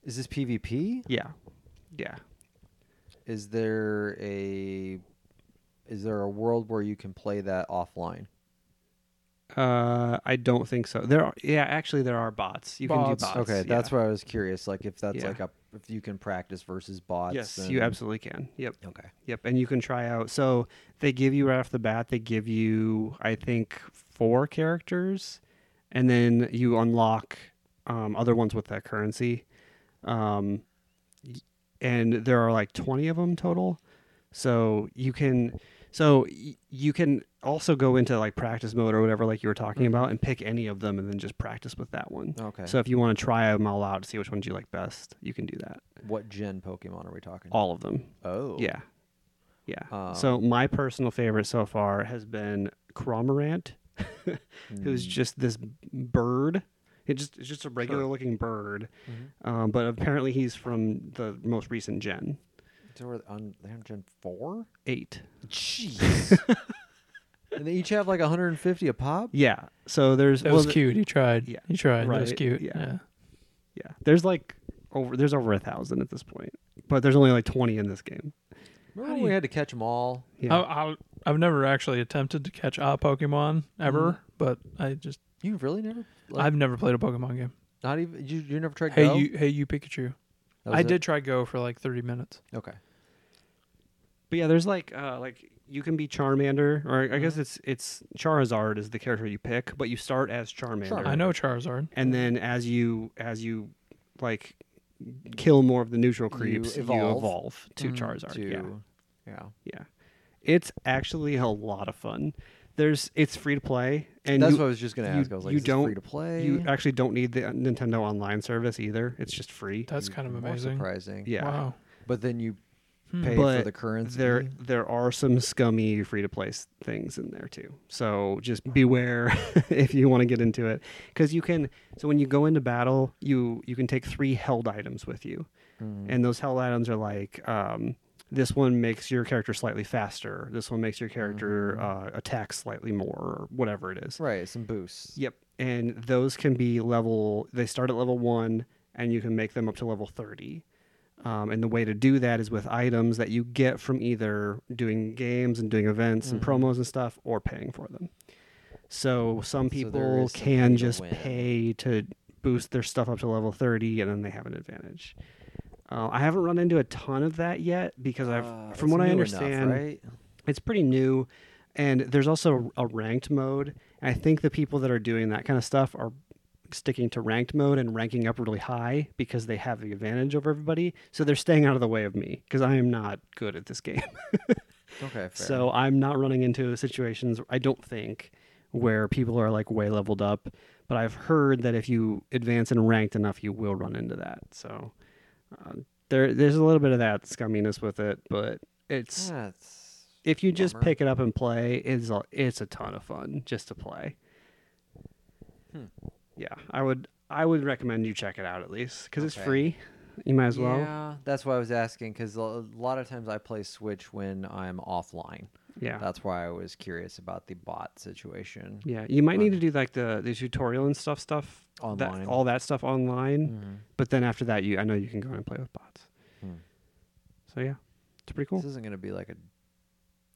[SPEAKER 1] Is this PvP?
[SPEAKER 2] Yeah, yeah.
[SPEAKER 1] Is there a is there a world where you can play that offline?
[SPEAKER 2] Uh, I don't think so. There are yeah, actually there are bots. You can do
[SPEAKER 3] Bots.
[SPEAKER 2] bots.
[SPEAKER 1] Okay,
[SPEAKER 2] yeah.
[SPEAKER 1] that's why I was curious. Like if that's
[SPEAKER 2] Yeah.
[SPEAKER 1] like a if you can practice versus bots.
[SPEAKER 2] yes,
[SPEAKER 1] and-
[SPEAKER 2] you absolutely can. Yep.
[SPEAKER 1] Okay.
[SPEAKER 2] Yep, and you can try out. So they give you right off the bat. They give you, I think, four characters, and then you unlock um, other ones with that currency. Um, y- and there are like twenty of them total. So you can, so y- you can also go into like practice mode or whatever, like you were talking about, and pick any of them, and then just practice with that one.
[SPEAKER 1] Mm-hmm. Okay.
[SPEAKER 2] So if you want to try them all out to see which ones you like best, you can do that.
[SPEAKER 1] what gen Pokemon are we talking?
[SPEAKER 2] All of them.
[SPEAKER 1] Oh.
[SPEAKER 2] Yeah. Yeah.
[SPEAKER 1] Um,
[SPEAKER 2] so my personal favorite so far has been Cromorant, who's just this bird. It just it's just a regular looking bird,
[SPEAKER 1] Mhm.
[SPEAKER 2] um, but apparently he's from the most recent gen
[SPEAKER 1] So we're on they're on gen four.
[SPEAKER 2] eight.
[SPEAKER 1] Jeez. and they each have like 150 a pop.
[SPEAKER 2] Yeah. So there's
[SPEAKER 3] That
[SPEAKER 2] well,
[SPEAKER 3] was
[SPEAKER 2] th-
[SPEAKER 3] cute. He tried.
[SPEAKER 2] yeah,
[SPEAKER 3] He tried. That was
[SPEAKER 2] right,
[SPEAKER 3] cute.
[SPEAKER 2] yeah.
[SPEAKER 3] Yeah.
[SPEAKER 2] Yeah. There's like over there's over a thousand at this point, but there's only like twenty in this game.
[SPEAKER 1] Remember
[SPEAKER 3] do
[SPEAKER 1] when we
[SPEAKER 3] you-
[SPEAKER 1] had to catch them all?
[SPEAKER 2] Yeah.
[SPEAKER 3] I, I, I've never actually attempted to catch a Pokemon
[SPEAKER 2] Mm-hmm.
[SPEAKER 3] ever, but I just
[SPEAKER 1] You really never? Like,
[SPEAKER 3] I've never played a Pokemon game.
[SPEAKER 1] not even you. You never tried
[SPEAKER 3] Hey
[SPEAKER 1] Go?
[SPEAKER 3] you, hey you, Pikachu.
[SPEAKER 1] That was
[SPEAKER 3] I
[SPEAKER 1] it?
[SPEAKER 3] did try Go for like thirty minutes.
[SPEAKER 1] Okay.
[SPEAKER 2] But yeah, there's like uh, like you can be Charmander, or I guess it's it's Charizard is the character you pick, but you start as Charmander.
[SPEAKER 1] Charmander.
[SPEAKER 3] I know Charizard.
[SPEAKER 2] and then as you as you like kill more of the neutral creeps, you evolve,
[SPEAKER 1] evolve. Mm-hmm.
[SPEAKER 2] to
[SPEAKER 3] Mm,
[SPEAKER 2] Charizard. Yeah,
[SPEAKER 1] To- yeah.
[SPEAKER 2] yeah. It's actually a lot of fun. There's it's free to play, and
[SPEAKER 1] That's
[SPEAKER 2] you,
[SPEAKER 1] what I was just gonna
[SPEAKER 2] you-
[SPEAKER 1] ask. I was like,
[SPEAKER 2] you
[SPEAKER 1] is this free
[SPEAKER 2] don't-
[SPEAKER 1] to play.
[SPEAKER 2] you actually don't need the Nintendo Online service either. It's just free.
[SPEAKER 3] That's
[SPEAKER 1] Even
[SPEAKER 3] kind of
[SPEAKER 1] more
[SPEAKER 3] amazing.
[SPEAKER 1] Surprising.
[SPEAKER 2] Yeah,
[SPEAKER 3] Wow.
[SPEAKER 1] But then you
[SPEAKER 3] Hmm.
[SPEAKER 1] pay for
[SPEAKER 2] But
[SPEAKER 1] the currency.
[SPEAKER 2] there there are some scummy free to play things in there too. So just beware if you want to get into it, because you can. So when you go into battle, you you can take three held items with you.
[SPEAKER 1] Mm.
[SPEAKER 2] and those held items are like um, this one makes your character slightly faster this one makes your
[SPEAKER 1] Hmm.
[SPEAKER 2] character uh, attack slightly more or whatever it is
[SPEAKER 1] right, some boosts.
[SPEAKER 2] yep and those can be level they start at level one and you can make them up to level 30 um, and the way to do that is with items that you get from either doing games and doing events
[SPEAKER 1] Mm-hmm.
[SPEAKER 2] and promos and stuff or paying for them so
[SPEAKER 1] there
[SPEAKER 2] some people
[SPEAKER 1] is some way
[SPEAKER 2] can
[SPEAKER 1] to
[SPEAKER 2] just
[SPEAKER 1] win.
[SPEAKER 2] pay to boost their stuff up to level 30 and then they have an advantage. Uh, I haven't run into a ton of that yet because I've,
[SPEAKER 1] Uh,
[SPEAKER 2] from
[SPEAKER 1] it's
[SPEAKER 2] what I
[SPEAKER 1] new enough,
[SPEAKER 2] understand,
[SPEAKER 1] right?
[SPEAKER 2] it's pretty new and there's also a ranked mode i think the people that are doing that kind of stuff are sticking to ranked mode and ranking up really high because they have the advantage over everybody so they're staying out of the way of me because i am not good at this game
[SPEAKER 1] Okay, fair.
[SPEAKER 2] so i'm not running into situations i don't think where people are like way leveled up but i've heard that if you advance in ranked enough you will run into that so uh, there, there's a little bit of that scumminess with it but it's
[SPEAKER 1] that's
[SPEAKER 2] if you just
[SPEAKER 1] Bummer.
[SPEAKER 2] pick it up and play, it's a, it's a ton of fun just to play.
[SPEAKER 1] Hmm.
[SPEAKER 2] Yeah, I would I would recommend you check it out at least because it's
[SPEAKER 1] Okay.
[SPEAKER 2] free. You might as well.
[SPEAKER 1] yeah. That's why I was asking because a lot of times I play Switch when I'm offline.
[SPEAKER 2] Yeah,
[SPEAKER 1] That's why I was curious about the bot situation.
[SPEAKER 2] yeah. You might need to do like the the tutorial and stuff stuff that-
[SPEAKER 1] Online.
[SPEAKER 2] all that stuff online.
[SPEAKER 1] Mhm.
[SPEAKER 2] But then after that, you I know you can go in and play with bots.
[SPEAKER 1] Hmm.
[SPEAKER 2] So yeah, it's pretty cool.
[SPEAKER 1] This isn't going to be like a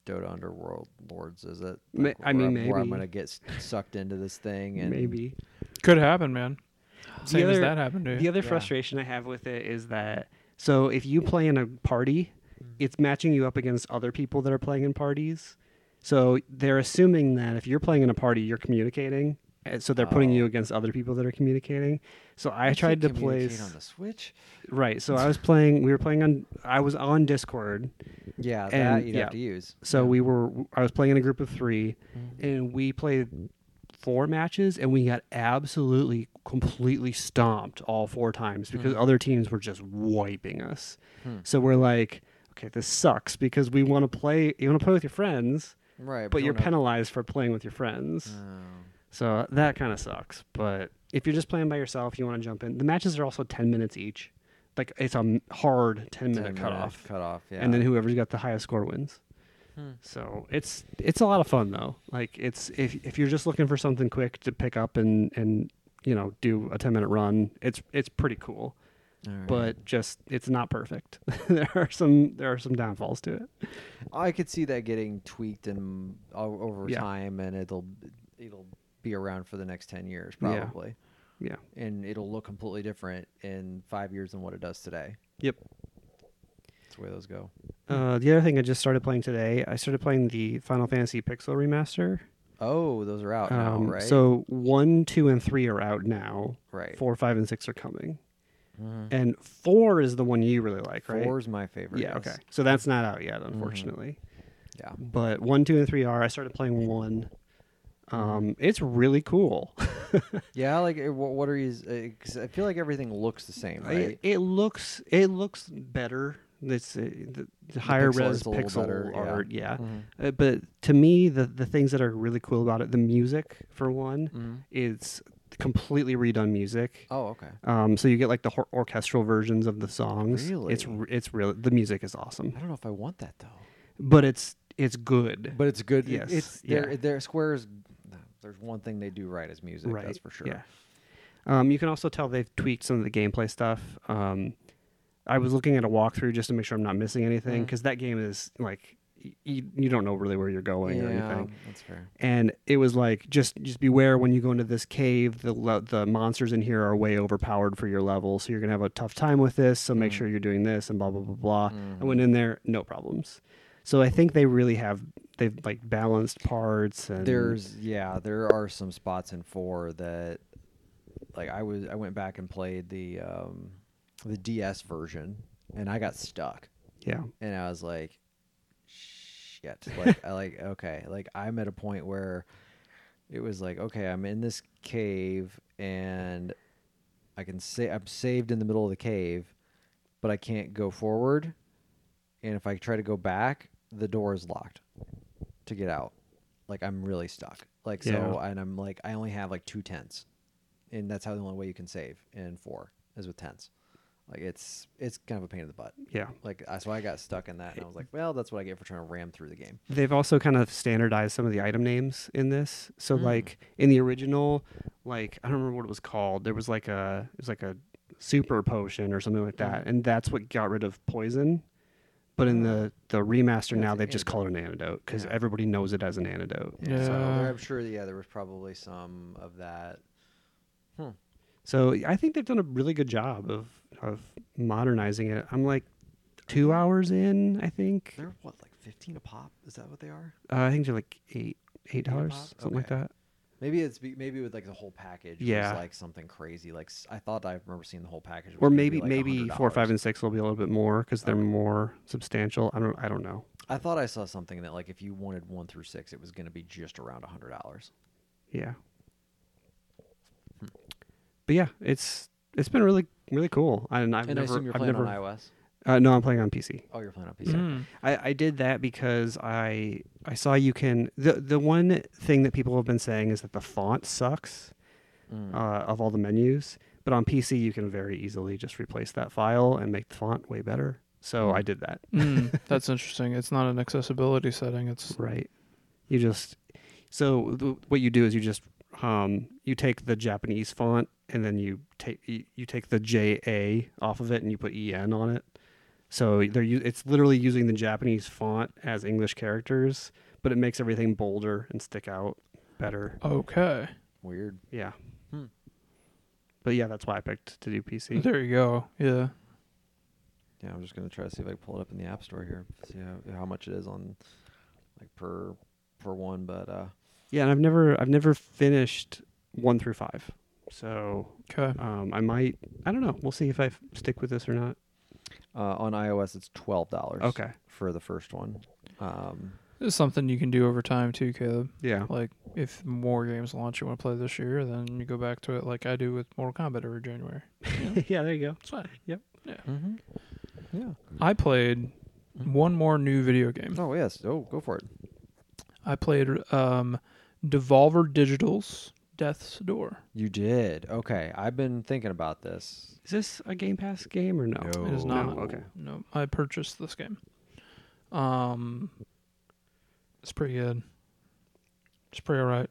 [SPEAKER 1] Dota Underworld Lords, is it?
[SPEAKER 2] Ma-
[SPEAKER 1] Like,
[SPEAKER 2] I mean,
[SPEAKER 1] where I'm- Where I'm
[SPEAKER 2] maybe.
[SPEAKER 1] going to get s- sucked into this thing and
[SPEAKER 2] Maybe
[SPEAKER 3] Could happen, man.
[SPEAKER 2] The
[SPEAKER 3] Same as
[SPEAKER 2] other-
[SPEAKER 3] that happened to you.
[SPEAKER 2] The other
[SPEAKER 1] Yeah.
[SPEAKER 2] frustration I have with it is that so if you play in a party,
[SPEAKER 1] Mm-hmm.
[SPEAKER 2] it's matching you up against other people that are playing in parties. So they're assuming that if you're playing in a party, you're communicating. and So they're putting
[SPEAKER 1] Oh.
[SPEAKER 2] you against other people that are communicating. So I
[SPEAKER 1] You
[SPEAKER 2] tried to
[SPEAKER 1] can't communicate
[SPEAKER 2] place
[SPEAKER 1] on the Switch.
[SPEAKER 2] right. So I was playing. We were playing on. I was on Discord.
[SPEAKER 1] Yeah, that
[SPEAKER 2] And-
[SPEAKER 1] you'd
[SPEAKER 2] yeah. Mm-hmm.
[SPEAKER 1] have to use.
[SPEAKER 2] So we were. I was playing in a group of 3 and we played four matches, and we got absolutely completely stomped all four times because other teams were just wiping us.
[SPEAKER 1] Hmm.
[SPEAKER 2] So we're like, okay, this sucks because we want to play. You want to play with your friends,
[SPEAKER 1] Right,
[SPEAKER 2] but Hmm. you're
[SPEAKER 1] don't have-
[SPEAKER 2] penalized for playing with your friends.
[SPEAKER 1] Oh.
[SPEAKER 2] So that kind of sucks. But if you're just playing by yourself, you want to jump in. The matches are also ten minutes each. Like it's a m- hard ten
[SPEAKER 1] 10
[SPEAKER 2] minute
[SPEAKER 1] minute
[SPEAKER 2] cutoff
[SPEAKER 1] Cutoff, yeah.
[SPEAKER 2] and then whoever's got the highest score wins.
[SPEAKER 1] Hmm.
[SPEAKER 2] So it's it's a lot of fun though. Like it's if if you're just looking for something quick to pick up and and you know do a ten minute run, it's it's pretty cool.
[SPEAKER 1] All right.
[SPEAKER 2] But just it's not perfect. there are some there are some downfalls to it.
[SPEAKER 1] I could see that getting tweaked and o- over
[SPEAKER 2] Yeah.
[SPEAKER 1] time, and it'll it'll be around for the next ten years
[SPEAKER 2] Yeah.
[SPEAKER 1] probably,
[SPEAKER 2] Yeah.
[SPEAKER 1] and it'll look completely different in five years than what it does today.
[SPEAKER 2] Yep.
[SPEAKER 1] That's the way those go.
[SPEAKER 2] Uh, the other thing I just started playing today, I started playing the Final Fantasy Pixel Remaster.
[SPEAKER 1] Oh, those are out now,
[SPEAKER 2] Um,
[SPEAKER 1] right?
[SPEAKER 2] So one, two, and three are out now.
[SPEAKER 1] right.
[SPEAKER 2] Four, five, and six are coming.
[SPEAKER 1] Mhm.
[SPEAKER 2] And four is the one you really like, right?
[SPEAKER 1] Four's my favorite.
[SPEAKER 2] Yeah,
[SPEAKER 1] yes.
[SPEAKER 2] okay. So that's not out yet, unfortunately.
[SPEAKER 1] Mm-hmm. Yeah.
[SPEAKER 2] But one, two, and three are. I started playing one. Um, it's really cool.
[SPEAKER 1] Yeah, like eh, wh- what are you? Because I feel like everything looks the same, right?
[SPEAKER 2] it, it looks it looks better. It's uh, the, the higher
[SPEAKER 1] pixel
[SPEAKER 2] res
[SPEAKER 1] art's a little
[SPEAKER 2] pixel
[SPEAKER 1] better, yeah.
[SPEAKER 2] art, yeah.
[SPEAKER 1] Mhm.
[SPEAKER 2] Uh, but to me, the the things that are really cool about it, the music for one,
[SPEAKER 1] Mhm.
[SPEAKER 2] it's completely redone music.
[SPEAKER 1] Oh, okay.
[SPEAKER 2] Um, so you get like the hor- orchestral versions of the songs. It's
[SPEAKER 1] Really?
[SPEAKER 2] re- it's really the music is awesome,
[SPEAKER 1] I don't know if I want that though.
[SPEAKER 2] but it's it's good.
[SPEAKER 1] But it's good.
[SPEAKER 2] Yes,
[SPEAKER 1] It's
[SPEAKER 2] yeah.
[SPEAKER 1] their their squares. There's one thing they do right is music. That's for sure.
[SPEAKER 2] Yeah. Um, you can also tell they've tweaked some of the gameplay stuff. Um, I was looking at a walkthrough just to make sure I'm not missing anything
[SPEAKER 1] Mhm.
[SPEAKER 2] because that game is like y- y- you don't know really where you're going or
[SPEAKER 1] Yeah,
[SPEAKER 2] anything.
[SPEAKER 1] that's fair.
[SPEAKER 2] And it was like just just beware when you go into this cave. The le- the monsters in here are way overpowered for your level, so you're gonna have a tough time with this. So
[SPEAKER 1] Mm.
[SPEAKER 2] make sure you're doing this and blah blah blah blah. I went in there, no problems. So I think they really have they've like balanced parts and
[SPEAKER 1] There's yeah, there are some spots in four that like I was I went back and played the um the DS version and I got stuck
[SPEAKER 2] yeah
[SPEAKER 1] and I was like shit. Like I like okay, like I'm at a point where it was like okay, I'm in this cave and I can say I'm saved in the middle of the cave, but I can't go forward. And if I try to go back, the door is locked to get out. Like I'm really stuck. Like so, and I'm like I only have like two tents, and that's how the only way you can save in four is with tents. Like it's it's kind of a pain in the butt.
[SPEAKER 2] yeah.
[SPEAKER 1] Like I, so I got stuck in that, and I was like, well, that's what I get for trying to ram through the game.
[SPEAKER 2] They've also kind of standardized some of the item names in this. So
[SPEAKER 1] Mm.
[SPEAKER 2] like in the original, like I don't remember what it was called. There was like a it was like a super potion or something like
[SPEAKER 1] Hmm.
[SPEAKER 2] that, and that's what got rid of poison. But in the the remaster
[SPEAKER 1] Yeah,
[SPEAKER 2] now,
[SPEAKER 1] it's
[SPEAKER 2] they've
[SPEAKER 1] an
[SPEAKER 2] just called it an antidote because
[SPEAKER 1] Ah. Yeah.
[SPEAKER 2] everybody knows it as an antidote.
[SPEAKER 1] So
[SPEAKER 3] Yeah.
[SPEAKER 1] Hmm. there, I'm sure, yeah, there was probably some of that.
[SPEAKER 2] So I think they've done a really good job of of modernizing it. I'm like two hours in, I think.
[SPEAKER 1] They're what, like fifteen a pop? Is that what they are?
[SPEAKER 2] Uh, I think they're like eight eight dollars,
[SPEAKER 1] pop?
[SPEAKER 2] something like
[SPEAKER 1] Okay.
[SPEAKER 2] that.
[SPEAKER 1] Maybe it's be- maybe with like the whole package.
[SPEAKER 2] Yeah.
[SPEAKER 1] was like something crazy. Like s- I thought I remember seeing the whole package. was
[SPEAKER 2] Or
[SPEAKER 1] gonna
[SPEAKER 2] maybe
[SPEAKER 1] be, like,
[SPEAKER 2] maybe four,
[SPEAKER 1] $100.
[SPEAKER 2] five, and six will be a little bit more because they're more substantial. I don't I don't know.
[SPEAKER 1] I thought I saw something that like if you wanted one through six, it was going to be just around a hundred dollars.
[SPEAKER 2] Yeah.
[SPEAKER 1] Hmm.
[SPEAKER 2] But yeah, it's it's been really really cool. I, and I've
[SPEAKER 1] And I
[SPEAKER 2] never
[SPEAKER 1] assume you're
[SPEAKER 2] I've
[SPEAKER 1] playing
[SPEAKER 2] never
[SPEAKER 1] on iOS.
[SPEAKER 2] uh, no I'm playing on PC.
[SPEAKER 1] Oh, you're playing on PC.
[SPEAKER 3] Mm.
[SPEAKER 2] I, I did that because I I saw you can the the one thing that people have been saying is that the font sucks
[SPEAKER 1] Mm.
[SPEAKER 2] uh, of all the menus, but on PC you can very easily just replace that file and make the font way better.
[SPEAKER 1] Hmm.
[SPEAKER 2] So I did that.
[SPEAKER 3] Mm, that's interesting. It's not an accessibility setting. It's
[SPEAKER 2] Right. You just so th- what you do is you just um, you take the Japanese font and then you take you, you take the JA off of it and you put EN on it. So they're u- it's literally using the Japanese font as English characters, but it makes everything bolder and stick out better.
[SPEAKER 3] okay.
[SPEAKER 1] Weird.
[SPEAKER 2] Yeah.
[SPEAKER 1] Hmm.
[SPEAKER 2] But yeah, that's why I picked to do PC.
[SPEAKER 3] There you go. Yeah.
[SPEAKER 1] Yeah, I'm just gonna try to see if I can pull it up in the App Store here. See how, how much it is on like per per one. But uh,
[SPEAKER 2] Yeah, and I've never I've never finished 1 through 5. So
[SPEAKER 3] Okay.
[SPEAKER 2] um, I might I don't know. We'll see if I f- stick with this or not.
[SPEAKER 1] uh, on iOS, it's twelve dollars.
[SPEAKER 2] Okay.
[SPEAKER 1] For the first one. Um,
[SPEAKER 3] This is something you can do over time too, Caleb.
[SPEAKER 2] Yeah.
[SPEAKER 3] Like if more games launch you want to play this year, then you go back to it like I do with Mortal Kombat every January.
[SPEAKER 2] yeah, there you go.
[SPEAKER 3] It's fine. Mm-hmm.
[SPEAKER 1] Yeah.
[SPEAKER 3] I played
[SPEAKER 1] Mm-hmm.
[SPEAKER 3] one more new video game.
[SPEAKER 1] Oh yes. Oh, go for it.
[SPEAKER 3] I played um, Devolver Digital's Death's Door.
[SPEAKER 1] You did. Okay. I've been thinking about this.
[SPEAKER 2] Is this a Game Pass game or no?
[SPEAKER 3] It
[SPEAKER 1] Oh.
[SPEAKER 3] is not.
[SPEAKER 2] No, okay.
[SPEAKER 3] No, I purchased this game. Um, it's pretty good. It's pretty alright.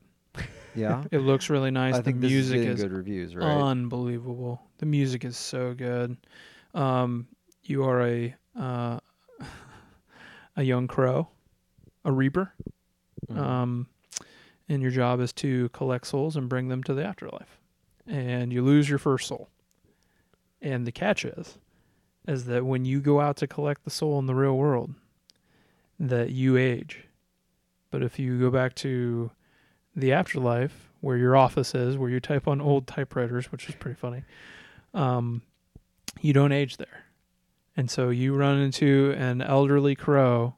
[SPEAKER 1] Yeah.
[SPEAKER 3] It looks really nice.
[SPEAKER 1] I think
[SPEAKER 3] the
[SPEAKER 1] this
[SPEAKER 3] music
[SPEAKER 1] is getting
[SPEAKER 3] is
[SPEAKER 1] good reviews, right?
[SPEAKER 3] unbelievable. The music is so good. Um, you are a uh, a young crow, a reaper,
[SPEAKER 1] Mhm.
[SPEAKER 3] um, and your job is to collect souls and bring them to the afterlife. And you lose your first soul. And the catch is, is that when you go out to collect the soul in the real world, that you age. But if you go back to the afterlife, where your office is, where you type on old typewriters, which is pretty funny, um, you don't age there. And so you run into an elderly crow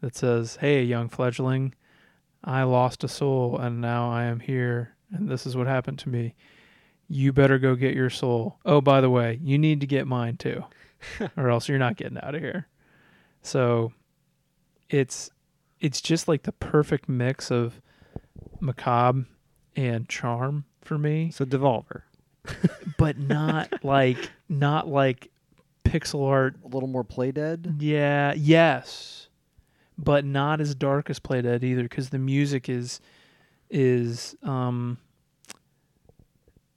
[SPEAKER 3] that says, Hey, young fledgling, I lost a soul and now I am here, and this is what happened to me. You better go get your soul. Oh, by the way, you need to get mine too, or else you're not getting out of here. So it's it's just like the perfect mix of macabre and charm for me
[SPEAKER 2] So Devolver.
[SPEAKER 3] but not like not like pixel art
[SPEAKER 1] a little more play
[SPEAKER 3] Mm-hmm.
[SPEAKER 1] dead.
[SPEAKER 3] yeah, yes, but not as dark as Play Dead either, because the music is is um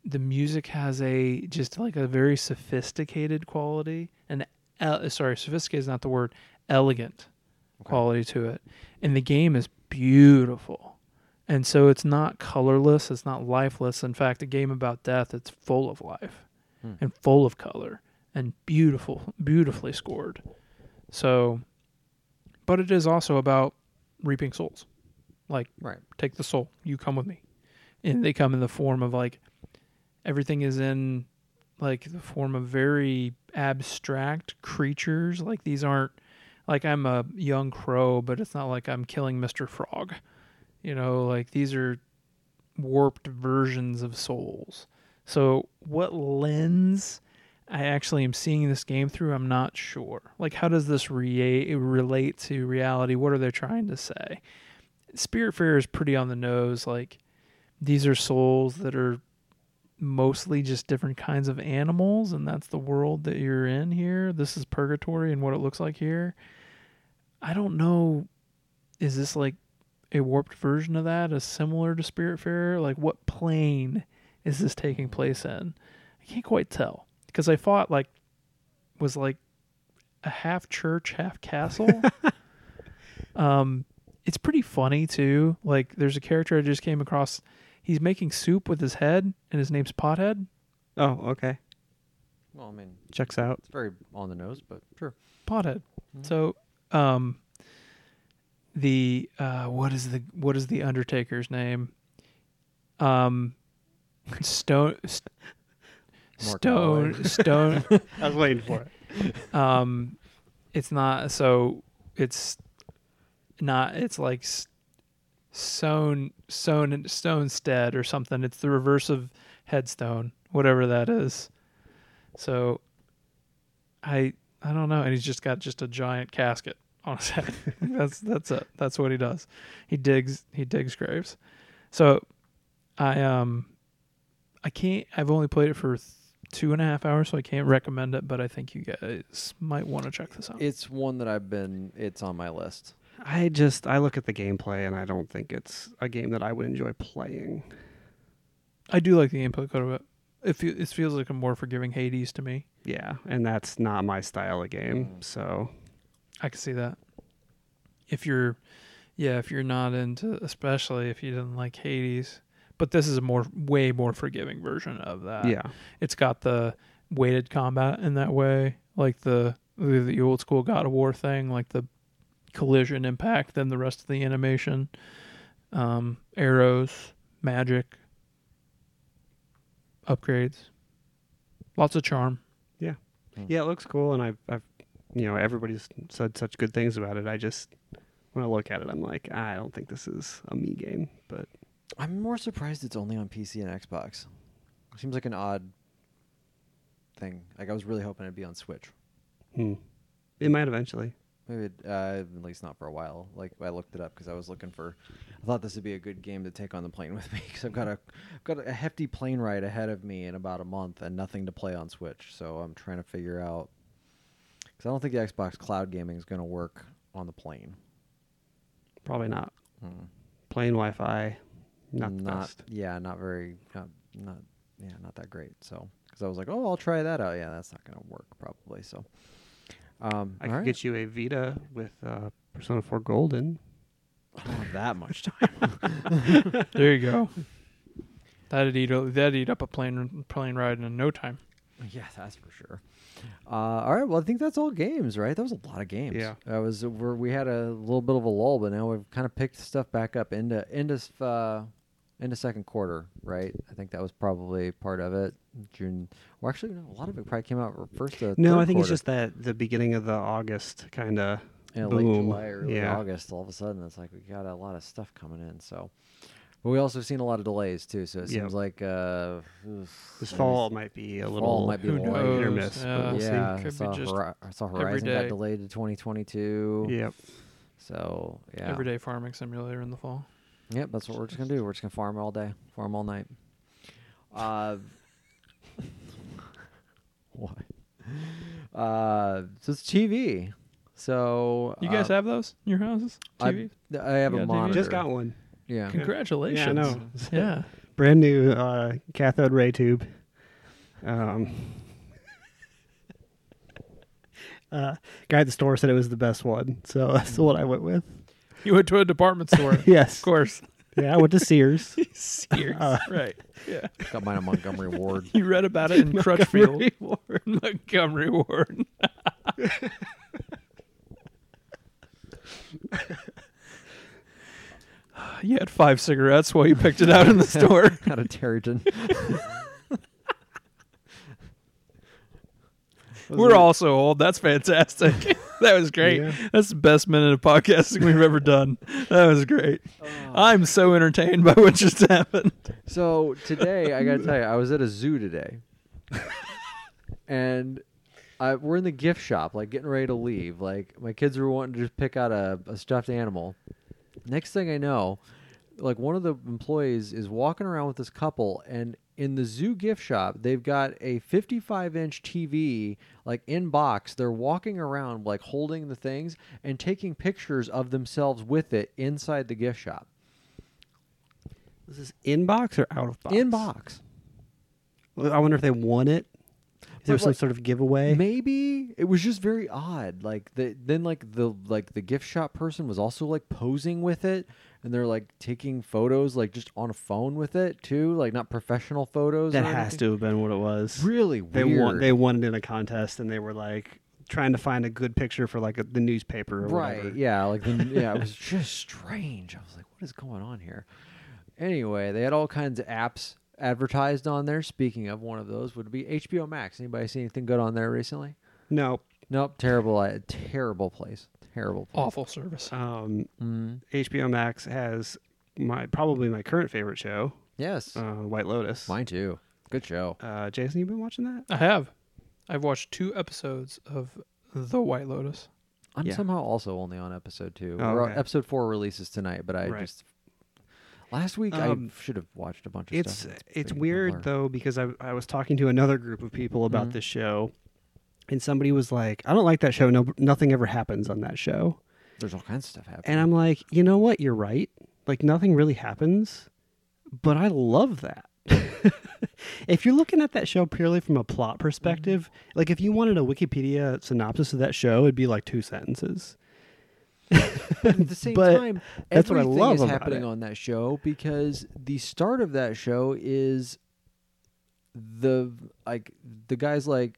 [SPEAKER 3] the music has a just like a very sophisticated quality and uh, sorry sophisticated is not the word elegant quality to it and the game is beautiful and so it's not colorless it's not lifeless in fact a game about death it's full of life
[SPEAKER 1] Hmm.
[SPEAKER 3] and full of color and beautiful beautifully scored so, but it is also about reaping souls. Like,
[SPEAKER 1] Right.
[SPEAKER 3] take the soul, you come with me. And they come in the form of like everything is in like the form of very abstract creatures. Like, these aren't like I'm a young crow, but it's not like I'm killing Mr. Frog. You know, like these are warped versions of souls. So, what lens I actually am seeing this game through, I'm not sure. Like, how does this re- relate to reality? What are they trying to say? Spirit Fair is pretty on the nose. Like, these are souls that are mostly just different kinds of animals, and that's the world that you're in here. This is purgatory and what it looks like here. I don't know. Is this like a warped version of that? Is similar to Spirit Fair? Like, what plane is this taking place in? I can't quite tell because I fought like was like a half church, half castle. um, it's pretty funny too. Like, there's a character I just came across. He's making soup with his head, and his name's Pothead.
[SPEAKER 2] Oh, okay.
[SPEAKER 1] Well, I mean,
[SPEAKER 2] Checks out.
[SPEAKER 1] it's very on the nose, but sure.
[SPEAKER 3] pothead. So, um, the uh, what is the what is the Undertaker's name? Um, Stone S-
[SPEAKER 1] Mark
[SPEAKER 3] Stone Stone.
[SPEAKER 2] I was waiting for it.
[SPEAKER 3] um, it's not so. It's not. It's like s- Stone Stone Stonestead or something. It's the reverse of Headstone, whatever that is. So, I I don't know. And he's just got just a giant casket on his head. that's that's it. That's what he does. He digs he digs graves. So I um I can't. I've only played it for th- two and a half hours, so I can't recommend it. But I think you guys might want to check this out.
[SPEAKER 1] It's one that I've been. It's on my list.
[SPEAKER 2] I just I look at the gameplay and I don't think it's a game that I would enjoy playing.
[SPEAKER 3] I do like the input code of it. It, fe- it feels like a more forgiving Hades to me.
[SPEAKER 2] Yeah, and that's not my style of game.
[SPEAKER 1] Mm.
[SPEAKER 2] So
[SPEAKER 3] I can see that. If you're, yeah, if you're not into, especially if you didn't like Hades, but this is a more, way more forgiving version of that.
[SPEAKER 2] yeah,
[SPEAKER 3] it's got the weighted combat in that way, like the the, the old school God of War thing, like the collision impact, then the rest of the animation, um, arrows, magic, upgrades, lots of charm.
[SPEAKER 2] yeah, it looks cool, and I've I've you know everybody's said such good things about it. I just when I look at it, I'm like I don't think this is a me game, but
[SPEAKER 1] I'm more surprised it's only on PC and Xbox. Seems like an odd thing. Like I was really hoping it'd be on Switch.
[SPEAKER 2] hmm, it might eventually.
[SPEAKER 1] Maybe it, uh, at least not for a while. Like I looked it up because I was looking for. I thought this would be a good game to take on the plane with me because I've got a I've got a hefty plane ride ahead of me in about a month and nothing to play on Switch. So I'm trying to figure out because I don't think the Xbox cloud gaming is going to work on the plane.
[SPEAKER 2] Probably not.
[SPEAKER 1] Mm.
[SPEAKER 2] Plain Wi-Fi, not the best.
[SPEAKER 1] yeah, not very not, not yeah not that great. So because I was like, oh, I'll try that out. Yeah, that's not going to work probably. So um,
[SPEAKER 2] I
[SPEAKER 1] all
[SPEAKER 2] could
[SPEAKER 1] right.
[SPEAKER 2] get you a Vita with uh, Persona 4 Golden.
[SPEAKER 1] I don't have that much time.
[SPEAKER 3] There you go. That'd eat a- that'd eat up a plane plane ride in no time.
[SPEAKER 1] Yeah, that's for sure. Uh, all right, well, I think that's all games, right? That was a lot of games.
[SPEAKER 2] Yeah.
[SPEAKER 1] that was where we had a little bit of a lull, but now we've kind of picked stuff back up into into s- uh, into second quarter, right? I think that was probably part of it. June, well, actually, no, a lot of it probably came out r- first. To
[SPEAKER 2] No,
[SPEAKER 1] third
[SPEAKER 2] I think it's
[SPEAKER 1] quarter.
[SPEAKER 2] just that the beginning of the August kind of
[SPEAKER 1] Yeah, late
[SPEAKER 2] boom.
[SPEAKER 1] July, early
[SPEAKER 2] yeah.
[SPEAKER 1] August. All of a sudden, it's like we got a lot of stuff coming in. So, but we also seen a lot of delays too. So it
[SPEAKER 2] Yep.
[SPEAKER 1] seems like uh,
[SPEAKER 2] This fall might be a
[SPEAKER 1] Fall
[SPEAKER 2] little
[SPEAKER 1] might be
[SPEAKER 3] Who
[SPEAKER 1] a little
[SPEAKER 2] light
[SPEAKER 3] knows?
[SPEAKER 2] hit or miss,
[SPEAKER 3] Yeah.
[SPEAKER 2] but we'll
[SPEAKER 1] yeah,
[SPEAKER 3] Could
[SPEAKER 1] I
[SPEAKER 3] be
[SPEAKER 1] saw,
[SPEAKER 3] just
[SPEAKER 1] Hori- I saw Horizon got
[SPEAKER 3] day.
[SPEAKER 1] delayed to 2022.
[SPEAKER 2] see. Yep.
[SPEAKER 1] So yeah,
[SPEAKER 3] Everyday farming simulator in the fall.
[SPEAKER 1] yep. That's what we're just gonna do. We're just gonna farm all day, farm all night. Uh, what? Uh, so it's TV. So
[SPEAKER 3] You guys
[SPEAKER 1] uh,
[SPEAKER 3] have those in your houses? TV.
[SPEAKER 1] I, I have
[SPEAKER 3] You
[SPEAKER 1] a
[SPEAKER 3] got a TV?
[SPEAKER 1] monitor.
[SPEAKER 2] Just got one.
[SPEAKER 1] yeah.
[SPEAKER 3] Congratulations.
[SPEAKER 2] Yeah, I know.
[SPEAKER 3] Yeah.
[SPEAKER 2] Brand new uh, cathode ray tube. Um, uh, guy at the store said it was the best one, so that's what I went with.
[SPEAKER 3] You went to a department store. of
[SPEAKER 2] Yes.
[SPEAKER 3] course.
[SPEAKER 2] Yeah, I went to Sears.
[SPEAKER 3] Sears.
[SPEAKER 2] Uh,
[SPEAKER 3] right. Yeah.
[SPEAKER 1] Got mine on Montgomery Ward.
[SPEAKER 3] You read about it in Crutchfield. Ward. Montgomery Ward. you had five cigarettes while you picked it out in the store.
[SPEAKER 1] Not a detergent.
[SPEAKER 3] We're all so old. That's fantastic. that was great.
[SPEAKER 2] Yeah.
[SPEAKER 3] That's the best minute of podcasting we've ever done. That was great. I'm so entertained by what just happened.
[SPEAKER 1] Uh, So today, I gotta tell you, I was at a zoo today, and I, we're in the gift shop, like getting ready to leave. Like my kids were wanting to just pick out a, a stuffed animal. Next thing I know, like one of the employees is walking around with this couple, and in the zoo gift shop, they've got a 55 inch TV, like in box. They're walking around, like holding the things and taking pictures of themselves with it inside the gift shop.
[SPEAKER 2] Was this inbox or out of box?
[SPEAKER 1] In box.
[SPEAKER 2] I wonder if they won it. Is there
[SPEAKER 1] But,
[SPEAKER 2] some
[SPEAKER 1] like,
[SPEAKER 2] sort of giveaway?
[SPEAKER 1] Maybe it was just very odd. Like the then like the like the gift shop person was also like posing with it, and they're like taking photos like just on a phone with it too, like not professional photos.
[SPEAKER 2] that
[SPEAKER 1] or
[SPEAKER 2] has
[SPEAKER 1] anything.
[SPEAKER 2] to have been what it was.
[SPEAKER 1] really
[SPEAKER 2] They
[SPEAKER 1] weird.
[SPEAKER 2] won. They won it in a contest, and they were like trying to find a good picture for like a, the newspaper or
[SPEAKER 1] right?
[SPEAKER 2] whatever.
[SPEAKER 1] Yeah, like the, yeah, it was just strange. I was like, what is going on here? Anyway, they had all kinds of apps advertised on there. Speaking of, one of those would be HBO Max. Anybody see anything good on there recently?
[SPEAKER 2] No.
[SPEAKER 1] Nope, terrible, uh, terrible place, terrible. Place.
[SPEAKER 3] Awful service.
[SPEAKER 2] Um,
[SPEAKER 1] Mm.
[SPEAKER 2] HBO Max has my probably my current favorite show,
[SPEAKER 1] Yes,
[SPEAKER 2] uh, White Lotus.
[SPEAKER 1] mine too. Good show.
[SPEAKER 2] Uh, Jason, you been watching that?
[SPEAKER 3] I have. I've watched two episodes of The White Lotus.
[SPEAKER 1] I'm
[SPEAKER 2] Yeah.
[SPEAKER 1] somehow also only on episode two.
[SPEAKER 2] Oh,
[SPEAKER 1] We're on-
[SPEAKER 2] okay.
[SPEAKER 1] Episode four releases tonight, but I
[SPEAKER 2] Right.
[SPEAKER 1] just last week
[SPEAKER 2] Um,
[SPEAKER 1] I should have watched a bunch of
[SPEAKER 2] It's
[SPEAKER 1] stuff.
[SPEAKER 2] it's
[SPEAKER 1] big blur.
[SPEAKER 2] weird though because I I was talking to another group of people about
[SPEAKER 1] Mhm.
[SPEAKER 2] this show, and somebody was like, "I don't like that show. No, nothing ever happens on that show."
[SPEAKER 1] There's all kinds of stuff happening.
[SPEAKER 2] And I'm like, you know what? You're right. Like nothing really happens, but I love that. if you're looking at that show purely from a plot perspective, like if you wanted a Wikipedia synopsis of that show, it'd be like two sentences.
[SPEAKER 1] But at the same
[SPEAKER 2] But
[SPEAKER 1] time,
[SPEAKER 2] that's what I
[SPEAKER 1] everything
[SPEAKER 2] love
[SPEAKER 1] is
[SPEAKER 2] about
[SPEAKER 1] happening
[SPEAKER 2] it.
[SPEAKER 1] on that show because the start of that show is the like the guy's like,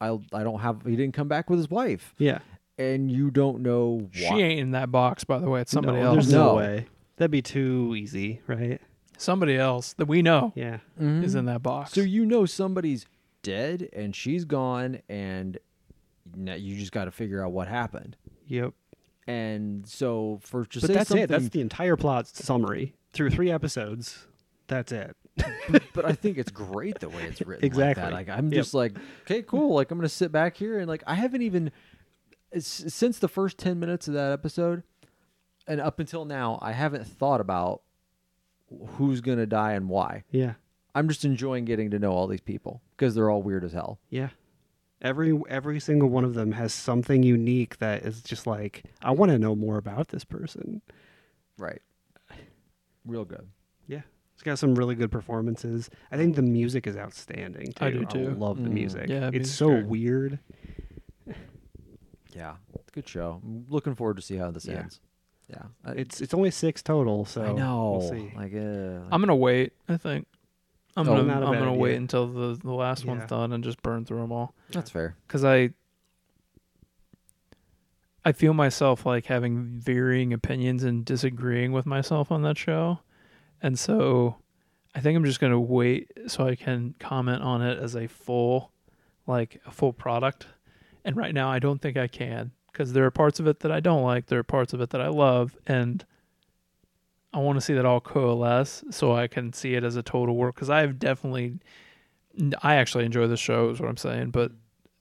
[SPEAKER 1] I I don't have he didn't come back with his wife,
[SPEAKER 2] Yeah.
[SPEAKER 1] and you don't know
[SPEAKER 3] She
[SPEAKER 1] why.
[SPEAKER 3] ain't in that box, by the way. It's somebody
[SPEAKER 2] No,
[SPEAKER 3] else.
[SPEAKER 2] There's no.
[SPEAKER 1] No.
[SPEAKER 2] way. That'd be too easy, right?
[SPEAKER 3] Somebody else that we know
[SPEAKER 2] Yeah.
[SPEAKER 1] Mhm.
[SPEAKER 3] is in that box.
[SPEAKER 1] So you know somebody's dead and she's gone, and now you just got to figure out what happened.
[SPEAKER 2] Yep.
[SPEAKER 1] And so for to
[SPEAKER 2] But
[SPEAKER 1] say
[SPEAKER 2] that's
[SPEAKER 1] something,
[SPEAKER 2] it. That's the entire plot summary through three episodes. That's it.
[SPEAKER 1] but I think it's great the way it's written.
[SPEAKER 2] Exactly.
[SPEAKER 1] Like, that. like I'm
[SPEAKER 2] Yep.
[SPEAKER 1] just like, okay, cool. Like I'm gonna sit back here and like I haven't even s- since the first ten minutes of that episode, and up until now, I haven't thought about who's gonna die and why.
[SPEAKER 2] Yeah.
[SPEAKER 1] I'm just enjoying getting to know all these people because they're all weird as hell.
[SPEAKER 2] Yeah. Every every single one of them has something unique that is just like I want to know more about this person.
[SPEAKER 1] Right. Real good.
[SPEAKER 2] Yeah. It's got some really good performances. I think the music is outstanding too.
[SPEAKER 3] I do, too.
[SPEAKER 2] love the
[SPEAKER 1] Mm.
[SPEAKER 2] music.
[SPEAKER 3] Yeah,
[SPEAKER 2] it's
[SPEAKER 3] music's
[SPEAKER 2] so
[SPEAKER 3] great.
[SPEAKER 2] weird.
[SPEAKER 1] Yeah, good show. I'm looking forward to see how this
[SPEAKER 2] Yeah.
[SPEAKER 1] ends. Yeah, I-
[SPEAKER 2] It's it's only six total, so
[SPEAKER 1] I know.
[SPEAKER 2] We'll see.
[SPEAKER 1] Like, uh,
[SPEAKER 3] I'm gonna wait. I think I'm
[SPEAKER 2] Oh,
[SPEAKER 3] gonna
[SPEAKER 2] not a
[SPEAKER 3] I'm
[SPEAKER 2] bad
[SPEAKER 3] gonna wait
[SPEAKER 2] idea.
[SPEAKER 3] until the the last
[SPEAKER 2] Yeah.
[SPEAKER 3] one's done and just burn through them all.
[SPEAKER 1] that's fair.
[SPEAKER 3] Cause I I feel myself like having varying opinions and disagreeing with myself on that show, and so I think I'm just gonna wait so I can comment on it as a full, like a full product. And right now, I don't think I can because there are parts of it that I don't like. There are parts of it that I love, and I want to see that all coalesce so I can see it as a total work. Because I have definitely, I actually enjoy the show, is what I'm saying, but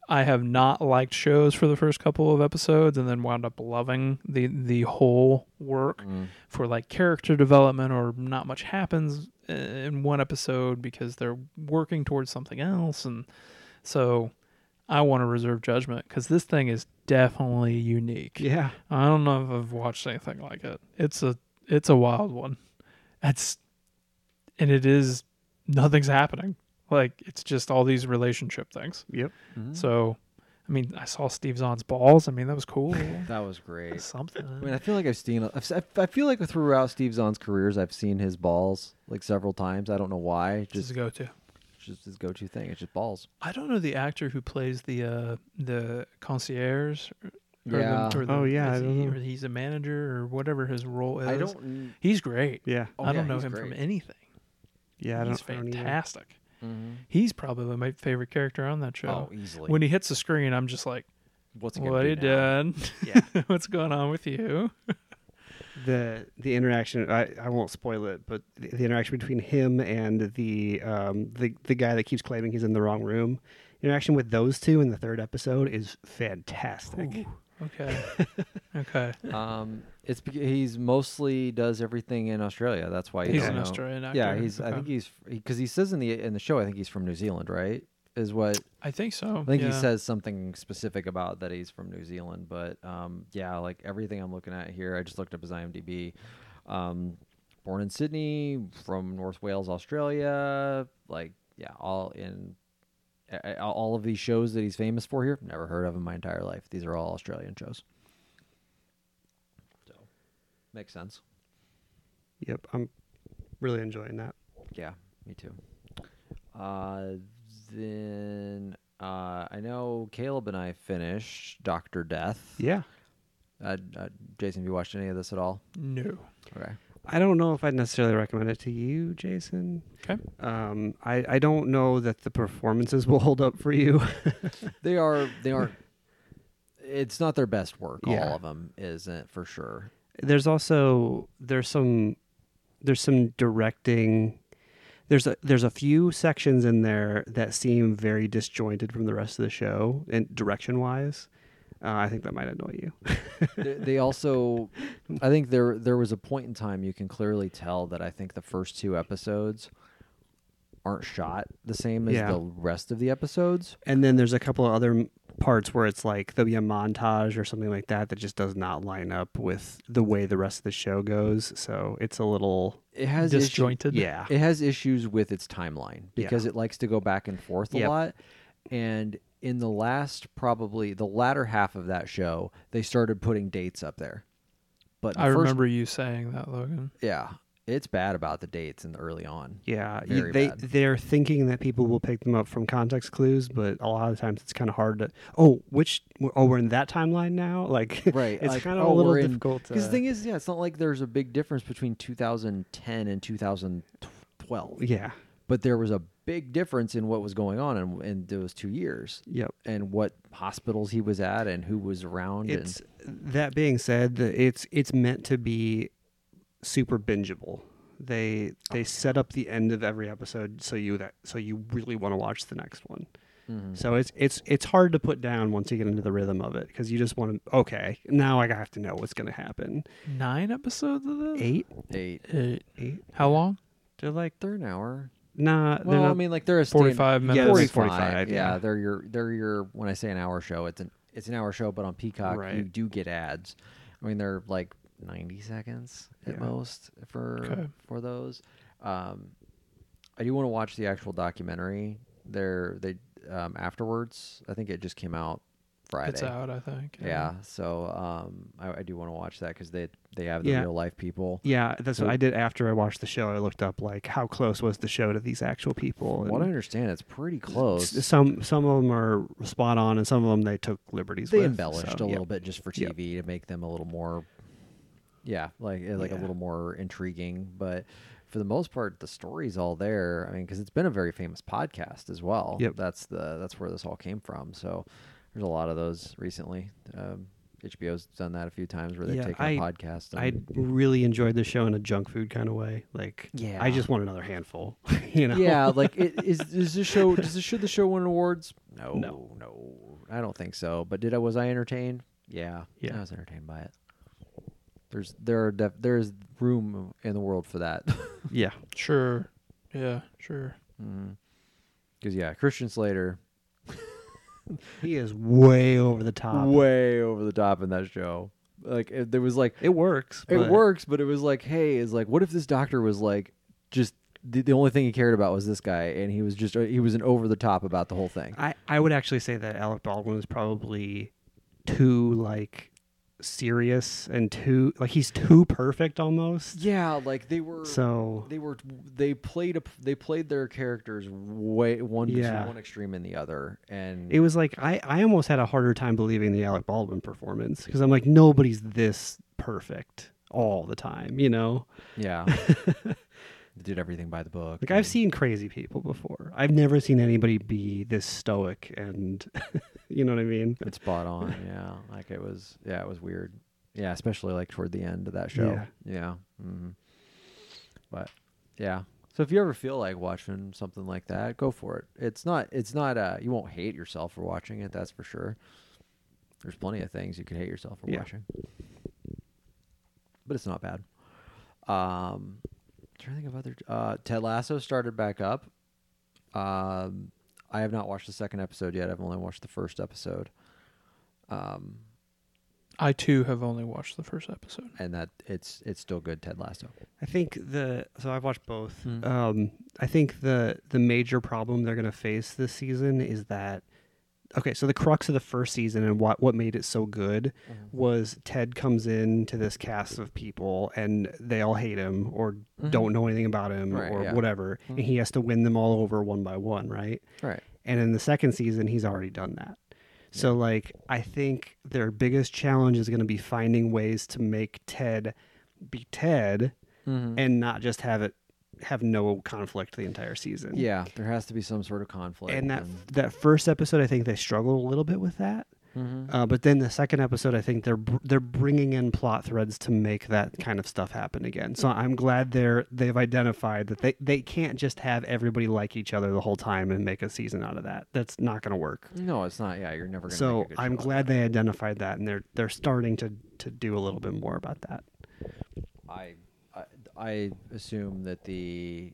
[SPEAKER 3] I have not liked shows for the first couple of episodes, and then wound up loving the the whole work for like character development or not much happens i- in one episode because they're working towards something else and so I want to reserve judgment cuz this thing is definitely unique.
[SPEAKER 2] Yeah.
[SPEAKER 3] I don't know if I've watched anything like it. It's a it's a wild one. It's and it is nothing's happening. Like it's just all these relationship things.
[SPEAKER 2] Yep.
[SPEAKER 1] Hmm.
[SPEAKER 3] So I mean, I saw Steve Zahn's balls. I mean, that was cool.
[SPEAKER 1] that was great.
[SPEAKER 3] Something.
[SPEAKER 1] I mean, I feel like I've seen. I've, s- I feel like throughout Steve Zahn's careers, I've seen his balls like several times. I don't know why.
[SPEAKER 3] just
[SPEAKER 1] Just,
[SPEAKER 3] a go-to.
[SPEAKER 1] just his go-to thing. It's just balls.
[SPEAKER 3] I don't know the actor who plays the uh, the concierge. Or
[SPEAKER 1] Yeah.
[SPEAKER 3] The, or the,
[SPEAKER 2] Oh, yeah,
[SPEAKER 3] is
[SPEAKER 2] I don't
[SPEAKER 3] he,
[SPEAKER 2] know.
[SPEAKER 3] or he's a manager or whatever his role is.
[SPEAKER 1] I don't.
[SPEAKER 3] He's great.
[SPEAKER 2] Yeah.
[SPEAKER 1] Oh,
[SPEAKER 3] I don't
[SPEAKER 1] yeah,
[SPEAKER 3] know
[SPEAKER 1] he's
[SPEAKER 3] him from
[SPEAKER 1] great.
[SPEAKER 3] anything.
[SPEAKER 2] Yeah. I
[SPEAKER 3] he's
[SPEAKER 2] don't. I don't either.
[SPEAKER 3] fantastic. He's probably my favorite character on that
[SPEAKER 1] Oh,
[SPEAKER 3] show.
[SPEAKER 1] easily.
[SPEAKER 3] when he hits the screen, I'm just like,
[SPEAKER 1] What's he gonna
[SPEAKER 3] "What
[SPEAKER 1] do
[SPEAKER 3] you
[SPEAKER 1] now?
[SPEAKER 3] done?
[SPEAKER 2] Yeah.
[SPEAKER 3] What's going on with you?"
[SPEAKER 2] the the interaction I, I won't spoil it but the, the interaction between him and the um the, the guy that keeps claiming he's in the wrong room interaction with those two in the third episode is fantastic
[SPEAKER 3] Okay. okay.
[SPEAKER 1] Um, it's bec- he's mostly does everything in Australia. That's why you
[SPEAKER 3] He's
[SPEAKER 1] don't
[SPEAKER 3] an
[SPEAKER 1] know.
[SPEAKER 3] Australian actor.
[SPEAKER 1] Yeah, he's. I
[SPEAKER 3] Okay.
[SPEAKER 1] think he's because he says in the in the show. I think he's from New Zealand, right? Is what
[SPEAKER 3] I think so.
[SPEAKER 1] I think
[SPEAKER 3] yeah.
[SPEAKER 1] he says something specific about that he's from New Zealand. But um, yeah, like everything I'm looking at here, I just looked up his IMDb. Um, born in Sydney, from North Wales, Australia. Like yeah, all in a- a- all of these shows that he's famous for here, never heard of in my entire life. These are all Australian shows. So, makes sense.
[SPEAKER 2] Yep, I'm really enjoying that.
[SPEAKER 1] Yeah, me too. Uh, then uh, I know Caleb and I finished Doctor Death.
[SPEAKER 2] Yeah.
[SPEAKER 1] Uh, uh, Jason, have you watched any of this at all?
[SPEAKER 3] No.
[SPEAKER 1] Okay.
[SPEAKER 2] I don't know if I'd necessarily recommend it to you, Jason.
[SPEAKER 3] Okay.
[SPEAKER 2] Um, I, I don't know that the performances will hold up for you.
[SPEAKER 1] They are. They aren't. it's not their best work.
[SPEAKER 2] Yeah.
[SPEAKER 1] All of them isn't for sure.
[SPEAKER 2] there's also there's some there's some directing there's a there's a few sections in there that seem very disjointed from the rest of the show and direction wise. Uh, I think that might annoy you.
[SPEAKER 1] they, they also i think there there was a point in time you can clearly tell that i think the first two episodes aren't shot the same as
[SPEAKER 2] Yeah.
[SPEAKER 1] the rest of the episodes
[SPEAKER 2] And then there's a couple of other m- parts where it's like there'll be a montage or something like that that just does not line up with the way the rest of the show goes. So it's a little
[SPEAKER 1] it has issue-
[SPEAKER 3] Disjointed.
[SPEAKER 2] yeah.
[SPEAKER 1] it has issues with its timeline because it likes to go back and forth a
[SPEAKER 2] Yep.
[SPEAKER 1] lot and in the last probably the latter half of that show they started putting dates up there but the
[SPEAKER 3] I
[SPEAKER 1] first-
[SPEAKER 3] remember you saying that, Logan.
[SPEAKER 1] yeah it's bad about the dates in the early on
[SPEAKER 2] Yeah, you-
[SPEAKER 1] Very
[SPEAKER 2] they
[SPEAKER 1] bad.
[SPEAKER 2] they're thinking that people will pick them up from context clues, but a lot of times it's kind of hard to. Oh, which oh, we're in that timeline now. Like,
[SPEAKER 1] right
[SPEAKER 2] it's
[SPEAKER 1] like,
[SPEAKER 2] kind of
[SPEAKER 1] oh,
[SPEAKER 2] a little
[SPEAKER 1] we're in-
[SPEAKER 2] difficult. uh, To,
[SPEAKER 1] Because the thing is, yeah, it's not like there's a big difference between 2010 and 2012,
[SPEAKER 2] yeah,
[SPEAKER 1] but there was a big difference in what was going on in, in those two years
[SPEAKER 2] yep.
[SPEAKER 1] and what hospitals he was at and who was around.
[SPEAKER 2] It's that being said, the, it's it's meant to be super bingeable. They they set up the end of every episode so you that so you really want to watch the next one.
[SPEAKER 1] and,
[SPEAKER 2] So it's it's it's hard to put down once you get into the rhythm of it because you just want to. Okay, now I have to know what's going to happen.
[SPEAKER 3] Nine episodes of this?
[SPEAKER 2] Eight
[SPEAKER 1] Mhm. eight.
[SPEAKER 3] Eight.
[SPEAKER 2] eight.
[SPEAKER 3] How long?
[SPEAKER 2] They're like
[SPEAKER 1] They're an hour.
[SPEAKER 2] Nah, they're
[SPEAKER 1] Well, I
[SPEAKER 2] not-
[SPEAKER 1] mean, like they're a stand-
[SPEAKER 3] 45
[SPEAKER 2] Yeah,
[SPEAKER 3] minutes.
[SPEAKER 2] they're like
[SPEAKER 1] 45,
[SPEAKER 2] 45,
[SPEAKER 1] Yeah,
[SPEAKER 2] yeah.
[SPEAKER 1] they're your they're your. When I say an hour show, it's an it's an hour show, but on Peacock you
[SPEAKER 2] Right.
[SPEAKER 1] do get ads. I mean, they're like ninety seconds at
[SPEAKER 2] Yeah.
[SPEAKER 1] most for
[SPEAKER 3] Okay.
[SPEAKER 1] for those. Um, I do want to watch the actual documentary. There, they um, afterwards. I think it just came out Friday.
[SPEAKER 3] It's out, I think.
[SPEAKER 1] Yeah, so um, I, I do want to watch that because they they have the
[SPEAKER 2] Yeah.
[SPEAKER 1] real life people.
[SPEAKER 2] yeah, that's what I did after I watched the show. I looked up like how close was the show to these actual people.
[SPEAKER 1] From what I
[SPEAKER 2] and
[SPEAKER 1] understand, it's pretty close.
[SPEAKER 2] s- some some of them are spot on, and some of them they took liberties.
[SPEAKER 1] they
[SPEAKER 2] with,
[SPEAKER 1] embellished
[SPEAKER 2] so,
[SPEAKER 1] a
[SPEAKER 2] yeah.
[SPEAKER 1] little bit just for
[SPEAKER 2] Yep.
[SPEAKER 1] TV to make them a little more, yeah, like uh, like a
[SPEAKER 2] Yeah.
[SPEAKER 1] little more intriguing. But for the most part, the story's all there. I mean, because it's been a very famous podcast as well.
[SPEAKER 2] Yep.
[SPEAKER 1] That's the that's where this all came from. So there's a lot of those recently. Um, HBO's done that a few times where they've
[SPEAKER 2] Yeah,
[SPEAKER 1] taken a
[SPEAKER 2] I-
[SPEAKER 1] podcast.
[SPEAKER 2] I
[SPEAKER 1] and-
[SPEAKER 2] really enjoyed the show in a junk food kind of way. Like,
[SPEAKER 1] Yeah.
[SPEAKER 2] I just want another handful. you know,
[SPEAKER 1] yeah, like it, is does this show does this, should the show win awards? No,
[SPEAKER 2] No.
[SPEAKER 1] no, I don't think so. But did I was I entertained? Yeah,
[SPEAKER 2] Yeah.
[SPEAKER 1] I was entertained by it. There's there are def, there is room in the world for that.
[SPEAKER 2] yeah,
[SPEAKER 3] Sure. Yeah, sure.
[SPEAKER 1] Because Mm-hmm. yeah, Christian Slater
[SPEAKER 2] he is way over the top.
[SPEAKER 1] way over the top in that show. Like it, there was like
[SPEAKER 2] It works.
[SPEAKER 1] it
[SPEAKER 2] but-
[SPEAKER 1] works, but it was like hey, is like what if this doctor was like just the, the only thing he cared about was this guy, and he was just uh, he was an over the top about the whole thing.
[SPEAKER 2] I, I would actually say that Alec Baldwin is probably too like serious and too like he's too perfect almost.
[SPEAKER 1] Yeah, like they were
[SPEAKER 2] So
[SPEAKER 1] they were they played a, they played their characters way one
[SPEAKER 2] Yeah.
[SPEAKER 1] to one extreme and the other and
[SPEAKER 2] it was like I, I almost had a harder time believing the Alec Baldwin performance because I'm like nobody's this perfect all the time, you know.
[SPEAKER 1] yeah They did everything by the book
[SPEAKER 2] Like
[SPEAKER 1] and-
[SPEAKER 2] I've seen crazy people before. I've never seen anybody be this stoic and you know what I mean.
[SPEAKER 1] it's spot on yeah like it was yeah it was weird yeah especially like toward the end of that show
[SPEAKER 2] Yeah.
[SPEAKER 1] yeah hmm but yeah so if you ever feel like watching something like that go for it it's not it's not uh you won't hate yourself for watching it that's for sure there's plenty of things you could hate yourself for
[SPEAKER 2] Yeah.
[SPEAKER 1] watching but it's not bad um trying to think of other uh ted lasso started back up um i have not watched the second episode yet i've only watched the first episode um
[SPEAKER 3] I too have only watched the first episode.
[SPEAKER 1] and that it's it's still good. Ted Lasso.
[SPEAKER 2] I think the so I've watched both.
[SPEAKER 1] Mm.
[SPEAKER 2] Um, I think the the major problem they're going to face this season is that okay, so the crux of the first season and what what made it so good
[SPEAKER 1] Mm-hmm.
[SPEAKER 2] was Ted comes in to this cast of people and they all hate him or
[SPEAKER 1] Mhm.
[SPEAKER 2] don't know anything about him
[SPEAKER 1] Right,
[SPEAKER 2] or
[SPEAKER 1] yeah. Mm-hmm.
[SPEAKER 2] whatever, and he has to win them all over one by one, right?
[SPEAKER 1] Right.
[SPEAKER 2] And in the second season, he's already done that. So, like, I think their biggest challenge is going to be finding ways to make Ted be Ted
[SPEAKER 1] Mm-hmm.
[SPEAKER 2] and not just have it have no conflict the entire season.
[SPEAKER 1] Yeah, um, there has to be some sort of conflict.
[SPEAKER 2] And that that first episode, I think they struggled a little bit with that.
[SPEAKER 1] Mhm.
[SPEAKER 2] Uh, but then the second episode, I think they're br- they're bringing in plot threads to make that kind of stuff happen again. So I'm glad they're they've identified that they they can't just have everybody like each other the whole time and make a season out of that. That's not going to work.
[SPEAKER 1] no, it's not. Yeah, you're never. Gonna
[SPEAKER 2] So
[SPEAKER 1] make a good
[SPEAKER 2] I'm
[SPEAKER 1] show out of
[SPEAKER 2] glad they identified that, and they're they're starting to to do a little bit more about that.
[SPEAKER 1] I, I I assume that the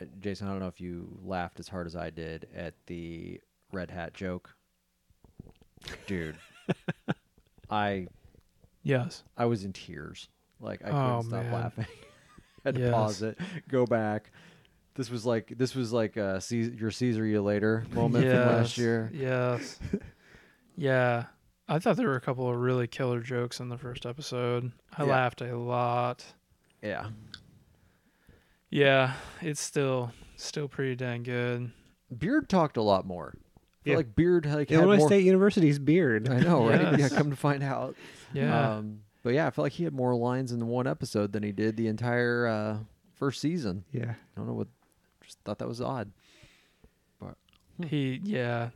[SPEAKER 1] uh, Jason. I don't know if you laughed as hard as I did at the red hat joke, dude. I
[SPEAKER 3] Yes.
[SPEAKER 1] I was in tears. Like I
[SPEAKER 3] Oh,
[SPEAKER 1] couldn't stop
[SPEAKER 3] man.
[SPEAKER 1] laughing. Had to
[SPEAKER 3] Yes.
[SPEAKER 1] pause it, go back. This was like this was like uh, Caesar, your Caesar you later moment from last year.
[SPEAKER 3] Yes. yeah. I thought there were a couple of really killer jokes in the first episode. I
[SPEAKER 1] Yeah.
[SPEAKER 3] laughed a lot.
[SPEAKER 1] Yeah,
[SPEAKER 3] Yeah, it's still still pretty dang good.
[SPEAKER 1] Beard talked a lot more. I feel
[SPEAKER 2] Yeah.
[SPEAKER 1] like Beard like had
[SPEAKER 2] Illinois
[SPEAKER 1] more-
[SPEAKER 2] State University's beard.
[SPEAKER 1] I know, right?
[SPEAKER 3] Yes.
[SPEAKER 1] Yeah, come to find out.
[SPEAKER 3] Yeah.
[SPEAKER 1] Um, but yeah, I felt like he had more lines in the one episode than he did the entire uh, first season.
[SPEAKER 2] Yeah.
[SPEAKER 1] I don't know what. Just thought that was odd.
[SPEAKER 2] Hmm.
[SPEAKER 3] he yeah.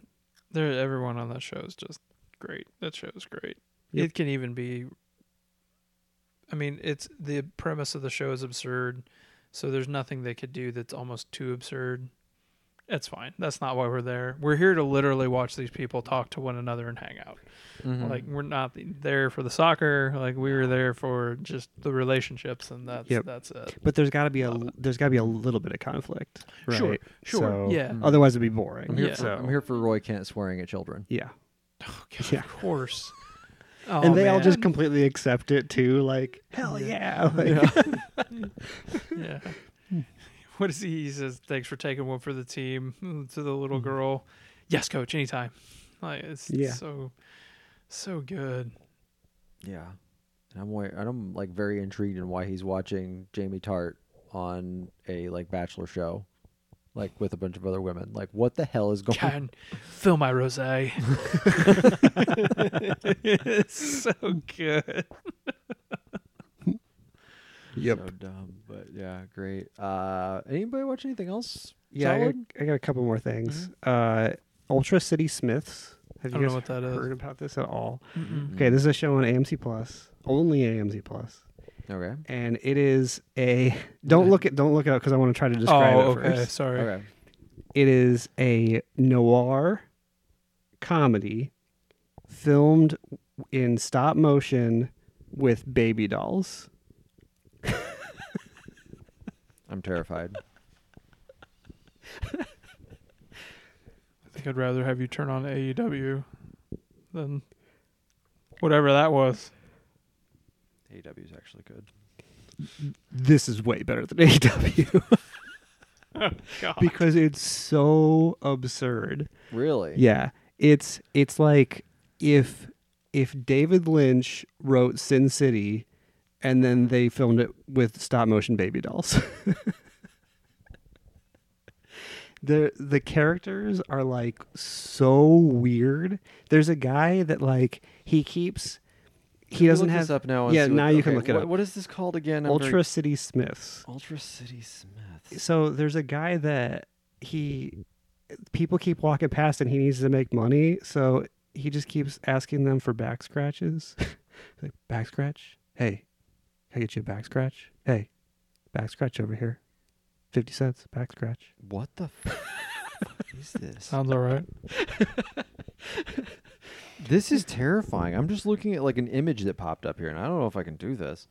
[SPEAKER 3] There everyone on that show is just great. That show is great.
[SPEAKER 2] Yep.
[SPEAKER 3] It can even be I mean, it's the premise of the show is absurd, so there's nothing they could do that's almost too absurd. It's fine. That's not why we're there. We're here to literally watch these people talk to one another and hang out.
[SPEAKER 2] Hmm.
[SPEAKER 1] Mm-hmm.
[SPEAKER 3] Like we're not there for the soccer. Like we were there for just the relationships, and that's
[SPEAKER 2] Yep.
[SPEAKER 3] that's it.
[SPEAKER 2] But there's got to be a there's got to be a little bit of conflict, right?
[SPEAKER 3] Uh, Sure, sure,
[SPEAKER 2] So- mm.
[SPEAKER 3] yeah.
[SPEAKER 2] Otherwise, it'd be boring.
[SPEAKER 1] I'm here,
[SPEAKER 3] Yeah.
[SPEAKER 1] for, I'm here for Roy Kent swearing at children.
[SPEAKER 2] Yeah.
[SPEAKER 3] Oh, God,
[SPEAKER 2] Yeah.
[SPEAKER 3] Of course. Oh,
[SPEAKER 2] and they all just
[SPEAKER 3] man.
[SPEAKER 2] completely accept it too. Like hell yeah. Like,
[SPEAKER 3] yeah. What is he? He says, "Thanks for taking one for the team." mm, To the little girl, yes, coach, anytime. Like it's
[SPEAKER 2] Mm. Yeah.
[SPEAKER 3] so, so good.
[SPEAKER 1] Yeah, and I'm wa- and I'm like very intrigued in why he's watching Jamie Tart on a like bachelor show, like with a bunch of other women. Like, what the hell is going? on?
[SPEAKER 3] Can fill my rosé. it's so good.
[SPEAKER 2] Yep.
[SPEAKER 1] So dumb, but yeah, great. Uh, anybody watch anything else?
[SPEAKER 2] yeah. I got,
[SPEAKER 1] Solid?
[SPEAKER 2] I got a couple more things. Uh, Ultra City Smiths. Have
[SPEAKER 3] Mm-hmm. I
[SPEAKER 2] you
[SPEAKER 3] don't
[SPEAKER 2] guys
[SPEAKER 3] know what that is. Mm.
[SPEAKER 2] heard about this at all?
[SPEAKER 3] Mm-mm.
[SPEAKER 2] Okay, this is a show on AMC Plus, only AMC Plus,
[SPEAKER 1] Okay.
[SPEAKER 2] and it is a. Don't look at don't look it up because I want to try to describe
[SPEAKER 3] Oh,
[SPEAKER 2] it
[SPEAKER 3] okay.
[SPEAKER 2] first.
[SPEAKER 3] Sorry.
[SPEAKER 1] Okay.
[SPEAKER 2] It is a noir comedy filmed in stop motion with baby dolls.
[SPEAKER 1] I'm terrified.
[SPEAKER 3] I think I'd rather have you turn on AEW than whatever that was.
[SPEAKER 1] AW is actually good.
[SPEAKER 2] This is way better than AW
[SPEAKER 3] God.
[SPEAKER 2] because it's so absurd.
[SPEAKER 1] Really?
[SPEAKER 2] Yeah, it's it's like if if David Lynch wrote Sin City, and then they filmed it with stop motion baby dolls. the the characters are like so weird. There's a guy that like he keeps he doesn't
[SPEAKER 1] look
[SPEAKER 2] have
[SPEAKER 1] this up now. and
[SPEAKER 2] yeah.
[SPEAKER 1] see what-
[SPEAKER 2] Now you can
[SPEAKER 1] okay,
[SPEAKER 2] look it
[SPEAKER 1] what-
[SPEAKER 2] up.
[SPEAKER 1] What is this called again? I'm
[SPEAKER 2] Ultra
[SPEAKER 1] very-
[SPEAKER 2] City Smiths.
[SPEAKER 1] Ultra City Smiths.
[SPEAKER 2] So there's a guy that he people keep walking past and he needs to make money, so he just keeps asking them for back scratches. like back scratch? Hey, can I get you a back scratch? Hey, back scratch over here. Fifty cents, back scratch.
[SPEAKER 1] What the f- is this?
[SPEAKER 3] Sounds all right.
[SPEAKER 1] This is terrifying. I'm just looking at like an image that popped up here, and I don't know if I can do this.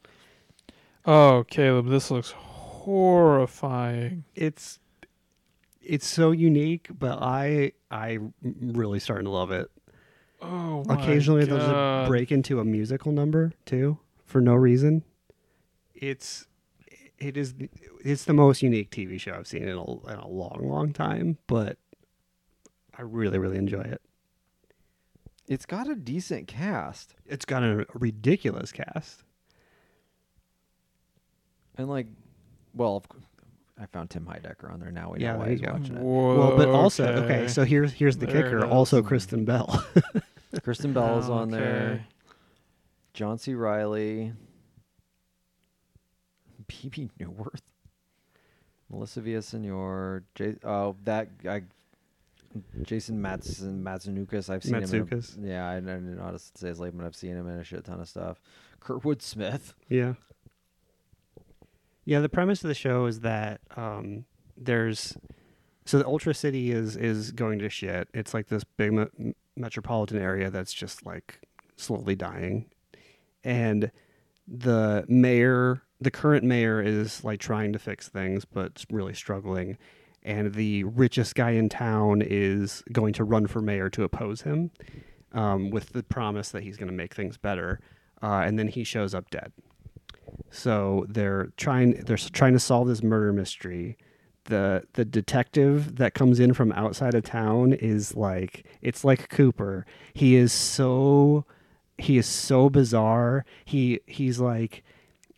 [SPEAKER 3] Oh, Caleb, this looks horrifying.
[SPEAKER 2] It's it's so unique, but I I really starting to love it.
[SPEAKER 3] Oh, my
[SPEAKER 2] Occasionally, they'll
[SPEAKER 3] God.
[SPEAKER 2] just break into a musical number too for no reason. It's it is it's the most unique TV show I've seen in a, in a long, long time. But I really, really enjoy it.
[SPEAKER 1] It's got a decent cast.
[SPEAKER 2] It's got a ridiculous cast.
[SPEAKER 1] And like, well, of cou- I found Tim Heidecker on there. Now we
[SPEAKER 2] Yeah,
[SPEAKER 1] know
[SPEAKER 2] there
[SPEAKER 1] why
[SPEAKER 2] you
[SPEAKER 1] he's
[SPEAKER 2] go.
[SPEAKER 1] watching it.
[SPEAKER 3] Whoa,
[SPEAKER 2] well, but also okay.
[SPEAKER 3] okay.
[SPEAKER 2] So here's here's the
[SPEAKER 3] There it
[SPEAKER 2] kicker.
[SPEAKER 3] is.
[SPEAKER 2] Also, Kristen Bell.
[SPEAKER 1] Kristen Bell's
[SPEAKER 3] Oh,
[SPEAKER 1] on
[SPEAKER 3] okay.
[SPEAKER 1] there. John C. Riley. BB Newworth. Melissa Villasenor. J- oh, that guy. Jason Matson, Matsunukas. I've seen
[SPEAKER 2] Matsukas.
[SPEAKER 1] him. In a, yeah, I, I didn't know how to say his name, but I've seen him in a shit ton of stuff. Kurtwood Smith.
[SPEAKER 2] Yeah. Yeah, the premise of the show is that um, there's so the Ultra City is is going to shit. It's like this big me- metropolitan area that's just like slowly dying, and the mayor, the current mayor, is like trying to fix things but really struggling, and the richest guy in town is going to run for mayor to oppose him, um, with the promise that he's going to make things better, uh, and then he shows up dead. So they're trying they're s- trying to solve this murder mystery. The the detective that comes in from outside of town is like it's like Cooper. He is so he is so bizarre. He he's like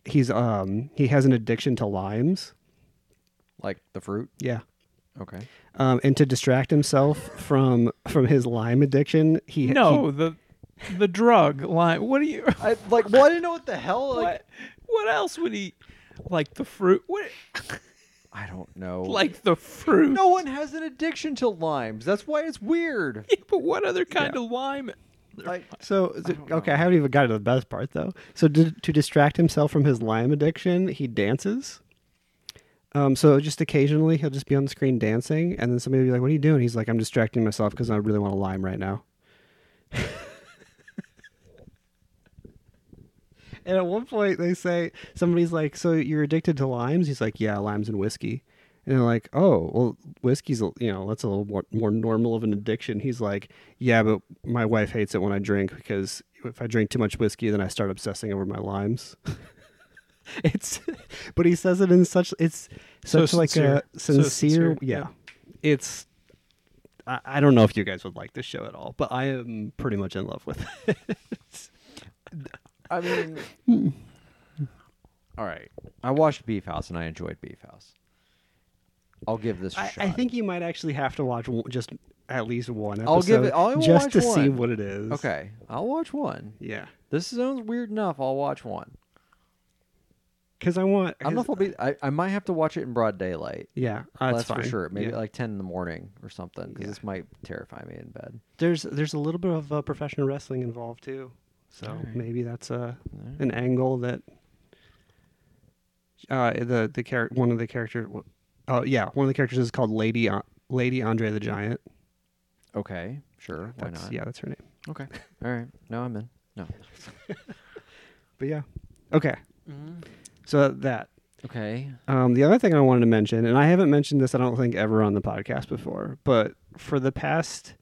[SPEAKER 2] he's um he has an addiction to limes.
[SPEAKER 1] Like the fruit.
[SPEAKER 2] Yeah.
[SPEAKER 1] Okay.
[SPEAKER 2] Um, and to distract himself from from his lime addiction, he
[SPEAKER 3] no, the the drug line. What do you?
[SPEAKER 1] I like. Well, I didn't know what the hell. Like,
[SPEAKER 3] What, what else would he? Like the fruit? What?
[SPEAKER 1] I don't know.
[SPEAKER 3] Like the fruit?
[SPEAKER 1] no one has an addiction to limes. That's why it's weird.
[SPEAKER 3] Yeah, but what other kind of lime?
[SPEAKER 1] Like,
[SPEAKER 2] So is it- okay, I haven't even got to the best part though. So to, to distract himself from his lime addiction, he dances. Um, so just occasionally he'll just be on the screen dancing, and then somebody will be like, "What are you doing?" He's like, "I'm distracting myself because I really want a lime right now." and at one point they say somebody's like, "So you're addicted to limes?" He's like, "Yeah, limes and whiskey." And they're like, "Oh, well, whiskey's a- you know that's a little more, more normal of an addiction." He's like, "Yeah, but my wife hates it when I drink because if I drink too much whiskey, then I start obsessing over my limes." it's, but he says it in such it's
[SPEAKER 3] So
[SPEAKER 2] such like
[SPEAKER 3] sincere.
[SPEAKER 2] a
[SPEAKER 3] So
[SPEAKER 2] sincere,
[SPEAKER 3] sincere,
[SPEAKER 2] yeah.
[SPEAKER 3] yeah.
[SPEAKER 2] It's. I, I don't know if you guys would like this show at all, but I am pretty much in love with it.
[SPEAKER 1] I mean, all right. I watched Beef House and I enjoyed Beef House. I'll give this a
[SPEAKER 2] I,
[SPEAKER 1] shot.
[SPEAKER 2] I think you might actually have to watch w- just at least one episode
[SPEAKER 1] I'll give it- I'll
[SPEAKER 2] just
[SPEAKER 1] watch
[SPEAKER 2] to see
[SPEAKER 1] one.
[SPEAKER 2] what it is.
[SPEAKER 1] Okay, I'll watch one.
[SPEAKER 2] Yeah.
[SPEAKER 1] This sounds weird enough. I'll watch one.
[SPEAKER 2] Because I want.
[SPEAKER 1] I don't know if I'll
[SPEAKER 2] 'cause-
[SPEAKER 1] be. I, I might have to watch it in broad daylight.
[SPEAKER 2] Yeah, uh, that's
[SPEAKER 1] that's for
[SPEAKER 2] fine.
[SPEAKER 1] sure. Maybe
[SPEAKER 2] Yeah.
[SPEAKER 1] like ten in the morning or something, because
[SPEAKER 2] Yeah.
[SPEAKER 1] this might terrify me in bed.
[SPEAKER 2] there's there's a little bit of uh, professional wrestling involved too, so maybe that's a an angle that uh the the char- one of the characters. Oh yeah, one of the characters is called Lady An- Lady Andre the Giant.
[SPEAKER 1] Okay, sure. Why
[SPEAKER 2] That's
[SPEAKER 1] not?
[SPEAKER 2] yeah, that's her name.
[SPEAKER 1] Okay. All right. No, I'm in. No.
[SPEAKER 2] But yeah, okay. So that
[SPEAKER 1] Okay.
[SPEAKER 2] Um, the other thing I wanted to mention, and I haven't mentioned this, I don't think, ever on the podcast before, but for the past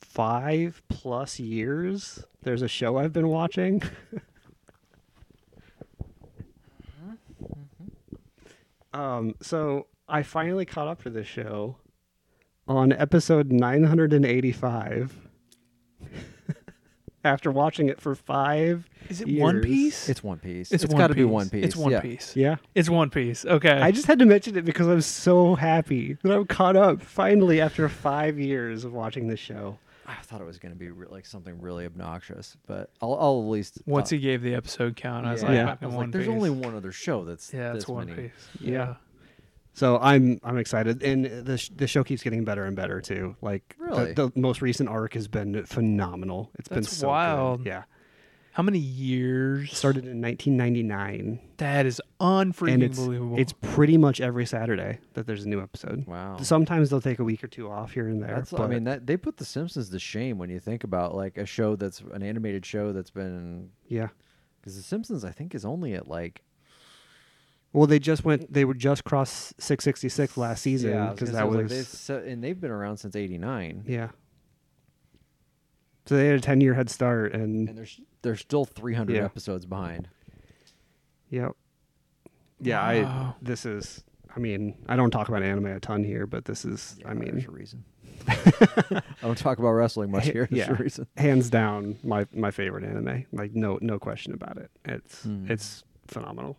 [SPEAKER 2] five plus years, there's a show I've been watching. um, so I finally caught up to this show on episode 985 after watching it for five.
[SPEAKER 3] Is it
[SPEAKER 2] years.
[SPEAKER 3] One Piece?
[SPEAKER 1] It's One Piece.
[SPEAKER 3] It's
[SPEAKER 1] it's
[SPEAKER 3] One
[SPEAKER 1] got to be
[SPEAKER 3] Piece.
[SPEAKER 1] One Piece.
[SPEAKER 3] It's One
[SPEAKER 1] yeah.
[SPEAKER 3] Piece.
[SPEAKER 2] Yeah.
[SPEAKER 3] It's One Piece. Okay.
[SPEAKER 2] I just had to mention it because I'm so happy that I'm caught up finally after five years of watching this show.
[SPEAKER 1] I thought it was going to be re- like something really obnoxious, but I'll, I'll at least
[SPEAKER 3] Once
[SPEAKER 1] uh,
[SPEAKER 3] he gave the episode count, I was
[SPEAKER 1] yeah.
[SPEAKER 3] like,
[SPEAKER 2] Yeah.
[SPEAKER 3] fucking
[SPEAKER 1] I was like,
[SPEAKER 3] One
[SPEAKER 1] there's
[SPEAKER 3] Piece.
[SPEAKER 1] only one other show that's
[SPEAKER 3] Yeah, it's
[SPEAKER 1] this
[SPEAKER 3] One
[SPEAKER 1] many.
[SPEAKER 3] Piece.
[SPEAKER 2] Yeah. So I'm I'm excited, and the sh- the show keeps getting better and better too. Like the-
[SPEAKER 1] Really?
[SPEAKER 2] the, most recent arc has been phenomenal. It's been
[SPEAKER 3] That's
[SPEAKER 2] so good.
[SPEAKER 3] wild.
[SPEAKER 2] Yeah,
[SPEAKER 3] How many years?
[SPEAKER 2] started in 1999,
[SPEAKER 3] That is unfreaking
[SPEAKER 2] and it's
[SPEAKER 3] believable.
[SPEAKER 2] it's pretty much every Saturday that there's a new episode.
[SPEAKER 1] Wow.
[SPEAKER 2] Sometimes they'll take a week or two off here and there.
[SPEAKER 1] That's I
[SPEAKER 2] but-
[SPEAKER 1] mean that they put the Simpsons to shame when you think about like a show that's an animated show that's been
[SPEAKER 2] yeah.
[SPEAKER 1] because the Simpsons I think is only at like
[SPEAKER 2] Well, they just went. They were just crossed 666 last season
[SPEAKER 1] I was
[SPEAKER 2] because
[SPEAKER 1] gonna say,
[SPEAKER 2] that
[SPEAKER 1] it
[SPEAKER 2] was,
[SPEAKER 1] like, they, se- and they've been around since '89.
[SPEAKER 2] yeah. So they had a ten year head start, and,
[SPEAKER 1] and there's there's still 300
[SPEAKER 2] Yeah.
[SPEAKER 1] episodes behind.
[SPEAKER 2] yep, yeah. I
[SPEAKER 3] Wow.
[SPEAKER 2] this is. I mean, I don't talk about anime a ton here, but this is. I mean,
[SPEAKER 1] there's a reason. I don't talk about wrestling much
[SPEAKER 2] Hey,
[SPEAKER 1] here. There's
[SPEAKER 2] yeah.
[SPEAKER 1] a reason.
[SPEAKER 2] hands down my my favorite anime. Like no no question about it. It's
[SPEAKER 1] Hmm.
[SPEAKER 2] it's phenomenal.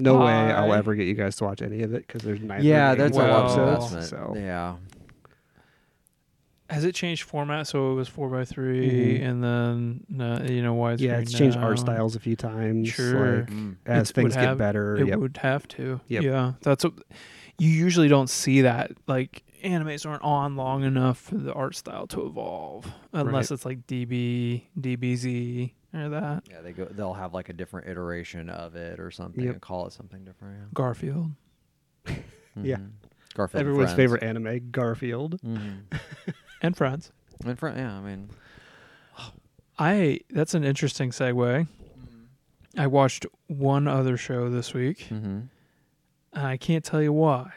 [SPEAKER 2] No way I'll
[SPEAKER 3] I-
[SPEAKER 2] ever get you guys to watch any of it because there's nine.
[SPEAKER 1] Yeah, that's
[SPEAKER 3] a
[SPEAKER 1] a
[SPEAKER 3] lot
[SPEAKER 1] lot
[SPEAKER 3] of
[SPEAKER 1] of
[SPEAKER 3] Well-
[SPEAKER 1] investment.
[SPEAKER 2] So
[SPEAKER 1] Yeah,
[SPEAKER 3] Has it changed format? So it was four by 3
[SPEAKER 2] Mhm.
[SPEAKER 3] and then no, you know why?
[SPEAKER 2] yeah, it's changed art styles a few times.
[SPEAKER 3] Sure.
[SPEAKER 2] like,
[SPEAKER 1] Mm.
[SPEAKER 2] as
[SPEAKER 3] It would
[SPEAKER 2] things get
[SPEAKER 3] have-
[SPEAKER 2] better.
[SPEAKER 3] It
[SPEAKER 2] Yep.
[SPEAKER 3] would have to.
[SPEAKER 2] Yep.
[SPEAKER 3] Yeah, that's what you usually don't see that. Like animes aren't on long enough for the art style to evolve, unless
[SPEAKER 2] Right.
[SPEAKER 3] it's like DB, DBZ, or that
[SPEAKER 1] yeah. They go. They'll have like a different iteration of it or something,
[SPEAKER 2] Yep.
[SPEAKER 1] and call it something different. Yeah.
[SPEAKER 3] Garfield.
[SPEAKER 2] Yeah.
[SPEAKER 1] Mhm. Garfield. and
[SPEAKER 2] Everyone's
[SPEAKER 1] Friends.
[SPEAKER 2] favorite anime, Garfield.
[SPEAKER 1] Mhm.
[SPEAKER 3] and friends.
[SPEAKER 1] In front. Yeah. I mean.
[SPEAKER 3] I that's an interesting segue.
[SPEAKER 2] Mm.
[SPEAKER 3] I watched one other show this
[SPEAKER 2] Hmm.
[SPEAKER 3] week,
[SPEAKER 1] Mm-hmm.
[SPEAKER 3] and I can't tell you why,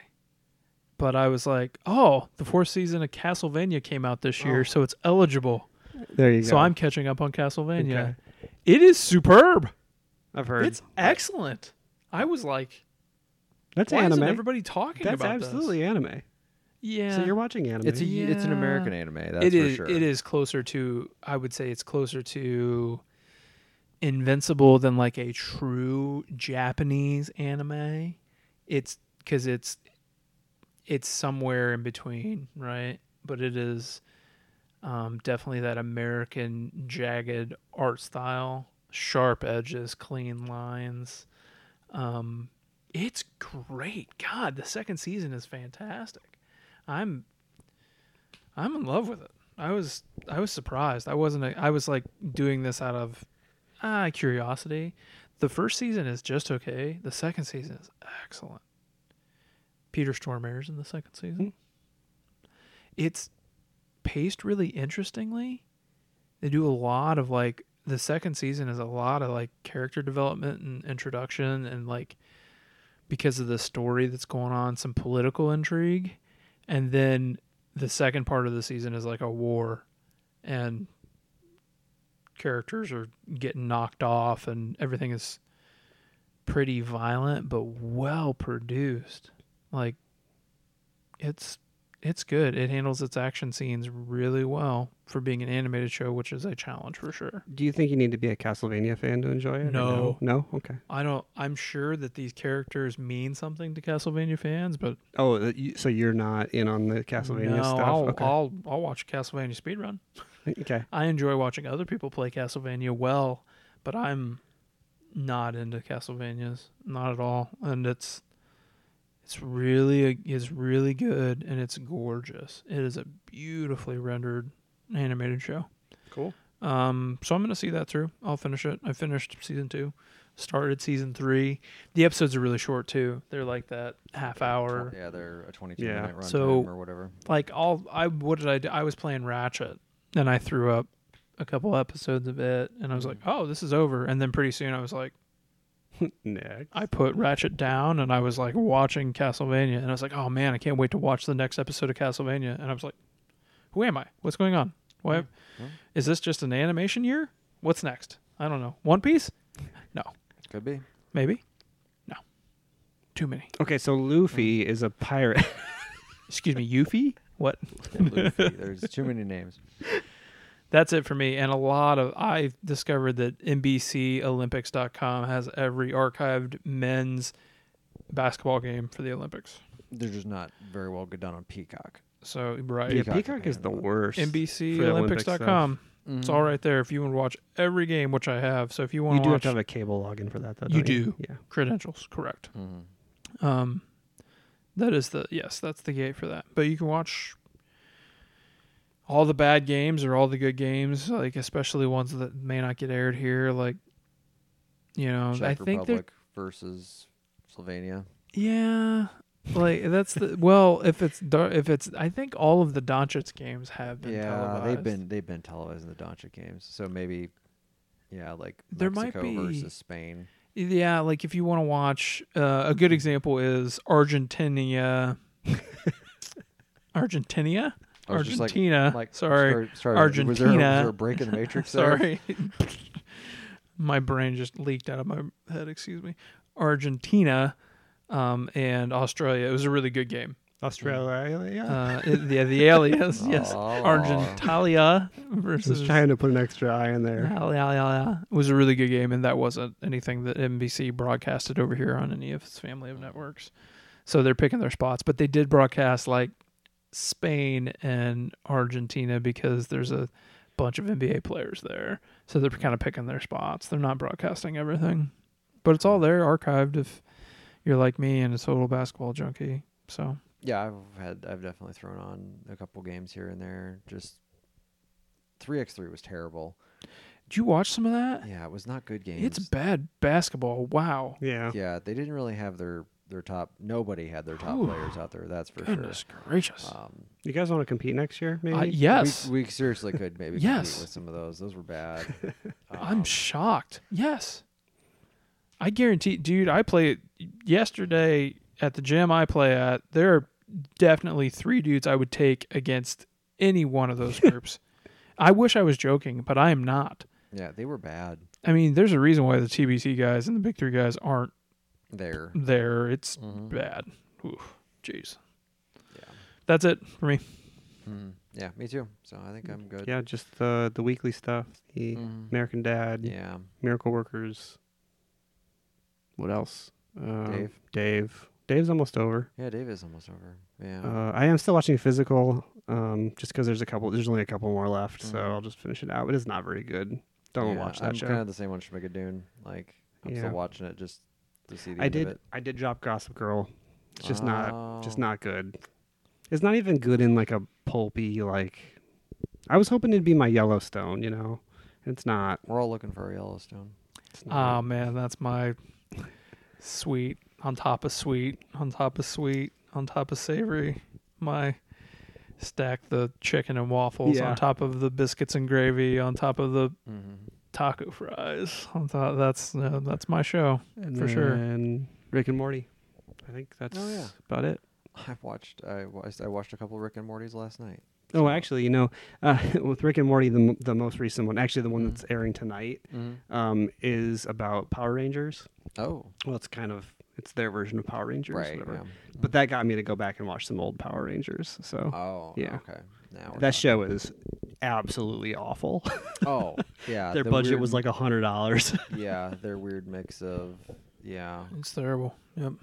[SPEAKER 3] but I was like, "Oh, the fourth season of Castlevania came out this year,
[SPEAKER 2] Oh.
[SPEAKER 3] so it's eligible."
[SPEAKER 2] There you go.
[SPEAKER 3] So I'm catching up on Castlevania.
[SPEAKER 2] Okay.
[SPEAKER 3] It is superb.
[SPEAKER 2] I've heard
[SPEAKER 3] It's excellent. I was like,
[SPEAKER 2] that's
[SPEAKER 3] "Why
[SPEAKER 2] anime.
[SPEAKER 3] isn't everybody talking
[SPEAKER 2] that's
[SPEAKER 3] about
[SPEAKER 2] absolutely
[SPEAKER 3] this?"
[SPEAKER 2] anime.
[SPEAKER 3] Yeah,
[SPEAKER 2] So you're watching anime.
[SPEAKER 1] It's a. It's an
[SPEAKER 3] Yeah.
[SPEAKER 1] American anime. That's
[SPEAKER 3] it
[SPEAKER 1] for
[SPEAKER 3] is
[SPEAKER 1] sure.
[SPEAKER 3] it is closer to i would say it's closer to invincible than like a true japanese anime it's because it's it's somewhere in between right but it is um, definitely that american jagged art style sharp edges clean lines um, it's great god the second season is fantastic i'm I'm in love with it. I was I was surprised. I wasn't. A, I was like doing this out of ah curiosity. The first season is just okay. The second season is excellent. Peter Storm airs in the second season. It's paced really interestingly. They do a lot of like the second season is a lot of like character development and introduction and like because of the story that's going on, some political intrigue, and then the second part of the season is like a war and characters are getting knocked off and everything is pretty violent but well produced like it's it's good it handles its action scenes really well for being an animated show which is a challenge for sure
[SPEAKER 2] Do you think you need to be a Castlevania fan to enjoy it? or
[SPEAKER 3] No.
[SPEAKER 2] no. No? Okay.
[SPEAKER 3] i don't i'm sure that these characters mean something to castlevania fans but
[SPEAKER 2] Oh, that you- so you're not in on the Castlevania
[SPEAKER 3] no,
[SPEAKER 2] stuff?
[SPEAKER 3] I'll,
[SPEAKER 2] okay.
[SPEAKER 3] I'll i'll watch castlevania speedrun
[SPEAKER 2] okay.
[SPEAKER 3] I enjoy watching other people play Castlevania well, but I'm not into Castlevanias, not at all. And it's it's really it's really good and it's gorgeous. It is a beautifully rendered animated show.
[SPEAKER 2] Cool.
[SPEAKER 3] Um, so I'm gonna see that through. I'll finish it. I finished season two, started season three. The episodes are really short too. They're like that half hour.
[SPEAKER 1] Yeah, they're a 22
[SPEAKER 2] Yeah.
[SPEAKER 1] minute run
[SPEAKER 3] So-
[SPEAKER 1] time or whatever.
[SPEAKER 3] Like all I what did I do? I was playing Ratchet and I threw up a couple episodes of it and I was like, oh, this is over. And then pretty soon I was like,
[SPEAKER 2] Next.
[SPEAKER 3] I put Ratchet down and I was like watching Castlevania and I was like, oh man, I can't wait to watch the next episode of Castlevania. And I was like, who am I? What's going on? Why
[SPEAKER 1] Yeah.
[SPEAKER 3] is this just an animation year? What's next? I don't know. One Piece? No.
[SPEAKER 1] Could be.
[SPEAKER 3] Maybe? No. Too many.
[SPEAKER 2] Okay, so
[SPEAKER 3] Mm.
[SPEAKER 2] Luffy is a pirate.
[SPEAKER 3] Excuse me, Yuffie? What?
[SPEAKER 1] Luffy. There's too many names.
[SPEAKER 3] That's it for me. And a lot of I've discovered that NBCOlympics.com has every archived men's basketball game for the Olympics.
[SPEAKER 1] They're just not very well good done on Peacock.
[SPEAKER 3] So right,
[SPEAKER 2] yeah,
[SPEAKER 1] Peacock
[SPEAKER 2] Peacock is the
[SPEAKER 1] apparently.
[SPEAKER 2] worst. for the Olympics
[SPEAKER 3] NBCOlympics.com.
[SPEAKER 1] Mm-hmm.
[SPEAKER 3] It's all right there if you want to watch every game, which I have. So if you want
[SPEAKER 2] You
[SPEAKER 3] to
[SPEAKER 2] do have
[SPEAKER 3] watch
[SPEAKER 2] to have a cable login for that, though.
[SPEAKER 3] You
[SPEAKER 2] don't
[SPEAKER 3] do.
[SPEAKER 2] Yeah.
[SPEAKER 3] credentials, correct.
[SPEAKER 1] Mhm.
[SPEAKER 3] Um, that is the yes, that's the gate for that. But you can watch all the bad games or all the good games, like especially ones that may not get aired here. Like, you know,
[SPEAKER 1] Czech
[SPEAKER 3] I think they're
[SPEAKER 1] Republic versus Slovenia.
[SPEAKER 3] Yeah, like that's the well. If it's dar- if it's, I think all of the Doncic games have been
[SPEAKER 1] yeah,
[SPEAKER 3] televised.
[SPEAKER 1] they've been they've been televising the Doncic games. So maybe, yeah, like
[SPEAKER 3] There might
[SPEAKER 1] Mexico
[SPEAKER 3] be-
[SPEAKER 1] versus Spain.
[SPEAKER 3] Yeah, like if you want to watch, uh, a
[SPEAKER 1] Mm-hmm.
[SPEAKER 3] good example is Argentina. Argentina,
[SPEAKER 1] I was just like-
[SPEAKER 3] Argentina.
[SPEAKER 1] like,
[SPEAKER 3] sorry.
[SPEAKER 1] sorry, sorry, Was there, was
[SPEAKER 3] Argentina.
[SPEAKER 1] there a break in the matrix? there?
[SPEAKER 3] Sorry. my brain just leaked out of my head, excuse me. Argentina um, and Australia. It was a really good game.
[SPEAKER 2] Australia.
[SPEAKER 3] Uh, it- yeah, the aliens, yes.
[SPEAKER 1] Aw.
[SPEAKER 2] I
[SPEAKER 3] Argentalia
[SPEAKER 2] was
[SPEAKER 3] versus
[SPEAKER 2] trying to put an extra I in there.
[SPEAKER 3] Yeah, yeah, yeah, yeah. It was a really good game, and that wasn't anything that NBC broadcasted over here on any of its family of networks. So they're picking their spots, but they did broadcast like Spain and Argentina because there's a bunch of NBA players there. So they're kind of picking their spots. They're not broadcasting everything, but it's all there archived if you're like me and a total basketball junkie. So
[SPEAKER 1] Yeah, I've had I've definitely thrown on a couple games here and there. Just three x three was terrible.
[SPEAKER 3] did you watch some of that?
[SPEAKER 1] Yeah, it was not good games.
[SPEAKER 3] It's bad basketball. Wow.
[SPEAKER 2] Yeah.
[SPEAKER 1] yeah, they didn't really have their their top. Nobody had their top
[SPEAKER 3] Ooh.
[SPEAKER 1] players out there. That's for
[SPEAKER 3] Goodness gracious.
[SPEAKER 1] sure. Um,
[SPEAKER 2] You guys want to compete next year? Maybe.
[SPEAKER 3] Uh, yes.
[SPEAKER 1] we, we seriously could maybe
[SPEAKER 3] Yes.
[SPEAKER 1] compete with some of those. Those were bad.
[SPEAKER 3] I'm
[SPEAKER 1] Um,
[SPEAKER 3] shocked. Yes. I guarantee, dude, I played yesterday at the gym I play at. There are definitely three dudes I would take against any one of those groups. I wish I was joking, but I am not.
[SPEAKER 1] yeah, they were bad
[SPEAKER 3] I mean, there's a reason why the TBC guys and the Big Three guys aren't
[SPEAKER 1] there.
[SPEAKER 3] there. It's
[SPEAKER 1] Mhm.
[SPEAKER 3] bad. Oof, jeez.
[SPEAKER 1] Yeah.
[SPEAKER 3] That's it for me.
[SPEAKER 1] Mhm. Yeah, me too. So I think I'm good.
[SPEAKER 2] Yeah, just the the weekly stuff, the
[SPEAKER 3] Mm.
[SPEAKER 1] Mhm.
[SPEAKER 2] American Dad,
[SPEAKER 1] Yeah.
[SPEAKER 2] Miracle Workers. What else? Uh,
[SPEAKER 1] Dave.
[SPEAKER 2] Dave. Dave's almost over.
[SPEAKER 1] Yeah, Dave is almost over. Yeah.
[SPEAKER 2] Uh, I am still watching Physical, um, just because there's a couple. There's only a couple more left, so
[SPEAKER 1] Mhm.
[SPEAKER 2] I'll just finish it out. But it's not very good. Don't
[SPEAKER 1] Yeah,
[SPEAKER 2] watch that
[SPEAKER 1] I'm
[SPEAKER 2] show.
[SPEAKER 1] kind of the same one, Schmigadoon. Like I'm
[SPEAKER 2] Yeah.
[SPEAKER 1] still watching it just to see the
[SPEAKER 2] I
[SPEAKER 1] end
[SPEAKER 2] did.
[SPEAKER 1] of it.
[SPEAKER 2] I did drop Gossip Girl. It's just not. Just
[SPEAKER 1] Oh.
[SPEAKER 2] not good. It's not even good in like a pulpy like. I was hoping it'd be my Yellowstone, you know. It's not.
[SPEAKER 1] We're all looking for a Yellowstone.
[SPEAKER 2] It's not.
[SPEAKER 3] Oh man, that's my sweet on top of sweet on top of sweet on top of savory. My stack the chicken and waffles
[SPEAKER 2] Yeah.
[SPEAKER 3] on top of the biscuits and gravy on top of the
[SPEAKER 1] Mm-hmm.
[SPEAKER 3] taco fries. On top, that's uh, that's my show.
[SPEAKER 2] And
[SPEAKER 3] for sure.
[SPEAKER 2] then Rick and Morty. I think that's
[SPEAKER 1] Oh, yeah.
[SPEAKER 2] about it.
[SPEAKER 1] I watched. I, wa- I watched a couple Rick and Morty's last night.
[SPEAKER 2] Oh, actually, you know, uh, with Rick and Morty, the m- the most recent one, actually the one
[SPEAKER 1] Mhm.
[SPEAKER 2] that's airing tonight,
[SPEAKER 1] Mm-hmm.
[SPEAKER 2] um, is about Power Rangers.
[SPEAKER 1] Oh,
[SPEAKER 2] Well, it's kind of it's their version of Power Rangers,
[SPEAKER 1] right.
[SPEAKER 2] whatever.
[SPEAKER 1] Yeah.
[SPEAKER 2] But that got me to go back and watch some old Power Rangers. So
[SPEAKER 1] Oh,
[SPEAKER 2] yeah.
[SPEAKER 1] Okay. Now we're
[SPEAKER 2] that
[SPEAKER 1] talking.
[SPEAKER 2] show is absolutely awful.
[SPEAKER 1] Oh, yeah.
[SPEAKER 2] their
[SPEAKER 1] the
[SPEAKER 2] budget
[SPEAKER 1] weird-
[SPEAKER 2] was like a hundred dollars.
[SPEAKER 1] Yeah, their weird mix of yeah.
[SPEAKER 3] It's terrible. Yep,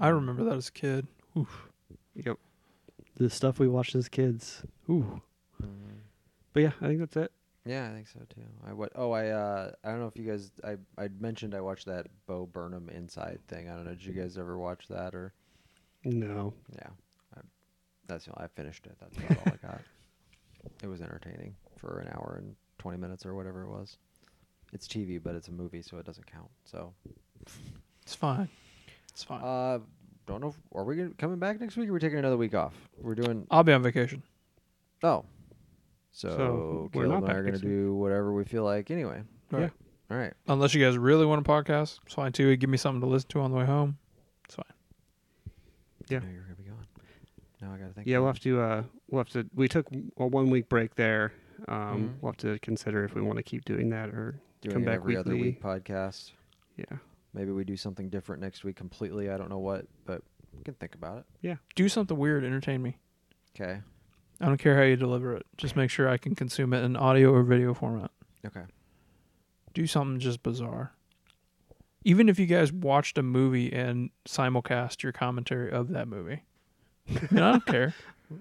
[SPEAKER 3] I remember that as a kid. Oof.
[SPEAKER 2] yep. The stuff we watched as kids. Ooh.
[SPEAKER 1] Mhm.
[SPEAKER 2] But yeah, I think that's it.
[SPEAKER 1] Yeah, I think so too. I what? Oh, I uh, I don't know if you guys. I I mentioned I watched that Bo Burnham Inside thing. I don't know. Did you guys ever watch that or?
[SPEAKER 2] No.
[SPEAKER 1] Yeah, I, that's the only- I finished it. That's about all I got. It was entertaining for an hour and twenty minutes or whatever it was. It's TV, but it's a movie, so it doesn't count. So,
[SPEAKER 3] It's fine. It's fine.
[SPEAKER 1] uh, don't know. If, are we gonna, coming back next week? Or are we taking another week off? We're doing
[SPEAKER 3] I'll be on vacation.
[SPEAKER 1] oh, so,
[SPEAKER 2] So, we're
[SPEAKER 1] Caleb
[SPEAKER 2] not
[SPEAKER 1] and I
[SPEAKER 2] back
[SPEAKER 1] are gonna
[SPEAKER 2] next week.
[SPEAKER 1] do whatever we feel like anyway.
[SPEAKER 3] Right.
[SPEAKER 2] Yeah.
[SPEAKER 1] All right.
[SPEAKER 3] Unless you guys really want a podcast, it's fine too. Give me something to listen to on the way home. It's fine.
[SPEAKER 2] Yeah.
[SPEAKER 1] Now you're gonna be gone. Now I gotta think.
[SPEAKER 2] Yeah,
[SPEAKER 1] about
[SPEAKER 2] we'll
[SPEAKER 1] it.
[SPEAKER 2] have to. Uh, we'll have to. We took a one week break there. Um,
[SPEAKER 1] Mhm.
[SPEAKER 2] We'll have to consider if we want to keep doing that or
[SPEAKER 1] doing
[SPEAKER 2] come
[SPEAKER 1] an
[SPEAKER 2] back
[SPEAKER 1] every other
[SPEAKER 2] weekly.
[SPEAKER 1] week podcast.
[SPEAKER 2] yeah.
[SPEAKER 1] Maybe we do something different next week completely. I don't know what, but we can think about it.
[SPEAKER 3] Do something weird. Entertain me.
[SPEAKER 1] Okay.
[SPEAKER 3] I don't care how you deliver it. Just make sure I can consume it in audio or video format.
[SPEAKER 1] Okay.
[SPEAKER 3] Do something just bizarre. Even if you guys watched a movie and simulcast your commentary of that movie, I, mean, I don't care.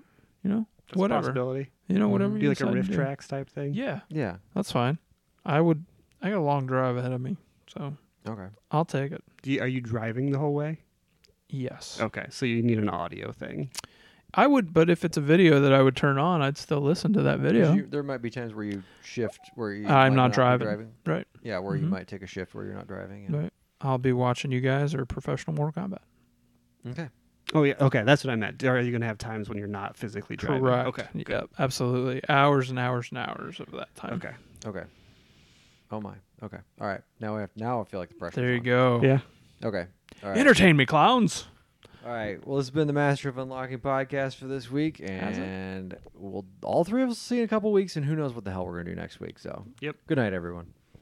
[SPEAKER 3] You know,
[SPEAKER 2] That's a
[SPEAKER 3] Whatever.
[SPEAKER 2] possibility.
[SPEAKER 3] you know, whatever.
[SPEAKER 1] Mhm.
[SPEAKER 2] Do
[SPEAKER 3] you
[SPEAKER 2] like a
[SPEAKER 3] decide to
[SPEAKER 2] riff
[SPEAKER 3] do.
[SPEAKER 2] tracks type thing.
[SPEAKER 3] Yeah,
[SPEAKER 1] Yeah.
[SPEAKER 3] that's fine. I would. I got a long drive ahead of me, so
[SPEAKER 1] Okay.
[SPEAKER 3] I'll take it.
[SPEAKER 2] Do you, are you driving the whole way?
[SPEAKER 3] Yes,
[SPEAKER 1] Oh.
[SPEAKER 2] Okay, so you need an audio thing.
[SPEAKER 3] I would. But if it's a video that I would turn on, I'd still listen to that
[SPEAKER 1] 'Cause
[SPEAKER 3] video.
[SPEAKER 1] You, there might be times where you shift where you.
[SPEAKER 3] I'm
[SPEAKER 1] might
[SPEAKER 3] not
[SPEAKER 1] be
[SPEAKER 3] driving. Right.
[SPEAKER 1] Yeah, where you
[SPEAKER 3] Mhm.
[SPEAKER 1] might take a shift where you're not driving. Yeah.
[SPEAKER 3] Right. I'll be watching you guys or professional Mortal Kombat.
[SPEAKER 1] Okay.
[SPEAKER 2] Oh yeah, okay, that's what I meant. Are you going to have times when you're not physically driving?
[SPEAKER 3] Correct.
[SPEAKER 2] Okay.
[SPEAKER 3] Yep.
[SPEAKER 2] good.
[SPEAKER 3] Absolutely. Hours and hours and hours of that time.
[SPEAKER 2] Okay.
[SPEAKER 1] Okay. Oh my. Okay. All right. Now I have. Now I feel like the pressure.
[SPEAKER 3] There you go.
[SPEAKER 2] Yeah.
[SPEAKER 1] Okay. All right.
[SPEAKER 3] Entertain me, clowns.
[SPEAKER 1] All right. Well, it's been the Master of Unlocking podcast for this week,
[SPEAKER 3] Has it?
[SPEAKER 1] and we'll all three of us will see you in a couple weeks, and who knows what the hell we're gonna do next week. So,
[SPEAKER 2] Yep.
[SPEAKER 1] Good night, everyone.